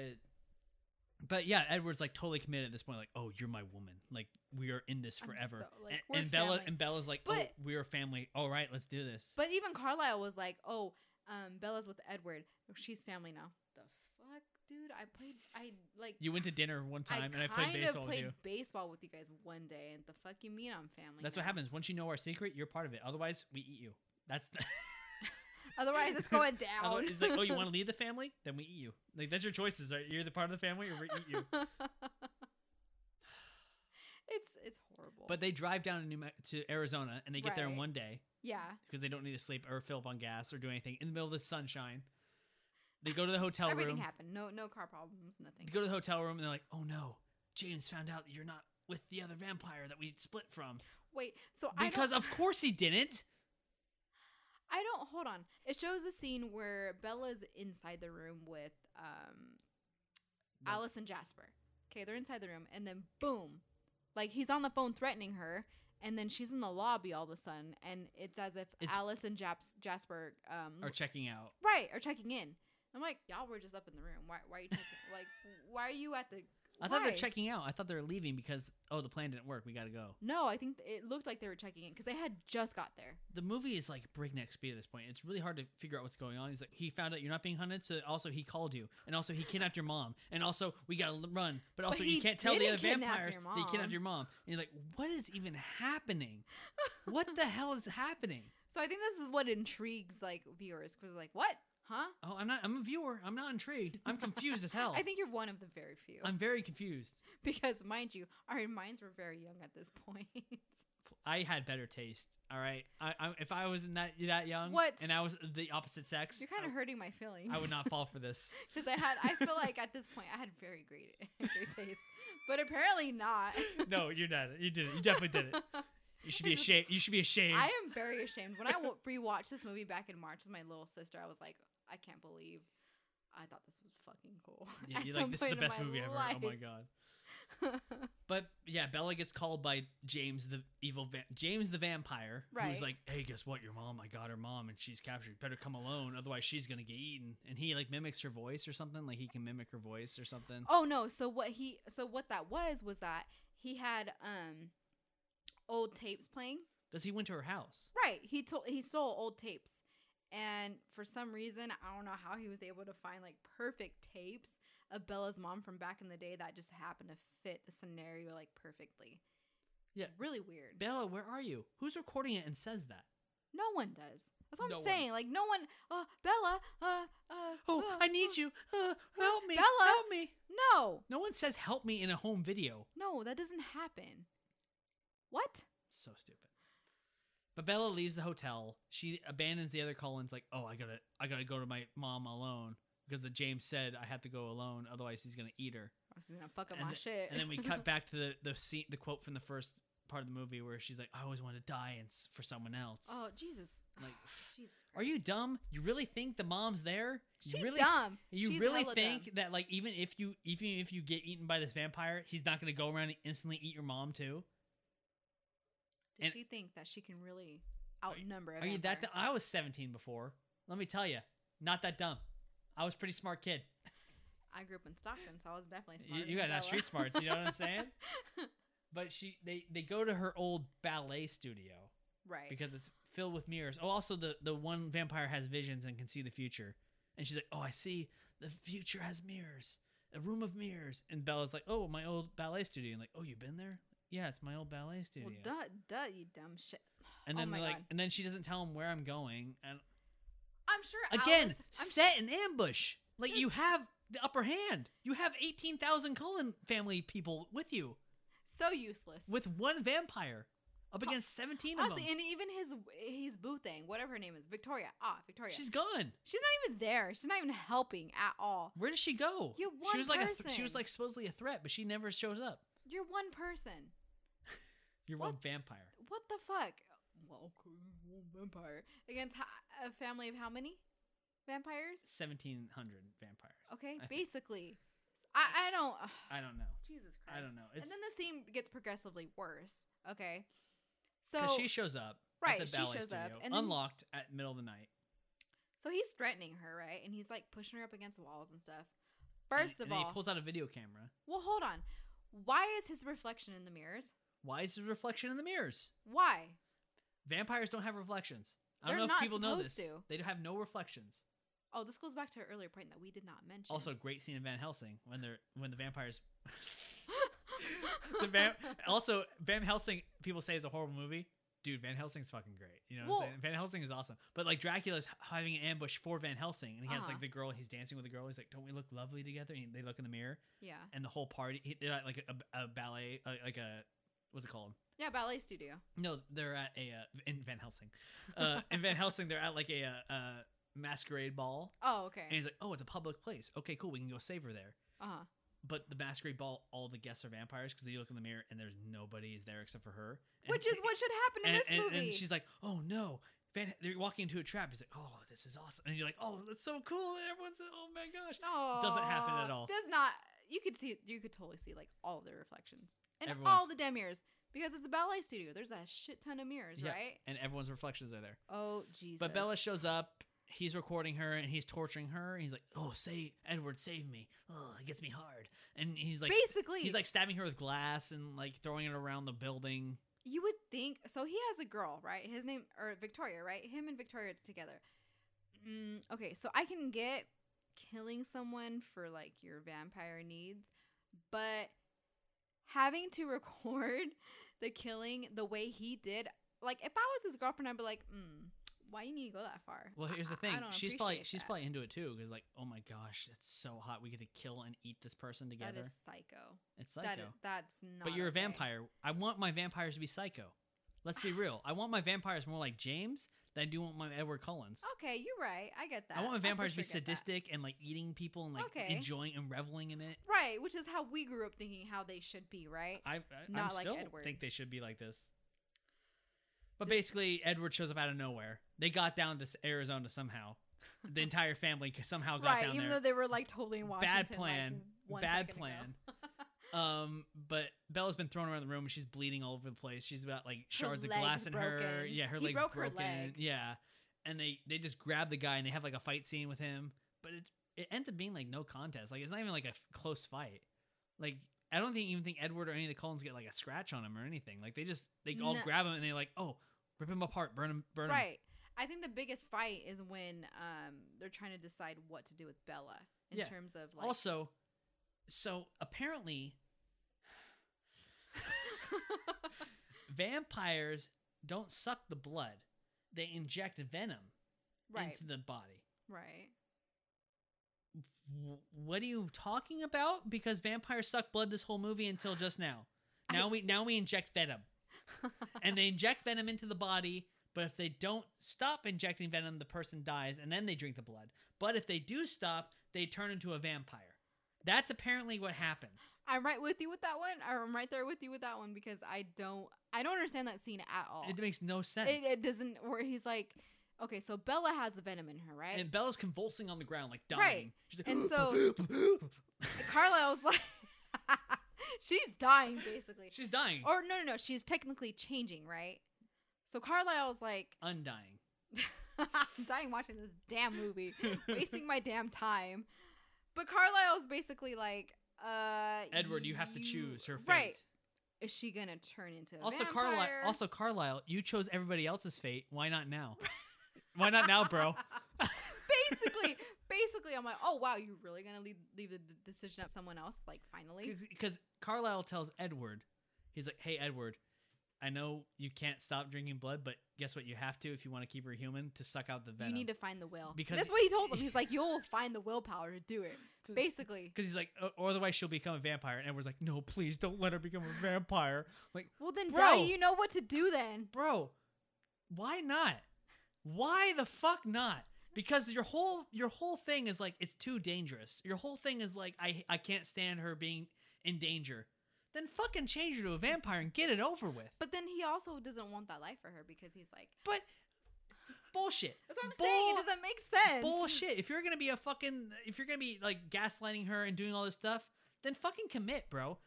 but yeah edward's like totally committed at this point like oh you're my woman like we are in this
I'm
forever
so- like,
and,
we're
and bella
family.
and bella's like
But-
oh we're a family all right let's do this
but even Carlisle was like, "Oh, um, Bella's with Edward. She's family now." The fuck, dude! I played. I like.
you went to dinner one
I
time and
kind
i played baseball
of
with
played
you
baseball with you guys one day, and the fuck you mean I'm family?
that's
now?
what happens once you know our secret you're part of it otherwise we eat you that's the
Otherwise, it's going down.
Otherwise, it's like oh you want to leave the family then we eat you like that's your choices right you're the part of the family or we eat you
it's it's horrible.
but they drive down to, New Me- to arizona and they get there in
Right.
one day
yeah,
because they don't need to sleep or fill up on gas or do anything in the middle of the sunshine they go to the hotel
everything
room
happened. No no car problems. Nothing.
They go to the hotel room and they're like, "Oh no, James found out that you're not with the other vampire that we split from."
Wait, so I
Because
don't,
of course he didn't.
I don't hold on. It shows a scene where Bella's inside the room with um
No.
Alice and Jasper. Okay, they're inside the room and then boom. Like he's on the phone threatening her and then she's in the lobby all of a sudden and it's as if
It's-
Alice and Japs, Jasper um
Or checking out.
right are checking in. I'm like, y'all were just up in the room. Why why are you checking like why are you at the
I thought they're
why?"
checking out. I thought they were leaving because oh, the plan didn't work. We got to go.
No, I think it looked like they were checking in because they had just got there.
The movie is like breakneck speed at this point. It's really hard to figure out what's going on. He's like, he found out you're not being hunted, so also he called you, and also he kidnapped your mom, and also we gotta l- run, but also you
he
can't tell the
didn't
other
kidnap
vampires
your
that you
mom.
kidnapped your mom. And you're like, what is even happening? what the hell is happening?
So I think this is what intrigues like viewers because like what? Huh?
Oh, I'm not. I'm a viewer. I'm not intrigued. I'm confused as hell.
I think you're one of the very few.
I'm very confused.
because, mind you, our minds were very young at this point.
I had better taste. All right. I, I if I was in that that young,
What?
and I was the opposite sex,
You're kind
I-
of hurting my feelings.
I would not fall for this.
Because I had, I feel like at this point I had very great, great taste, but apparently not.
No, you're not. You did it. You definitely did it.
You should be
It's-
ashamed. You should be ashamed.
I am very ashamed. When I w- rewatched this movie back in March with my little sister, I was like, I can't believe I thought this was fucking cool.
yeah,
At
you're
some
like this is the
point in
best
my
movie ever. Oh my
life.
god. But yeah, Bella gets called by James the evil va- James the vampire,
Right.
who's like, "Hey, guess what? Your mom. I got her mom, and she's captured. Better come alone, otherwise she's gonna get eaten." And he like mimics her voice or something. Like he can mimic her voice or something.
Oh no! So what he so what that was was that he had um old tapes playing.
Does he went to her house?
Right. He told he stole old tapes, and for some reason I don't know how he was able to find like perfect tapes of Bella's mom from back in the day that just happened to fit the scenario like perfectly.
Yeah.
Really weird.
Bella, where are you? Who's recording it and says that?
no one does. That's what
No
I'm
one.
saying. Like no one. Uh, Bella. Uh, uh,
Oh,
uh,
I need
uh.
you. Uh, help me.
Bella.
Help me.
No.
No one says help me in a home video.
No, that doesn't happen. What?
So stupid. But Bella leaves the hotel. She abandons the other Collins, like, oh, I gotta, I gotta go to my mom alone because the James said I have to go alone, otherwise he's gonna eat her.
I was gonna fuck up
And
my
the-
shit.
And then we cut back to the the scene, the quote from the first part of the movie where she's like, I always wanted to die and s- for someone else.
oh Jesus!
Like,
Jesus
are you dumb? You really think the mom's there? You
She's
really
dumb.
You
She's
really
hella
think
dumb.
that like even if you even if you get eaten by this vampire, he's not gonna go around and instantly eat your mom too?
Does
and-
she think that she can really
you-
outnumber? a
Are you that?
vampire?
Dumb? I was seventeen before. Let me tell you, not that dumb. I was a pretty smart kid.
I grew up in Stockton, so I was definitely
You,
smarter.
you
than
guys have
Bella.
street smarts. You know what I'm saying? But she, they, they go to her old ballet studio
right?
because it's filled with mirrors. Oh, also the the one vampire has visions and can see the future, and she's like, "Oh, I see the future has mirrors, a room of mirrors." And Bella's like, "Oh, my old ballet studio." And like, "Oh, you've been there? Yeah, it's my old ballet studio."
Well, duh, duh, you dumb shit.
and
oh
then
my
like,
God.
and then she doesn't tell him where I'm going, and
I'm sure
again
Alice, I'm
set an ambush like you have the upper hand you have 18000 cullen family people with you
So useless.
with one vampire up against 17 of them
Honestly, and even his his boo thing, whatever her name is, Victoria. Ah, Victoria.
she's gone
She's not even there. She's not even helping at all.
where does she go
You're
she
one
was like a th- she was
person.
like supposedly a threat but she never shows up
You're one person.
you're one vampire
What the fuck? Well, okay, one vampire against ho- a family of how many vampires?
1700 vampires
Okay,
I think-
basically, I I don't. ugh,
i don't know
Jesus Christ.
i don't know it's
and then the scene gets progressively worse. Okay, so
'cause she shows up
Right,
at the
she
ballet
shows
studio,
up, and then-
unlocked at middle of the night
so he's threatening her, right? And he's like pushing her up against walls and stuff.
And-
First
and
of
then
all,
he pulls out a video camera
well, hold on. Why is his reflection in the mirrors?
why is his reflection in the mirrors
Why?
Vampires don't have reflections. I don't
They're
know if
not
people know this.
supposed to.
They have no reflections.
Oh, this goes back to our earlier point that we did not mention.
Also, great scene in Van Helsing when they're when the vampires. the van, also Van Helsing. People say is a horrible movie. Dude, Van Helsing's fucking great. You know what I'm
Well-
saying? Van Helsing is awesome. But like Dracula's h- having an ambush for Van Helsing, and he has
Uh-huh.
like the girl. He's dancing with the girl. He's like, "Don't we look lovely together?" And they look in the mirror,
yeah,
and the whole party. he- They're at like a, a ballet, uh, like a what's it called?
yeah, ballet studio.
No, they're at a uh, in Van Helsing. Uh, in Van Helsing, they're at like a, uh uh masquerade ball,
Oh, okay.
and he's like, "Oh, it's a public place. Okay, cool. We can go save her there."
uh huh.
But the masquerade ball, all the guests are vampires because they look in the mirror and there's nobody is there except for her. And-
Which is what should happen in
and,
this
and-
movie.
And she's like, "Oh no." Van, they're walking into a trap. He's like, "Oh, this is awesome!" And you're like, "Oh, that's so cool!" And everyone's, like, "Oh my gosh!"
no,
doesn't happen at all.
Does not. You could see. You could totally see like all of the reflections and all
Everyone's-
the damn mirrors because it's a ballet studio. There's a shit ton of mirrors,
Yeah.
right?
And everyone's reflections are there.
Oh Jesus.
But Bella shows up. He's recording her and he's torturing her. And he's like, "Oh, say Edward, save me!" Oh, it gets me hard. And he's like,
basically
he's like stabbing her with glass and like throwing it around the building.
you would think so he has a girl right his name or victoria right him and victoria together mm, okay so i can get killing someone for like your vampire needs but having to record the killing the way he did like if i was his girlfriend i'd be like mm, why you need to go that far
Well,
I-
here's
I-
the
I
thing.
don't
She's probably
appreciate
she's
that.
probably into it too because like, oh my gosh, it's so hot. We get to kill and eat this person together.
that is psycho,
it's
That
psycho.
is- that's not
but you're
okay.
a vampire. I want my vampires to be psycho. Let's be real. I want my vampires more like James than I do want my Edward Collins.
okay you're right i get that
I want my
for
vampires to be
sure get that.
sadistic and like eating people and like
Okay.
enjoying and reveling in it.
right which is how we grew up thinking how they should be right
I, I
Not
I'm
like
still
Edward.
think they should be like this. But
This-
basically, Edward shows up out of nowhere. They got down to s- Arizona somehow. The entire family c- somehow got
right,
down
even
there.
though they were like totally in Washington.
Bad
like,
plan.
one
Bad
second ago.
plan. um, but Bella's been thrown around the room. and She's bleeding all over the place. She's got like shards of
leg's
glass in her.
broken.
Yeah, her
He
legs
broke her
broken.
leg.
Yeah, and they they just grab the guy and they have like a fight scene with him. But it it ends up being like no contest. Like it's not even like a f- close fight. Like I don't think even think Edward or any of the Collins get like a scratch on him or anything. Like they just they all
No.
grab him and they're like, oh, rip him apart, burn him, burn him.
Right. I think the biggest fight is when um they're trying to decide what to do with Bella in
Yeah.
terms of like
also, so apparently, vampires don't suck the blood; they inject venom
right,
into the body.
right.
W- What are you talking about? Because vampires suck blood this whole movie until just now. Now we now we inject venom, and they inject venom into the body, But if they don't stop injecting venom, the person dies and then they drink the blood. But if they do stop, they turn into a vampire. That's apparently what happens.
I'm right with you with that one. I'm right there with you with that one because I don't I don't understand that scene at all.
It makes no sense.
It, it doesn't where he's like, okay, so Bella has the venom in her, right?
and
And,
Bella's convulsing on the ground, like dying.
Right.
She's like,
so Carlisle's like, she's dying basically.
she's dying,
Or no, no, no, she's technically changing, right? So Carlisle's like,
undying.
I'm dying watching this damn movie, wasting my damn time. But Carlisle's basically like, uh,
Edward, you have to choose her fate.
Right? Is she gonna turn into a
Also,
vampire?
Carlisle. Also, Carlisle. You chose everybody else's fate. Why not now? Why not now, bro?
basically, basically, I'm like, oh wow, you're really gonna leave, leave the d- decision up someone else? Like, finally,
Because Carlisle tells Edward, he's like, "Hey, Edward, I know you can't stop drinking blood, but guess what? You have to if you want to keep her human to suck out the venom.
you need to find the will.
Because-
Because that's what he told him. He's like, you'll find the willpower to do it. Basically,
Because he's like, "O- or otherwise she'll become a vampire. And Edward's like, no, please don't let her become a vampire. Like,
well then,
Bro.
die. You know what to do then.
bro, why not? Why the fuck not? Because your whole your whole thing is like it's too dangerous. Your whole thing is like I I can't stand her being in danger. Then fucking change her to a vampire and get it over with.
But then he also doesn't want that life for her because he's like,
But bullshit.
that's what I'm
Bull-
saying. It doesn't make sense.
Bullshit. If you're gonna be a fucking if you're gonna be like gaslighting her and doing all this stuff, then fucking commit, bro.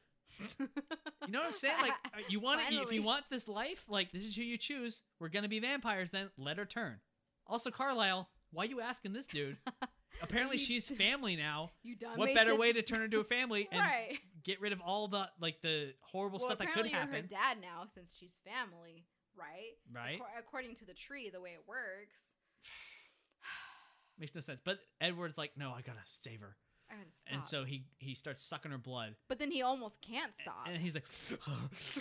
You know what I'm saying? Like uh, you want it, if
Finally.
you want this life, like this is who you choose. We're gonna be vampires. Then let her turn. Also, Carlisle, why you asking this dude? Apparently,
You
she's
d-
family now.
you done.
What
made
better
sense.
way to turn her into a family and
right?
get rid of all the like the horrible
well,
stuff that could
apparently you're
happen?
her dad now since she's family, right?
Right?
Acco- according to the tree, the way it works.
Makes no sense. But Edward's like, no, I gotta save her,
I gotta stop.
and so he he starts sucking her blood,
but then he almost can't stop.
and he's like,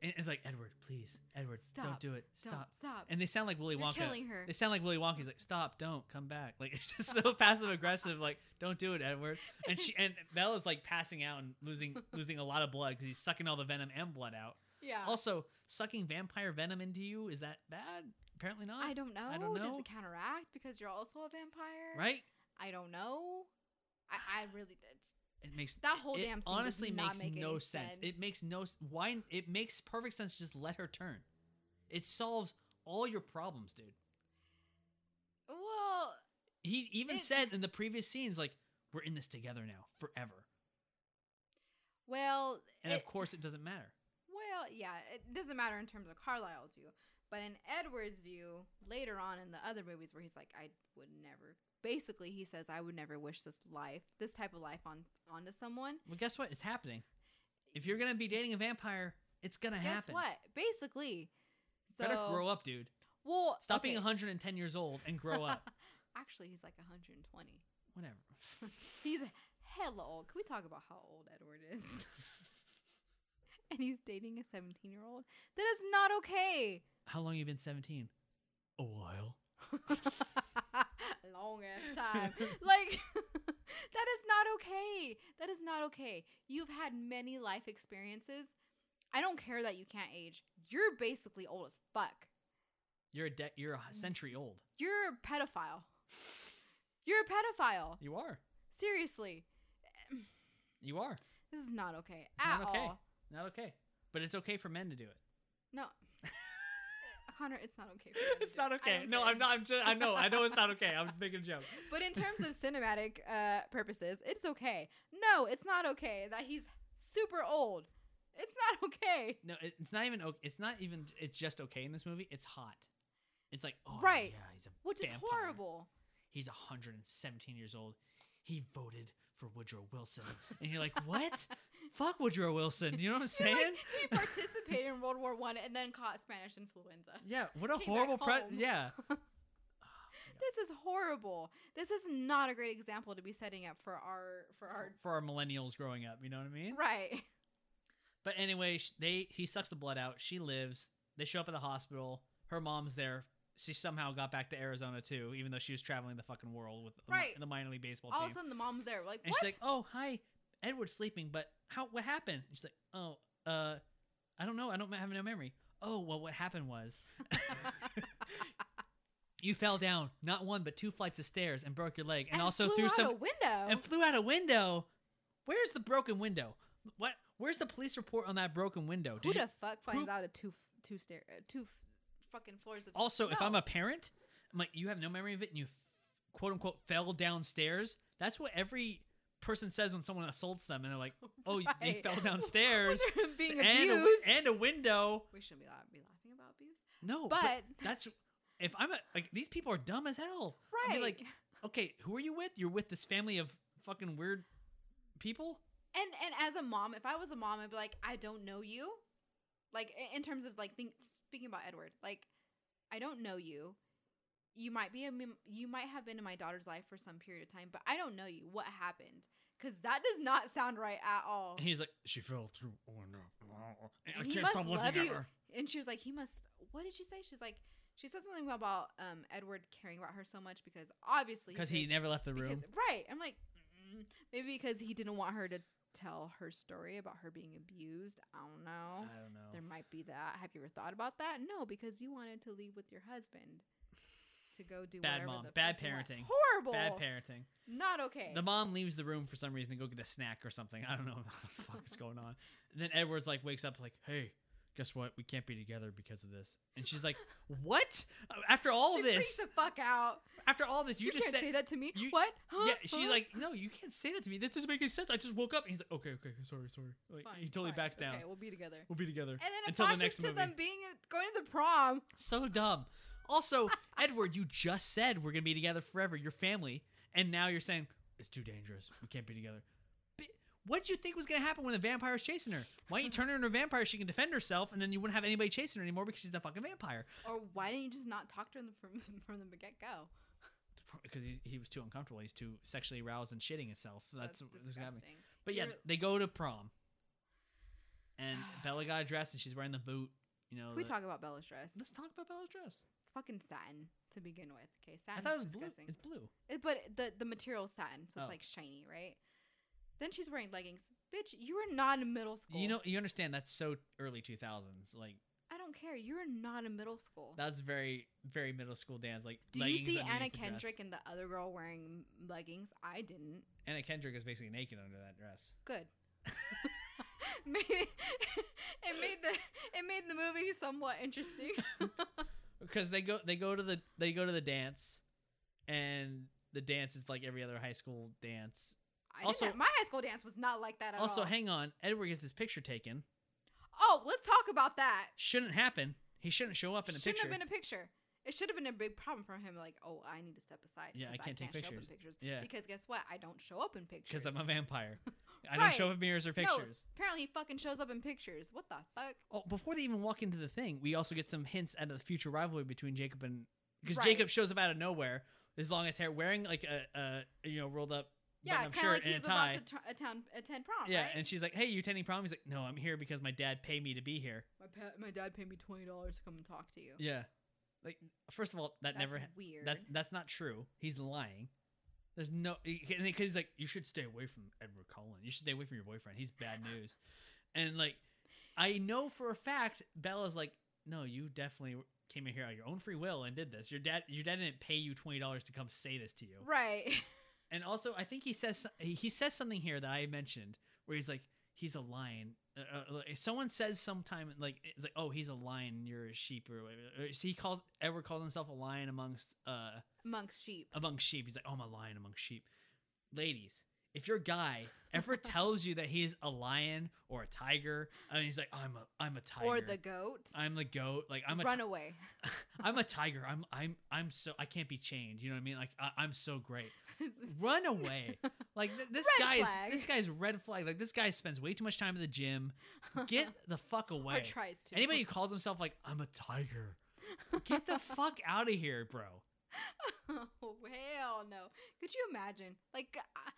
and, and like Edward, please, Edward, don't
Stop.
do it,
Don't
stop.
stop.
And they sound like Willy
You're
Wonka.
killing her.
They sound like Willy Wonka. He's like, "Stop! Don't come back!" Like it's just so passive aggressive. Like, "Don't do it, Edward." And she and Bella's like passing out and losing losing a lot of blood because he's sucking all the venom and blood out.
yeah.
Also, sucking vampire venom into you is that bad? Apparently not.
I don't know.
I don't know.
Does it counteract because you're also a vampire?
Right?
I don't know. I, I really it's
It makes
That whole
it
damn scene does
honestly
not
makes
make any
no sense. It
sense.
makes no s- why it makes perfect sense. to Just let her turn. It solves all your problems, dude.
well.
He even
It-
said in the previous scenes, like, "We're in this together now, forever."
Well,
And
it,
of course, it doesn't matter.
Well, yeah, it doesn't matter in terms of Carlyle's view, but in Edward's view, later on in the other movies where he's like, I would never. Basically, he says, I would never wish this life, this type of life, on onto someone.
Well, guess what? It's happening. If you're gonna be dating a vampire, it's gonna
Guess
happen.
what? Basically, so
Better grow up, dude.
Well,
Stop
okay.
being 110 years old and grow up.
Actually, he's like 120.
Whatever.
He's hella old. Can we talk about how old Edward is? and he's dating a 17 year old. That is not okay.
How long you been 17? A while.
long ass time. Like that is not okay. That is not okay. You've had many life experiences. I don't care that you can't age. You're basically old as fuck.
You're a de- you're a century old.
You're a pedophile. You're a pedophile.
You are.
Seriously.
You are.
This is not okay at
Not okay.
all.
Not okay. But it's okay for men to do it.
No. Uh, Connor, it's not okay. for them to do it. I don't
No,
care.
I'm not. I'm just. I know. I know it's not okay. I'm just making a joke.
But in terms of cinematic uh, purposes, it's okay. No, it's not okay that he's super old. It's not okay.
No, it, it's not even. Okay. It's not even. It's just okay in this movie. It's hot. It's like oh
Right.
yeah, he's a
Which is
vampire.
horrible.
he's 117 years old. He voted for Woodrow Wilson. And you're like, what? Fuck Woodrow Wilson. You know what I'm
You're
saying?
like, he participated in World War One and then caught Spanish influenza.
yeah, what a
came back
horrible pre-
home.
Yeah.
This is horrible. This is not a great example to be setting up for our for our
For our millennials growing up, you know what I mean?
right.
But anyway, sh- they he sucks the blood out. She lives. They show up at the hospital. Her mom's there. She somehow got back to Arizona too, even though she was traveling the fucking world with the, mi-
Right.
the minor league baseball
All
team.
of a sudden, the mom's there. Like
And
what?
she's like, "Oh, hi, Edward's sleeping, but how? What happened?" And she's like, "Oh, uh, I don't know. I don't have no memory." oh well what happened was you fell down not one but two flights of stairs and broke your leg and, also
flew
through
out
some
a window.
and flew out a window where's the broken window what where's the police report on that broken window
Who
Did you-
the fuck finds
who-
out a two f- two stair uh, two f- fucking floors of
also if i'm
No.
a parent i'm like you have no memory of it and you f- quote unquote fell downstairs that's what every person says when someone assaults them and they're like oh they
Right.
fell
When
downstairs
you're being
and a,
abused.
and a window
we shouldn't be, la- be laughing about abuse,
no but,
but
that's if i'm a, like these people are dumb as hell I'd be
right,
like okay who are you with you're with this family of fucking weird people
and and as a mom, if I was a mom, I'd be like, I don't know you, like i- in terms of like think, speaking about Edward, like I don't know you. You might be a mem- you might have been in my daughter's life for some period of time, but I don't know you. What happened? Because that does not sound right at all.
and he's like she fell through a window i
And he
can't
must
stop looking
love
at
you.
her
And she was like, he must. What did she say? She's like, she said something about um, Edward caring about her so much because obviously
because he
cares-
never left the room
because- right. I'm like, mm, maybe because he didn't want her to tell her story about her being abused. I don't
i
know.
don't know
There might be that. Have you ever thought about that? No, because you wanted to leave with your husband to go do
Bad
whatever
mom.
the
Bad
fuck you want.
parenting.
Horrible.
bad parenting
Not okay.
The mom leaves the room for some reason to go get a snack or something. I don't know what the fuck is going on. And then Edwards like wakes up like, "Hey, guess what? We can't be together because of this." And she's like, "What? After all
she freaks
this,
the fuck out.
after all this, you,
You,
just
can't
said."
say that to me.
you-
what? Huh?
Yeah, she's
Huh?
like, no, you can't say that to me. That doesn't make any sense. I just woke up, and he's like, okay, okay, sorry, sorry. Like,
Fine,
he totally
fine.
backs down.
Okay, we'll be together.
We'll be together
And then it
until the
flashes
next
to
movie.
them being going to the prom.
So dumb. Also, Edward, you just said we're gonna be together forever. Your family, and now you're saying it's too dangerous. We can't be together. Bi- What did you think was gonna happen when the vampire's chasing her? Why don't you turn her into a vampire? She can defend herself, and then you wouldn't have anybody chasing her anymore because she's a fucking vampire.
Or why didn't you just not talk to him from from the get go?
Because he, he was too uncomfortable. He's too sexually aroused and shitting himself. That's,
That's,
what's happening.
disgusting.
But yeah,
You're-
they go to prom, and Bella got a dress, and she's wearing the boot. You know,
Can we
the-
talk about Bella's dress?
Let's talk about Bella's dress.
It's fucking satin to begin with. Okay,
I
satin.
thought it was
disgusting.
blue. It's blue.
It- Eh, but the the material's satin, so
Oh.
it's like shiny, right? Then she's wearing leggings. Bitch, you are not in middle school.
You know, you understand that's so early two thousands. Like
I don't care. You're not in middle school.
that was very, very middle school dance. Like,
Do you
leggings
see
underneath
Anna
the dress.
Kendrick and the other girl wearing leggings? I didn't.
Anna Kendrick is basically naked under that dress.
Good. Made- it made the it made the movie somewhat interesting.
Because they go, they go to the, they go to the dance, and the dance is like every other high school dance.
I
Also-
also, my high school dance was not like that at
also,
all.
hang on, Edward gets his picture taken.
oh, let's talk about that.
Shouldn't happen. He shouldn't show up in a
Shouldn't
picture.
have been a picture. It should have been a big problem for him. Like, oh, I need to step aside.
Yeah, I
'cause
can't take
show up in
pictures.
pictures.
Yeah.
Because guess what? I don't show up in pictures.
because I'm a vampire. I don't show
Right.
up mirrors or
No.
pictures.
Apparently, he fucking shows up in pictures. What the fuck?
Oh, before they even walk into the thing, we also get some hints at the future rivalry between Jacob and because
Right.
Jacob shows up out of nowhere, his long as hair, wearing like a, a you know rolled up
Yeah,
button-up
kind of
shirt
like
and
he's
a tie.
about to t- attend, attend prom.
yeah,
right?
and she's like, "Hey, you attending prom?" He's like, "No, I'm here because my dad paid me to be here."
my pa- my dad paid me twenty dollars to come and talk to you.
Yeah, like first of all, that
That's
never ha-
weird.
that's that's not true. He's lying. There's no and because he's like, "You should stay away from Edward Cullen. You should stay away from your boyfriend. He's bad news." and like, I know for a fact Bella's like, "No, you definitely came in here on your own free will and did this. Your dad, your dad didn't pay you twenty dollars to come say this to you."
right.
And also, I think he says he he says something here that I mentioned where he's like, he's a lion. Uh, uh, if someone says sometime like it's like, oh, he's a lion, you're a sheep, or, whatever. or so he calls Edward calls himself a lion amongst uh
Amongst sheep.
among sheep. He's like, oh, I'm a lion among sheep. Ladies, if your guy ever tells you that he's a lion or a tiger, and he's like, I'm a I'm a tiger,
Or the goat.
I'm the goat, like I'm a ti-
Run away.
I'm a tiger. I'm I'm I'm so I can't be chained. You know what I mean? Like I, I'm so great. Run away. Like th- this
Red
guy's
flag.
this guy's red flag. Like this guy spends way too much time in the gym. Get the fuck away.
or tries to.
Anybody who calls himself like I'm a tiger, get the fuck out of here, bro.
oh, hell no. Could you imagine? Like, uh,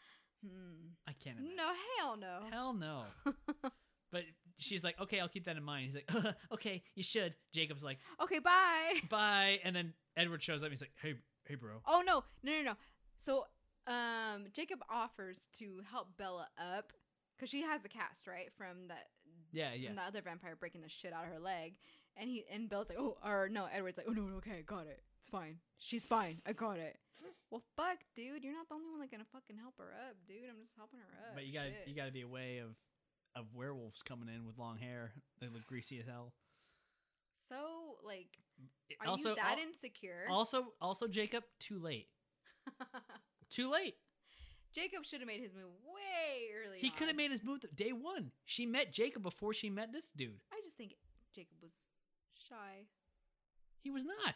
hmm.
I can't. Imagine.
No, hell no.
Hell no. but she's like, okay, I'll keep that in mind. He's like, okay, you should. Jacob's like,
Okay, bye.
bye. And then Edward shows up. he's like, hey, hey, bro.
Oh no, no, no, no. So, um, Jacob offers to help Bella up because she has the cast right from that
Yeah, Uh, yeah.
from the other vampire breaking the shit out of her leg. And he and Bell's like, oh, or no, Edward's like, oh no, no, okay, I got it. It's fine. She's fine. I got it. well, fuck, dude, you're not the only one that's gonna fucking help her up, dude. I'm just helping her up.
but you gotta
Shit.
you gotta be away of of werewolves coming in with long hair. They look greasy as hell.
so like,
It-
are you that
al-
insecure?
also also Jacob too late. Too late.
Jacob should have made his move way earlier.
He could have made his move th- day one. She met Jacob before she met this dude.
I just think Jacob was shy.
He was not.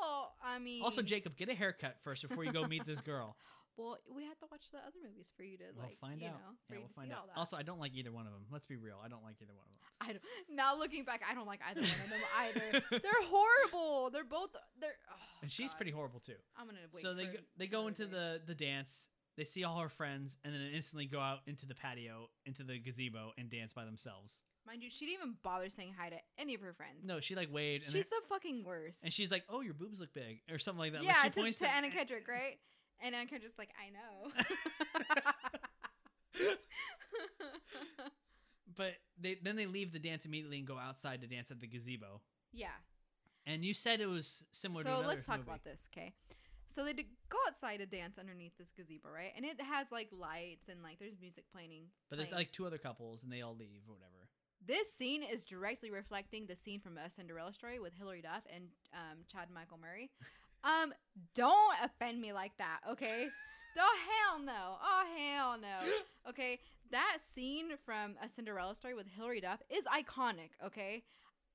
Well, I mean,
Also, Jacob, get a haircut first before you go meet this girl.
Well, we have to watch the other movies for you to
We'll
like.
find
you
out.
Know, for
yeah,
you
we'll
to
find
see
out.
all that.
Also, I don't like either one of them. Let's be real. I don't like either one of them.
I don't, now looking back, I don't like either one of them either. They're horrible. They're both. They're. Oh,
and she's
God.
pretty horrible too.
I'm gonna wait.
so they
for
go, they go into
another day.
the the dance. They see all her friends, and then instantly go out into the patio, into the gazebo, and dance by themselves.
Mind you, she didn't even bother saying hi to any of her friends.
No, she like waved, and,
she's
her-
the fucking worst.
and she's like, "Oh, your boobs look big," or something like that.
yeah,
like, she
to,
points
to Anna Kendrick, right? And Anna Kendrick's like, I know.
But they then they leave the dance immediately and go outside to dance at the gazebo.
yeah.
And you said it was similar. to
So
another
let's talk
movie.
about this, okay? So they did go outside to dance underneath this gazebo, right? And it has like lights and like there's music playing.
But there's
playing.
like two other couples, and they all leave or whatever.
This scene is directly reflecting the scene from A Cinderella Story with Hilary Duff and um, Chad Michael Murray. Um, don't offend me like that, okay? oh hell no! Oh hell no! Okay, that scene from A Cinderella Story with Hilary Duff is iconic. Okay,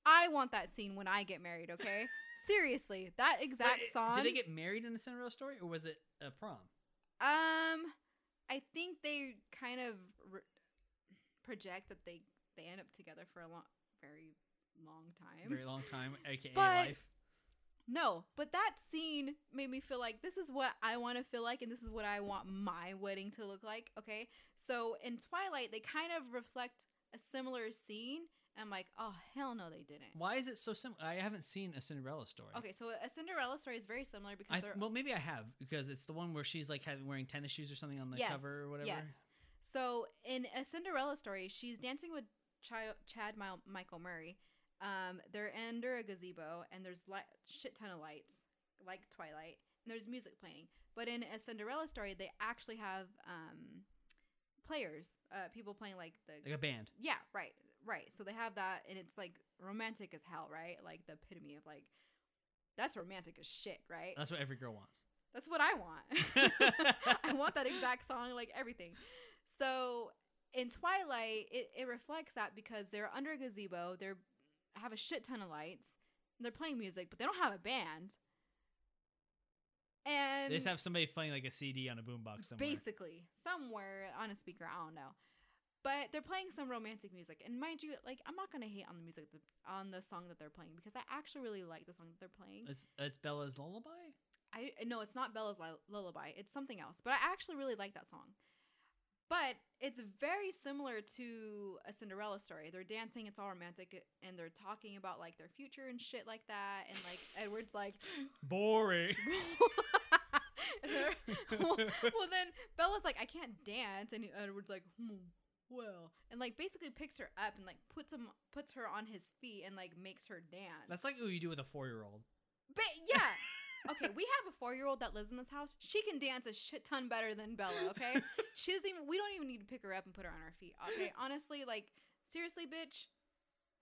I want that scene when I get married. Okay, seriously, that
Wait,
exact
it-
song.
Did they get married in the Cinderella story, or was it a prom?
um, I think they kind of re- project that they they end up together for a long, very long time.
Very long time, aka
But-
life.
No, but that scene made me feel like this is what I want to feel like, and this is what I want my wedding to look like. Okay, so in Twilight, they kind of reflect a similar scene, and I'm like, oh hell no, they didn't.
Why is it so similar? I haven't seen a Cinderella story.
Okay, so a Cinderella story is very similar because
I,
they're
well, maybe I have because it's the one where she's like having, wearing tennis shoes or something on the cover or whatever.
So in a Cinderella story, she's dancing with Chi- Chad Mil- Michael Murray. Um, they're under a gazebo, and there's li- shit ton of lights, like Twilight, and there's music playing. But in a Cinderella story, they actually have um, players, uh, people playing like the
Like a band.
yeah, right, right. So they have that, and it's like romantic as hell, right? Like the epitome of like that's romantic as shit, right?
That's what every girl wants.
That's what I want. I want that exact song, like everything. So in Twilight, it, it reflects that because they're under a gazebo, they're have a shit ton of lights, and they're playing music, but they don't have a band. And
They just have somebody playing like a CD on a boombox somewhere.
basically somewhere on a speaker, I don't know. But they're playing some romantic music, and mind you, like I'm not gonna hate on the music that, on the song that they're playing because I actually really like the song that they're playing.
It's, it's Bella's lullaby.
I no, it's not Bella's Lul- Lullaby. It's something else. But I actually really like that song. But it's very similar to a Cinderella story. They're dancing, it's all romantic, and they're talking about like their future and shit like that. And like Edward's like,
Boring.
and they're- well, well, then Bella's like, I can't dance, and Edward's like, hmm, well, and like basically picks her up and like puts him puts her on his feet and like makes her dance.
That's like what you do with a four year old.
But yeah. Okay, we have a four-year-old that lives in this house. She can dance a shit ton better than Bella. Okay, she doesn't even. We don't even need to pick her up and put her on her feet. Okay, honestly, like seriously, bitch.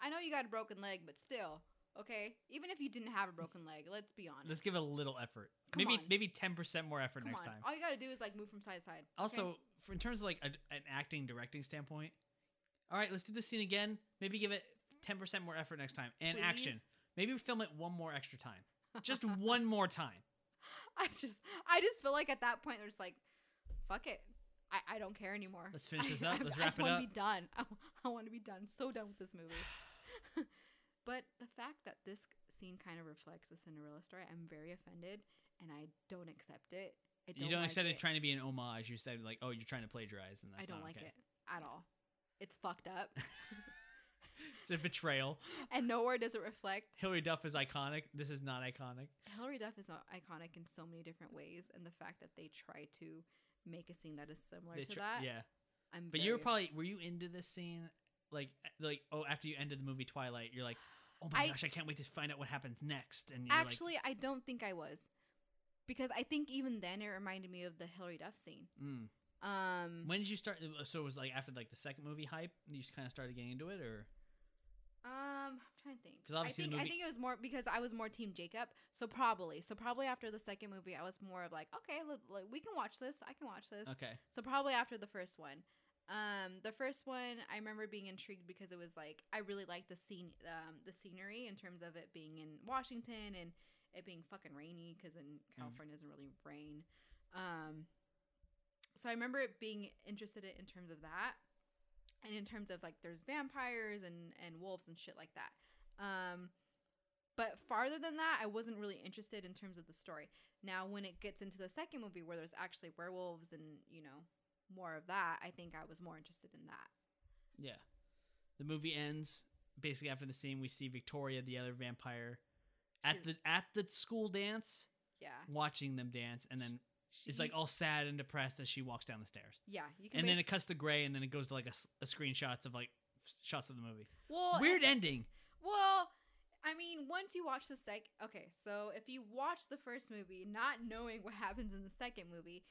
I know you got a broken leg, but still, okay. Even if you didn't have a broken leg, let's be honest.
Let's give it a little effort.
Come
maybe
on.
maybe ten percent more effort
Come
next
on.
time.
All you gotta do is like move from side to side. okay?
Also, for, in terms of like a, an acting directing standpoint, all right, let's do this scene again. Maybe give it ten percent more effort next time and action. Maybe we film it one more extra time, just one more time.
I just, I just feel like at that point, there's like, fuck it. I, I don't care anymore.
Let's finish
I-
this up.
I,
Let's
I
wrap
just
it
wanna
up.
be done. I, want to be done. So done with this movie. but the fact that this scene kind of reflects the Cinderella story, I'm very offended, and I don't accept it. I don't
you don't
like
accept
it.
it trying to be an homage. You said like, oh, you're trying to plagiarize, and that's
I don't
not
like
okay.
it at all. It's fucked up,
It's a betrayal.
and nowhere does it reflect.
Hillary Duff is iconic. This is not iconic.
Hillary Duff is not iconic in so many different ways, and the fact that they try to make a scene that is similar
They
to
tr-
that,
yeah,
I'm.
but
very
you were probably were you into this scene like like oh after you ended the movie Twilight, you're like, oh my
I-
gosh, I can't wait to find out what happens next. And you're
Actually, I don't think I was. Because I think even then it reminded me of the Hillary Duff scene.
like, mm.
Um
when did you start? So it was like after like the second movie hype, you just kind of started getting into it, or
Um, I'm trying to think.
'Cause obviously
I
the
think I
movie-
think it was more because I was more Team Jacob. So probably, so probably after the second movie, I was more of like, okay, l- like, we can watch this. I can watch this.
okay,
So probably after the first one. Um, the first one I remember being intrigued because it was like I really liked the scene, um, the scenery in terms of it being in Washington and it being fucking rainy because in California doesn't really rain. Um, so I remember it being interested in, in terms of that, and in terms of like there's vampires and and wolves and shit like that. Um, but farther than that, I wasn't really interested in terms of the story. Now, when it gets into the second movie where there's actually werewolves and, you know, more of that, I think I was more interested in that.
yeah. The movie ends basically after the scene we see Victoria, the other vampire, at
She's-
the at the school dance,
Yeah.
watching them dance, and then
She,
is like all sad and depressed as she walks down the stairs.
yeah, you can
And then it
basi-
cuts to gray, and then it goes to like a, s- a screenshots of like f- shots of the movie.
well, Mm-hmm.
Weird ending.
Well, I mean, once you watch the sec, okay, so if you watch the first movie not knowing what happens in the second movie,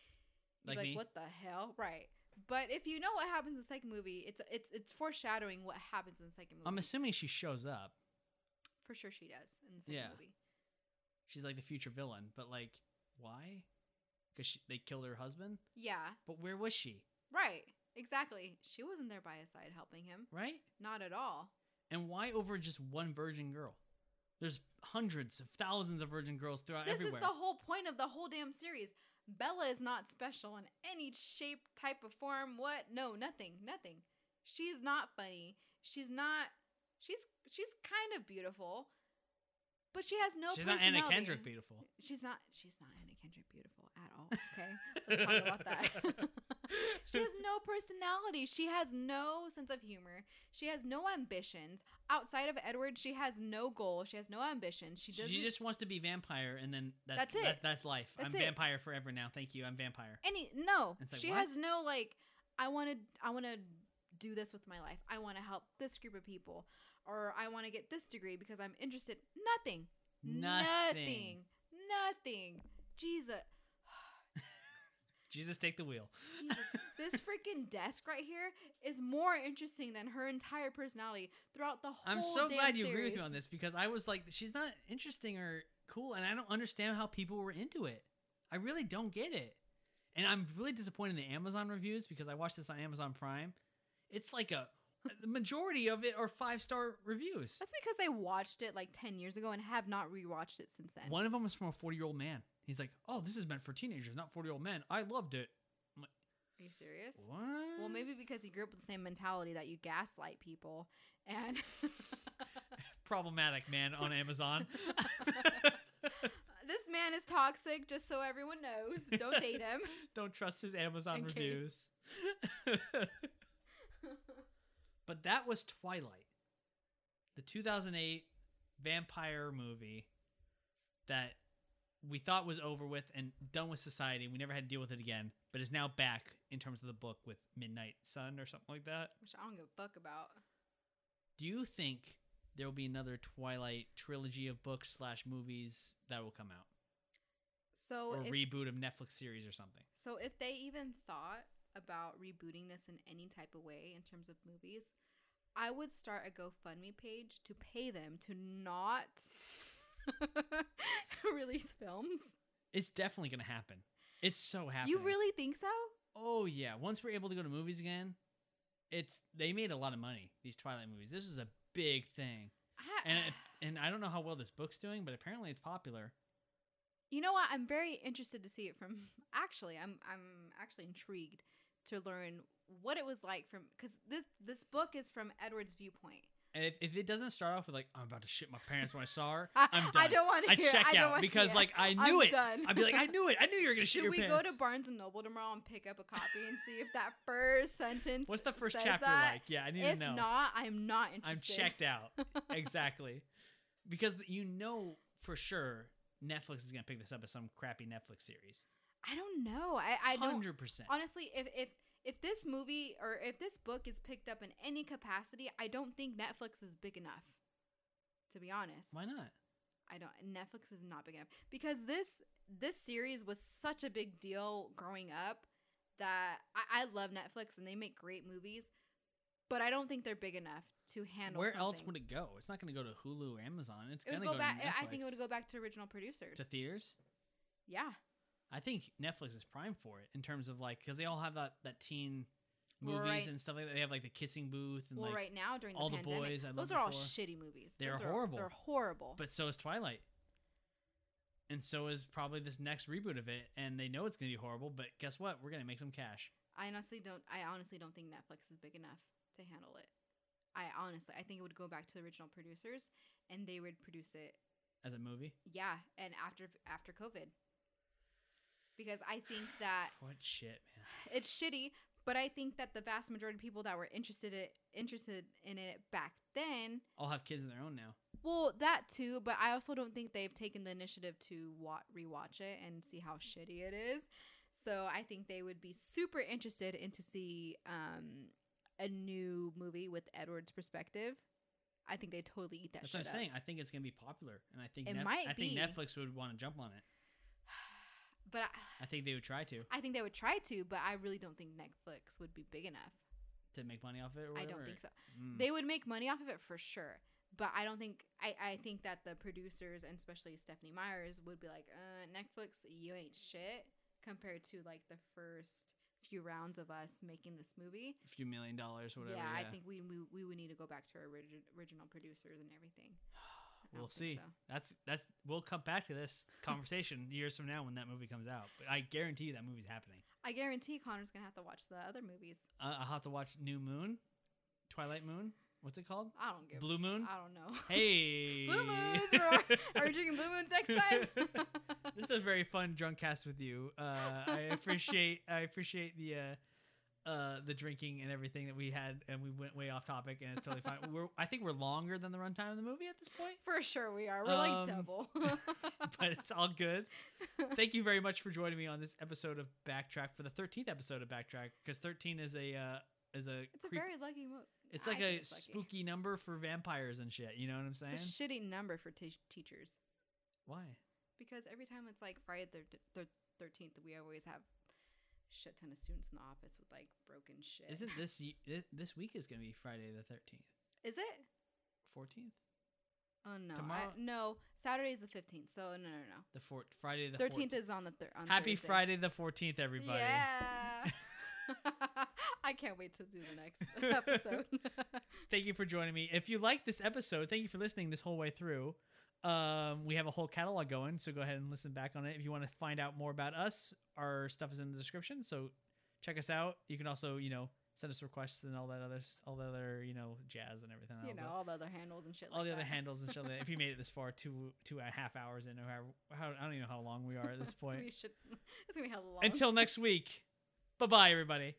you're
Like
like
me?
what the hell, right? But if you know what happens in the second movie, it's it's it's foreshadowing what happens in the second movie.
I'm assuming she shows up.
for sure she does in the second
Yeah.
movie.
She's like the future villain, but like, why? Because they killed her husband.
Yeah,
But where was she?
right, exactly. She wasn't there by his side helping him,
Right?
not at all.
And why over just one virgin girl? There's hundreds of thousands of virgin girls throughout
This
everywhere.
is the whole point of the whole damn series. Bella is not special in any shape, type, of form. What? No, nothing, nothing. She's not funny. She's not. She's she's kind of beautiful, but she has no.
She's not
personality.
Anna Kendrick beautiful.
She's not. She's not Anna Kendrick beautiful at all. Okay, let's talk about that. she has no personality. She has no sense of humor. She has no ambitions outside of Edward. She has no goal. She has no ambitions. She doesn't.
She just wants to be vampire, and then that's,
That's
that-
it.
that's life.
That's
I'm
it.
vampire forever now. Thank you. I'm vampire.
any no
It's like,
she
what?
has no like i want to i want to do this with my life i want to help this group of people or i want to get this degree because i'm interested nothing nothing nothing jesus
Jesus, take the wheel.
Jesus. this freaking desk right here is more interesting than her entire personality throughout the whole
I'm so
damn
glad you agree with
series.
me on this because I was like, she's not interesting or cool, and I don't understand how people were into it. I really don't get it, and I'm really disappointed in the Amazon reviews because I watched this on Amazon Prime. It's like a the majority of it are five star reviews.
that's because they watched it like 10 years ago and have not rewatched it since then
One of them was from a 40 year old man. He's like, "Oh, this is meant for teenagers, not 40 year old men." I loved it.
are you serious
What?
Well, maybe because you grew up with the same mentality that you gaslight people and
problematic man on Amazon.
this man is toxic just so everyone knows. Don't date him.
don't trust his Amazon
In case.
reviews. but that was Twilight, the 2008 vampire movie that we thought was over with and done with society. We never had to deal with it again, but is now back in terms of the book with Midnight Sun or something like that.
Which I don't give a fuck about.
Do you think there will be another Twilight trilogy of books slash movies that will come out,
So
or
if,
reboot of Netflix series or something?
so if they even thought about rebooting this in any type of way in terms of movies, I would start a GoFundMe page to pay them to not release films.
It's definitely going to happen. It's so happening.
You really think so?
Oh yeah, once we're able to go to movies again, it's they made a lot of money. These Twilight movies. This is a big thing,
I,
and it, and I don't know how well this book's doing, but apparently it's popular.
You know what? I'm very interested to see it from. Actually, I'm I'm actually intrigued to learn what it was like from because this this book is from Edward's viewpoint.
And if, if it doesn't start off with like I'm about to shit my parents when I saw her, I'm done.
I don't want to
I
hear.
check
I don't
out
wanna
because
hear.
like I
I'm
knew it.
Done.
I'd be like I knew it. I knew you were gonna shit
Should
your
we
pants.
go to Barnes and Noble tomorrow and pick up a copy and see if that first sentence?
What's the first
says
chapter
that?
like? Yeah, I need
If
to know.
not, I'm not
I'm
interested.
checked out. exactly. Because you know for sure Netflix is gonna pick this up as some crappy Netflix series.
I don't know. I I don't.
Hundred percent.
Honestly, if if if this movie or if this book is picked up in any capacity, I don't think Netflix is big enough. To be honest,
Why not?
I don't. Netflix is not big enough because this this series was such a big deal growing up that I, I love Netflix and they make great movies, but I don't think they're big enough to handle.
Where else
something.
would it go? It's not going to go to Hulu or Amazon. It's
It
going
would
to
go,
go,
back?
To Netflix.
I think it would go back to original producers.
to theaters.
yeah,
I think Netflix is prime for it in terms of like because they all have that that teen movies
Right.
and stuff like that. They have like the kissing booth and
well,
like
right now during
All
the
the
pandemic,
Boys, I Loved
those are all
Before.
shitty movies.
They're
Those are-
horrible.
They're horrible.
But so is Twilight. And so is probably this next reboot of it, and they know it's gonna be horrible. But guess what? We're gonna make some cash.
I honestly don't. I honestly don't think Netflix is big enough to handle it. I honestly, I think it would go back to the original producers, and they would produce it.
as a movie.
Yeah, and after after COVID, because I think that
What shit, man?
it's shitty. But I think that the vast majority of people that were interested it, interested in it back then,
All have kids of their own now.
well, that too. But I also don't think they've taken the initiative to wa- rewatch it and see how shitty it is. So I think they would be super interested in to see um, a new movie with Edward's perspective. I think they totally eat that
That's
shit
what I'm
up.
saying. I think it's gonna be popular, and I think
It
Nef-
might
I think
be.
Netflix would want to jump on it.
But I,
I think they would try to
I think they would try to, but I really don't think Netflix would be big enough.
to make money off it. Or
I
whatever.
don't think so.
Mm.
They would make money off of it for sure. But I don't think I, I think that the producers and especially Stephanie Myers would be like, uh, Netflix, you ain't shit compared to like the first few rounds of us making this movie.
a few million dollars, whatever.
yeah, I think we, we we would need to go back to our origi- original producers and everything. I don't
we'll see.
think so.
That's that's. We'll come back to this conversation years from now when that movie comes out. But I guarantee you that movie's happening.
I guarantee Connor's gonna have to watch the other movies.
Uh, I'll have to watch New Moon, Twilight Moon. What's it called?
I don't give
Blue Moon.
I don't know.
Hey,
Uh, Blue Moons. Are, are we drinking Blue Moons next time?
this is a very fun drunk cast with you. Uh, I appreciate I appreciate the uh, uh, the drinking and everything that we had, and we went way off topic, and it's totally fine. We're I think we're longer than the runtime of the movie at this point,
For sure we are. We're
Um,
like double.
but it's all good. Thank you very much for joining me on this episode of Backtrack for the thirteenth episode of Backtrack because thirteen is a uh, is a
It's a
creep-
very lucky move.
it's
I
like a
think it's lucky.
spooky number for vampires and shit. You know what I'm saying?
It's a shitty number for t- teachers
Why?
because every time it's like Friday the thirteenth, we always have shit ton of students in the office with like broken shit.
Isn't this y- thi- this week is going to be Friday the thirteenth,
Is it?
fourteenth,
Oh no, I-
Tomorrow-
no. Saturday is the fifteenth, so no, no,
the fourth Friday the
no. Thirteenth
14th.
is on the third.
Happy Friday the 14th, everybody.
Yeah. I can't wait to do the next episode.
Thank you for joining me. If you like this episode, thank you for listening this whole way through. Um, we have a whole catalog going, so go ahead and listen back on it. If you want to find out more about us, our stuff is in the description, so check us out. You can also, you know, send us requests and all that other, s- all the other, you know, jazz and everything.
you
else.
know all the other handles and shit.
all
like
the other
that.
handles and shit. like that. If you made it this far, two two and a half hours in, or however, how, I don't even know how long we are at this
It's gonna
point.
be shit- it's gonna be hell long.
Until next week, bye bye, everybody.